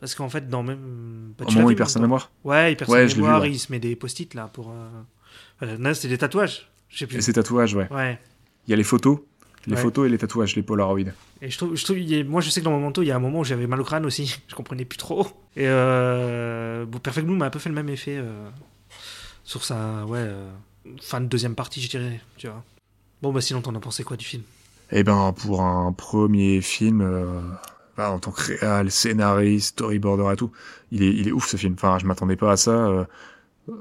Speaker 1: Parce qu'en fait, dans même. bah,
Speaker 2: Au
Speaker 1: tu l'as
Speaker 2: moment où
Speaker 1: vu,
Speaker 2: il perd sa
Speaker 1: Memento
Speaker 2: mémoire.
Speaker 1: Ouais, il perd sa
Speaker 2: Ouais, je l'ai vu,
Speaker 1: mémoire,
Speaker 2: ouais.
Speaker 1: il se met des post-it là pour. euh, euh, non, c'est des tatouages. Je sais
Speaker 2: Et
Speaker 1: plus.
Speaker 2: ses tatouages, ouais.
Speaker 1: Ouais.
Speaker 2: Il y a les photos, les
Speaker 1: Ouais.
Speaker 2: photos et les tatouages, les Polaroids.
Speaker 1: Et je trouve, je trouve, il y a- moi je sais que dans Memento, il y a un moment où j'avais mal au crâne aussi, je comprenais plus trop. Et euh, bon, Perfect Blue m'a un peu fait le même effet euh, sur sa ouais, euh, fin de deuxième partie, je dirais. Tu vois. Bon, bah sinon, t'en as pensé quoi du film
Speaker 2: Eh ben, pour un premier film, euh, bah, en tant que réal, scénariste, storyboarder et tout, il est, il est ouf ce film. Enfin, je m'attendais pas à ça. euh, euh,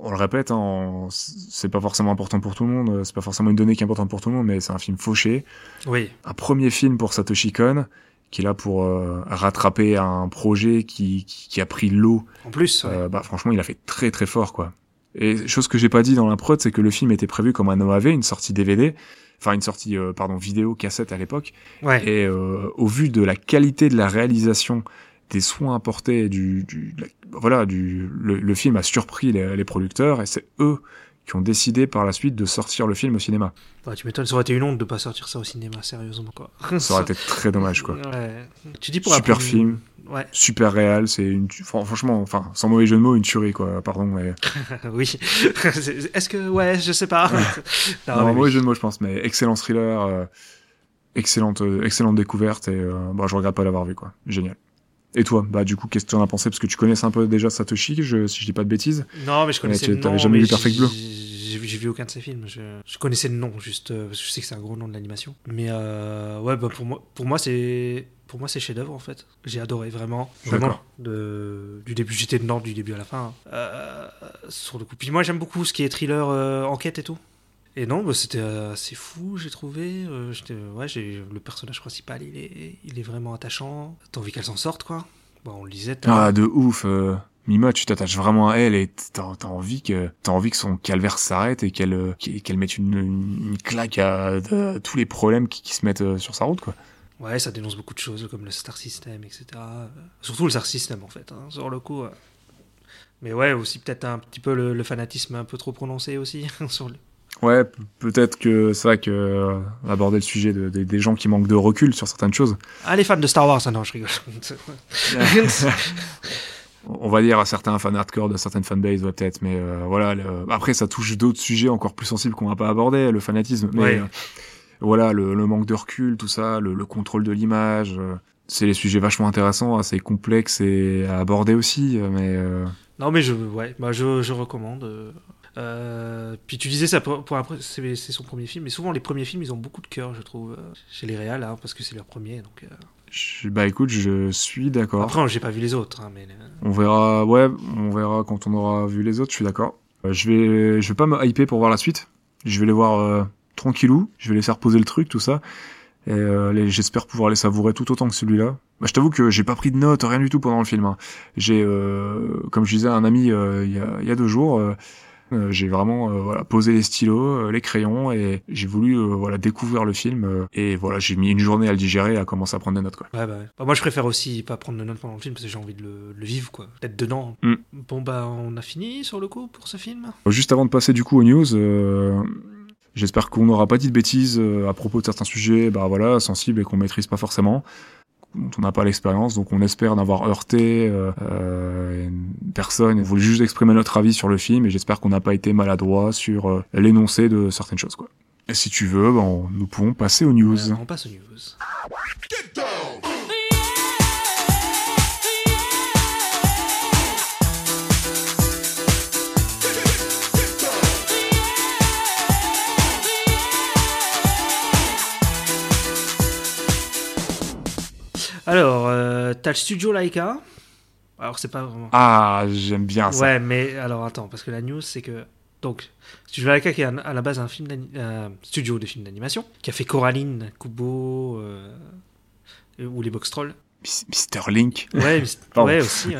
Speaker 2: on le répète, hein, on- c'est pas forcément important pour tout le monde, euh, c'est pas forcément une donnée qui est importante pour tout le monde, mais c'est un film fauché.
Speaker 1: Oui,
Speaker 2: Un premier film pour Satoshi Kon, qui est là pour euh, rattraper un projet qui, qui, qui a pris l'eau.
Speaker 1: en plus, ouais.
Speaker 2: Euh, bah, franchement, il a fait très très fort, quoi. Et chose que j'ai pas dit dans la prod, c'est que le film était prévu comme un OAV, une sortie DVD, enfin une sortie, euh, pardon, vidéo, cassette à l'époque.
Speaker 1: ouais.
Speaker 2: Et euh, au vu de la qualité de la réalisation, des soins apportés, du, du- de la- voilà, du, le, le film a surpris les, les producteurs et c'est eux qui ont décidé par la suite de sortir le film au cinéma.
Speaker 1: Bah, tu m'étonnes, ça aurait été une honte de pas sortir ça au cinéma, sérieusement quoi.
Speaker 2: Ça aurait été très dommage quoi.
Speaker 1: Ouais. Tu dis pour
Speaker 2: Super
Speaker 1: apprendre-
Speaker 2: film,
Speaker 1: Ouais,
Speaker 2: super réel, c'est une tu- fran- franchement, enfin sans mauvais jeu de mots, une tuerie quoi. Pardon, mais
Speaker 1: oui. C'est- Est-ce que, ouais, je sais pas. Non,
Speaker 2: non,
Speaker 1: mais
Speaker 2: un mauvais
Speaker 1: oui.
Speaker 2: jeu de mots je pense, mais excellent thriller, euh, excellente, euh, excellente découverte et euh, bah, je regrette pas l'avoir vu quoi. Génial. Et toi, bah du coup, qu'est-ce que tu en as pensé parce que tu connais un peu déjà Satoshi, je, si je dis pas de bêtises.
Speaker 1: Non, mais je connaissais
Speaker 2: tu-
Speaker 1: le
Speaker 2: t'avais
Speaker 1: nom.
Speaker 2: jamais
Speaker 1: mais
Speaker 2: vu Perfect
Speaker 1: j'ai-
Speaker 2: Blue
Speaker 1: J'ai j'ai vu aucun de ses films. Je, je connaissais le nom, juste euh, parce que je sais que c'est un gros nom de l'animation. Mais euh, ouais, bah pour moi, pour moi c'est pour moi c'est chef-d'œuvre en fait. J'ai adoré vraiment, vraiment
Speaker 2: D'accord.
Speaker 1: de, du début. J'étais dedans du début à la fin. hein. Euh, sur le coup. Puis moi j'aime beaucoup ce qui est thriller, euh, enquête et tout. Et non, bah, c'était euh, assez fou, j'ai trouvé. Euh, j'étais- ouais, j'ai- le personnage principal, il est, il est vraiment attachant. T'as envie qu'elle s'en sorte, quoi. Bon, on le disait. t'as-
Speaker 2: Ah, de ouf. euh, Mima, tu t'attaches vraiment à elle et t'as t'as envie que t'as envie que son calvaire s'arrête et qu'elle euh, qu'elle qu'elle mette une, une claque à, à tous les problèmes qui, qui se mettent euh, sur sa route quoi.
Speaker 1: Ouais, ça dénonce beaucoup de choses comme le Star System, etc. Euh, Surtout le Star System en fait, hein, sur le coup. euh. Mais ouais, aussi peut-être un petit peu le, le fanatisme un peu trop prononcé aussi. sur le...
Speaker 2: Ouais, p- peut-être que c'est vrai que euh, aborder le sujet de- des- des gens qui manquent de recul sur certaines choses.
Speaker 1: Ah, les fans de Star Wars, ah non, je rigole.
Speaker 2: On va dire à certains fans hardcore de certaines fanbases ouais, peut-être, mais euh, voilà. le- Après, ça touche d'autres sujets encore plus sensibles qu'on va pas aborder, le fanatisme. Mais
Speaker 1: Ouais.
Speaker 2: euh, voilà, le, le manque de recul, tout ça, le, le contrôle de l'image. euh, c'est des sujets vachement intéressants, assez complexes et à aborder aussi. euh, Mais euh,
Speaker 1: non, mais je, ouais, bah, je, je recommande. euh. Euh, puis tu disais ça pour, pour après, c'est c'est son premier film, mais souvent les premiers films ils ont beaucoup de cœur, je trouve, euh, chez les réals, hein, parce que c'est leur premier. Donc, euh.
Speaker 2: je- bah écoute, je suis d'accord.
Speaker 1: Après, j'ai pas vu les autres, hein, mais euh,
Speaker 2: On verra, ouais, on verra quand on aura vu les autres. Je suis d'accord. Euh, je vais, je vais pas me hyper pour voir la suite. Je vais les voir euh, tranquillou, je vais laisser reposer le truc, tout ça. Et euh, les- j'espère pouvoir les savourer tout autant que celui-là. Bah, je t'avoue que j'ai pas pris de notes, rien du tout pendant le film. hein. J'ai, euh, comme je disais à un ami euh, il y, a, il y a deux jours, euh, euh, j'ai vraiment euh, voilà, posé les stylos, euh, les crayons, et j'ai voulu euh, voilà, découvrir le film. euh, et voilà, j'ai mis une journée à le digérer, à commencer à prendre des notes. Quoi.
Speaker 1: Ouais, bah ouais. Bah, moi, je préfère aussi pas prendre de notes pendant le film parce que j'ai envie de le, de le vivre, quoi. D'être dedans.
Speaker 2: Mm.
Speaker 1: Bon, bah, on a fini sur le coup pour ce film.
Speaker 2: Juste avant de passer du coup aux news, euh, j'espère qu'on n'aura pas dit de bêtises euh, à propos de certains sujets bah, voilà, sensibles et qu'on maîtrise pas forcément, dont on n'a pas l'expérience, donc on espère n'avoir heurté euh, euh, une personne. On voulait juste exprimer notre avis sur le film et j'espère qu'on n'a pas été maladroit sur euh, l'énoncé de certaines choses. Quoi. Et si tu veux, bah, on- nous pouvons passer aux news.
Speaker 1: Ouais, on passe aux news. Alors, euh, t'as le studio Laika. Alors, c'est pas vraiment.
Speaker 2: Ah, j'aime bien ça.
Speaker 1: Ouais, mais alors attends, parce que la news, c'est que. Donc, Studio Laika, qui est un- à la base un film d'ani- euh, studio de films d'animation, qui a fait Coraline, Kubo, euh, ou les Box Trolls.
Speaker 2: Mis- Mr. Link.
Speaker 1: Ouais, mais-
Speaker 2: Pardon.
Speaker 1: ouais aussi. ouais.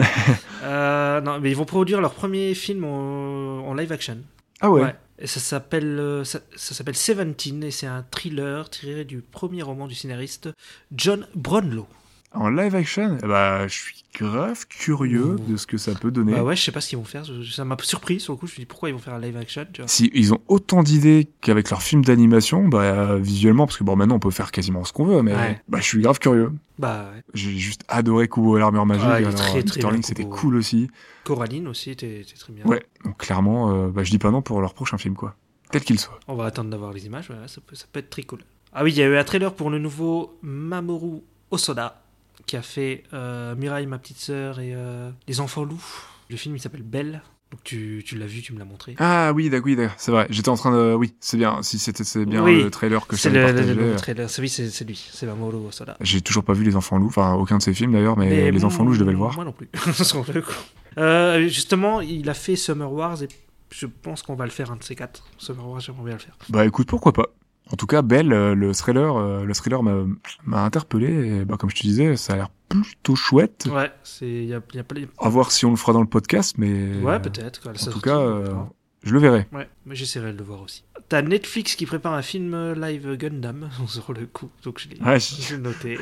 Speaker 1: Euh, non, mais ils vont produire leur premier film en, en live action.
Speaker 2: Ah ouais.
Speaker 1: Et ça s'appelle euh, ça, ça s'appelle Seventeen et c'est un thriller tiré du premier roman du scénariste John Brownlow.
Speaker 2: En live action, eh bah, je suis grave curieux
Speaker 1: Ouh.
Speaker 2: de ce que ça peut donner.
Speaker 1: Bah ouais, je sais pas ce qu'ils vont faire. Ça m'a surpris sur le coup. Je me suis dit pourquoi ils vont faire un live action, tu vois.
Speaker 2: Si ils ont autant d'idées qu'avec leurs films d'animation, bah euh, visuellement, parce que bon maintenant on peut faire quasiment ce qu'on veut, mais
Speaker 1: Ouais.
Speaker 2: bah je suis grave curieux.
Speaker 1: Bah ouais.
Speaker 2: J'ai juste adoré Kubo et l'armure magique.
Speaker 1: Ah, il est
Speaker 2: alors,
Speaker 1: très, très
Speaker 2: Mr.
Speaker 1: bien,
Speaker 2: Link, c'était
Speaker 1: Kubo.
Speaker 2: cool aussi.
Speaker 1: Coraline aussi était était très bien.
Speaker 2: Ouais. Donc clairement, euh, bah je dis pas non pour leur prochain film quoi, tel qu'il soit.
Speaker 1: On va attendre d'avoir les images. ouais, ça, peut, ça peut être très cool. Ah oui, il y a eu un trailer pour le nouveau Mamoru Osoda qui a fait euh, Mirai, ma petite sœur et euh, Les enfants loups. Le film il s'appelle Belle. Donc tu, tu l'as vu, tu me l'as montré.
Speaker 2: Ah oui, d'accord, oui, d'accord, c'est vrai. J'étais en train de, oui, c'est bien. Si c'était c'est bien
Speaker 1: Oui.
Speaker 2: le trailer que je
Speaker 1: C'est
Speaker 2: t'avais
Speaker 1: le, le-
Speaker 2: partagé. euh,
Speaker 1: le trailer. C'est oui, c'est c'est lui. C'est Mamoru Osoda.
Speaker 2: J'ai toujours pas vu les enfants loups, enfin aucun de ces films d'ailleurs, mais,
Speaker 1: Mais
Speaker 2: les
Speaker 1: moi-
Speaker 2: enfants loups je devais le voir.
Speaker 1: Moi non plus. Sur le coup. Euh, justement, il a fait Summer Wars et je pense qu'on va le faire un de ces quatre. Summer Wars, j'aimerais bien le faire.
Speaker 2: Bah écoute, pourquoi pas. En tout cas, Belle, euh, le thriller, euh, le thriller m'a- m'a interpellé. Et, bah, comme je te disais, ça a l'air plutôt chouette.
Speaker 1: Ouais, c'est il y a, il y a pas les-
Speaker 2: À voir si on le fera dans le podcast, mais
Speaker 1: Ouais, peut-être. quand elle
Speaker 2: en
Speaker 1: sera
Speaker 2: tout
Speaker 1: sortie,
Speaker 2: cas,
Speaker 1: on
Speaker 2: euh,
Speaker 1: verra.
Speaker 2: je le verrai.
Speaker 1: Ouais, mais j'essaierai de le voir aussi. T'as Netflix qui prépare un film euh, live Gundam sur le coup, donc je l'ai
Speaker 2: Ouais,
Speaker 1: je l'ai noté.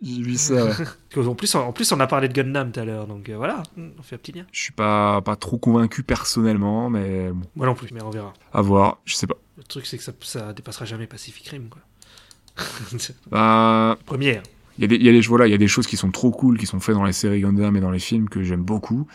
Speaker 2: j'ai vu ça.
Speaker 1: en, plus, on- en plus, on a parlé de Gundam tout à l'heure, donc euh, voilà, on fait un petit lien.
Speaker 2: Je suis pas pas trop convaincu personnellement, mais bon,
Speaker 1: Moi non plus, mais on verra.
Speaker 2: à voir. Je sais pas.
Speaker 1: Le truc, c'est que ça, ça dépassera jamais Pacific Rim, quoi.
Speaker 2: Bah,
Speaker 1: Première.
Speaker 2: il y a des, il y a des, voilà, il y a des choses qui sont trop cool, qui sont faites dans les séries Gundam et dans les films que j'aime beaucoup.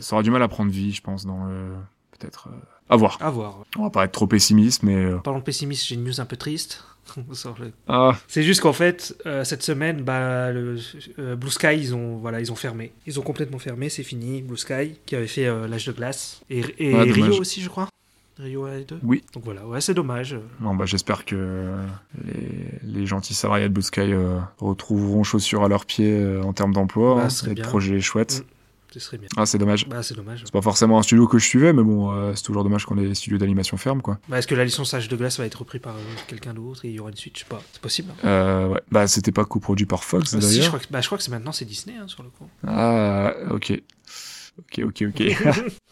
Speaker 2: Ça aura du mal à prendre vie, je pense, dans le peut-être. euh, À voir.
Speaker 1: À voir.
Speaker 2: On va pas être trop pessimiste, mais euh,
Speaker 1: Parlant de pessimiste, j'ai une news un peu triste. Sur le-
Speaker 2: ah.
Speaker 1: C'est juste qu'en fait, euh, cette semaine, bah, le, euh, Blue Sky, ils ont, voilà, ils ont fermé. Ils ont complètement fermé, c'est fini. Blue Sky, qui avait fait euh, L'âge de glace. Et, et
Speaker 2: Ah, dommage.
Speaker 1: Rio aussi, je crois. Rio 1 et 2.
Speaker 2: Oui.
Speaker 1: Donc voilà, ouais, c'est dommage.
Speaker 2: Bon, bah, j'espère que les, les gentils salariés de Blue Sky euh, retrouveront chaussures à leurs pieds euh, en termes d'emploi.
Speaker 1: Bah,
Speaker 2: hein.
Speaker 1: ce serait
Speaker 2: Les
Speaker 1: bien.
Speaker 2: projets chouettes.
Speaker 1: Mm. Ce serait bien.
Speaker 2: Ah, c'est dommage.
Speaker 1: Bah, c'est dommage.
Speaker 2: C'est pas forcément un studio que je suivais, mais bon, euh, c'est toujours dommage quand les studios d'animation ferment, quoi.
Speaker 1: Bah, est-ce que la licence Âge de glace va être reprise par euh, quelqu'un d'autre et il y aura une suite Je sais pas. C'est possible. hein.
Speaker 2: Euh, ouais. Bah, c'était pas coproduit par Fox,
Speaker 1: Euh,
Speaker 2: d'ailleurs.
Speaker 1: si, je crois que, bah, je crois que c'est maintenant, c'est Disney, hein, sur le coup.
Speaker 2: Ah, ok. Ok, ok, ok.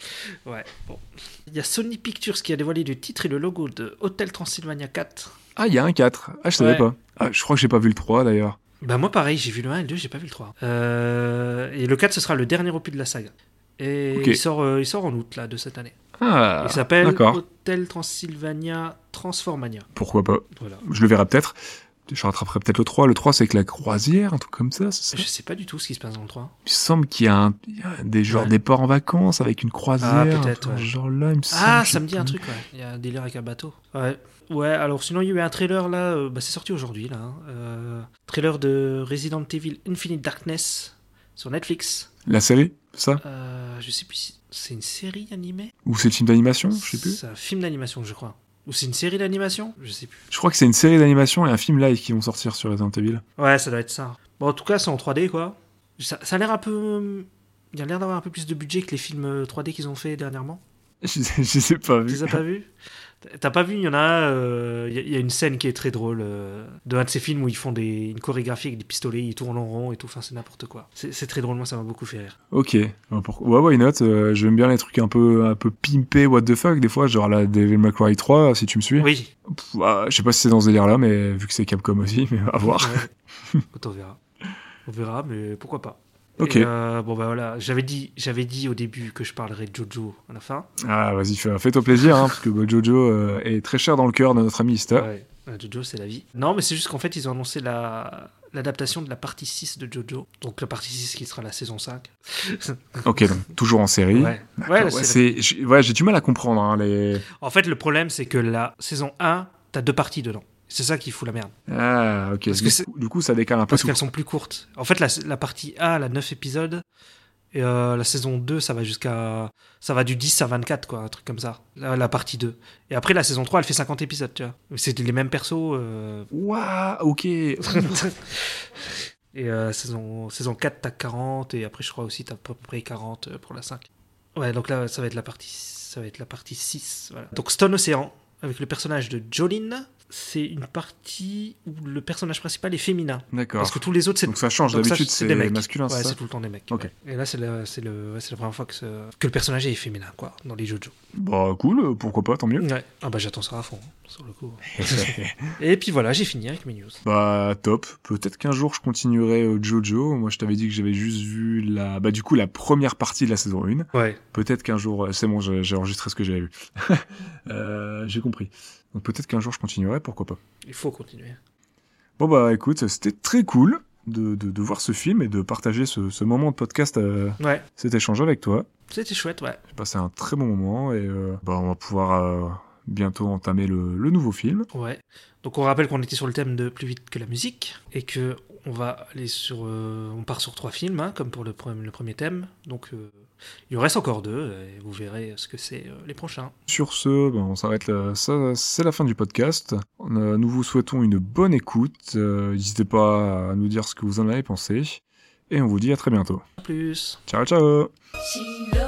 Speaker 1: Ouais, bon. Il y a Sony Pictures qui a dévoilé le titre et le logo de Hotel Transylvania 4.
Speaker 2: ah, il y a un 4. Ah, je savais
Speaker 1: Ouais.
Speaker 2: pas. Ah, je crois que j'ai pas vu le 3, d'ailleurs.
Speaker 1: Bah moi pareil, j'ai vu le 1 et le 2, j'ai pas vu le 3. Euh, et le 4, ce sera le dernier opus de la saga. Et
Speaker 2: Ok.
Speaker 1: il, sort, euh, il sort en août là, de cette année.
Speaker 2: Ah,
Speaker 1: il s'appelle
Speaker 2: d'accord.
Speaker 1: Hotel Transylvania Transformania.
Speaker 2: pourquoi pas.
Speaker 1: Voilà.
Speaker 2: Je le verrai peut-être. Je rattraperai peut-être le 3. Le 3, c'est que la croisière, un truc comme ça, c'est ça
Speaker 1: Je sais pas du tout ce qui se passe dans le 3.
Speaker 2: Il me semble qu'il y a, un, il y a des genres
Speaker 1: Ouais.
Speaker 2: des ports en vacances avec une
Speaker 1: Ah,
Speaker 2: croisière,
Speaker 1: peut-être, ouais.
Speaker 2: genre là, il me semble.
Speaker 1: Ah,
Speaker 2: je
Speaker 1: ça
Speaker 2: sais
Speaker 1: me dit un
Speaker 2: plus.
Speaker 1: truc, ouais. Il y a un délire avec un bateau. Ouais. Ouais, alors sinon, il y a eu un trailer là, euh, bah, c'est sorti aujourd'hui là. hein. Euh, trailer de Resident Evil Infinite Darkness sur Netflix.
Speaker 2: La série, ça
Speaker 1: Euh, je sais plus si c'est une série animée
Speaker 2: Ou c'est le film d'animation Je sais plus.
Speaker 1: C'est un film d'animation, je crois. Ou c'est une série d'animation Je sais plus.
Speaker 2: Je crois que c'est une série d'animation et un film live qui vont sortir sur Resident Evil.
Speaker 1: Ouais, ça doit être ça. Bon, en tout cas, c'est en 3D, quoi. Ça, ça a l'air un peu... Il y a l'air d'avoir un peu plus de budget que les films euh, 3D qu'ils ont fait dernièrement.
Speaker 2: Je les ai- je les ai pas
Speaker 1: Tu
Speaker 2: vus.
Speaker 1: les as pas vus T'as pas vu, il y en a, euh, il y, a- il y a une scène qui est très drôle euh, de un de ces films où ils font des, une chorégraphie avec des pistolets, ils tournent en rond et tout, enfin c'est n'importe quoi. C'est c'est très drôle, moi ça m'a beaucoup fait rire.
Speaker 2: Ok. Euh, pour- Ouais, why not euh, J'aime bien les trucs un peu, un peu pimpés, what the fuck, des fois, genre la Devil May Cry 3, si tu me suis.
Speaker 1: Oui,
Speaker 2: Pff, ah, je sais pas si c'est dans ce délire-là, mais vu que c'est Capcom aussi, mais à voir.
Speaker 1: Ouais. Écoute, on verra. On verra, mais pourquoi pas.
Speaker 2: Ok.
Speaker 1: Et, euh, bon, bah voilà, j'avais dit, j'avais dit au début que je parlerais de Jojo à la fin.
Speaker 2: Ah, vas-y, fais- fais-toi plaisir, hein, parce que bah, Jojo euh, est très cher dans le cœur de notre ami Ista.
Speaker 1: Ouais. Euh, Jojo, c'est la vie. Non, mais c'est juste qu'en fait, ils ont annoncé la l'adaptation de la partie 6 de Jojo. Donc la partie 6 qui sera la saison 5.
Speaker 2: Ok, donc toujours en série.
Speaker 1: Ouais.
Speaker 2: Ouais,
Speaker 1: Ouais,
Speaker 2: ouais,
Speaker 1: c'est-
Speaker 2: c'est- j'ai ouais, j'ai du mal à comprendre hein, les.
Speaker 1: En fait, le problème, c'est que la saison 1, t'as deux parties dedans. C'est ça qui fout la merde.
Speaker 2: Ah, ok.
Speaker 1: Parce
Speaker 2: Du,
Speaker 1: que c'est-
Speaker 2: coup, du coup, ça décale un peu
Speaker 1: Parce
Speaker 2: tout.
Speaker 1: qu'elles sont plus courtes. En fait, la, la partie A, la 9 épisodes, et euh, la saison 2, ça va jusqu'à. Ça va du 10 à 24, quoi, un truc comme ça. La, la partie 2. Et après, la saison 3, elle fait 50 épisodes, tu vois. C'est les mêmes persos. euh.
Speaker 2: Ouah, ok.
Speaker 1: et euh, saison, saison 4, t'as 40, et après, je crois aussi, t'as à peu près 40 euh, pour la 5. Ouais, donc là, ça va être la partie, ça va être la partie 6. voilà. Donc, Stone Ocean, avec le personnage de Jolene, c'est une partie où le personnage principal est féminin.
Speaker 2: D'accord.
Speaker 1: Parce que tous les autres, c'est
Speaker 2: Ah. Donc ça change.
Speaker 1: donc ça,
Speaker 2: D'habitude,
Speaker 1: c'est
Speaker 2: c'est
Speaker 1: des mecs.
Speaker 2: masculin,
Speaker 1: Ouais,
Speaker 2: c'est ça
Speaker 1: c'est tout le temps des mecs.
Speaker 2: Ok.
Speaker 1: ouais. Et là, c'est la, c'est le, ouais, c'est la première fois que, ce- que le personnage est féminin, quoi, dans les JoJo.
Speaker 2: Bah, cool, euh, pourquoi pas, tant mieux.
Speaker 1: Ouais. Ah bah j'attends ça à fond, hein, sur le coup. Et puis voilà, j'ai fini avec mes news.
Speaker 2: Bah top, peut-être qu'un jour je continuerai euh, Jojo. Moi je t'avais dit que j'avais juste vu la bah du coup la première partie de la saison 1.
Speaker 1: Ouais.
Speaker 2: Peut-être qu'un jour euh, c'est bon, j'ai j'ai enregistré ce que j'avais vu. Euh, j'ai compris. Donc peut-être qu'un jour je continuerai, pourquoi pas.
Speaker 1: Il faut continuer.
Speaker 2: Bon bah écoute, c'était très cool de, de, de voir ce film et de partager ce, ce moment de podcast, euh,
Speaker 1: Ouais.
Speaker 2: cet échange avec toi.
Speaker 1: C'était chouette, ouais.
Speaker 2: J'ai passé un très bon moment et euh, bah on va pouvoir euh, bientôt entamer le, le nouveau film.
Speaker 1: Ouais. Donc on rappelle qu'on était sur le thème de plus vite que la musique et que on va aller sur, euh, on part sur trois films, hein, comme pour le, pre- le premier thème. Donc euh, il en reste encore deux et vous verrez ce que c'est euh, les prochains.
Speaker 2: Sur ce, ben, on s'arrête là. Ça, c'est la fin du podcast. Euh, Nous vous souhaitons une bonne écoute. Euh, N'hésitez pas à nous dire ce que vous en avez pensé. Et on vous dit à très bientôt.
Speaker 1: À plus.
Speaker 2: Ciao, ciao
Speaker 3: 白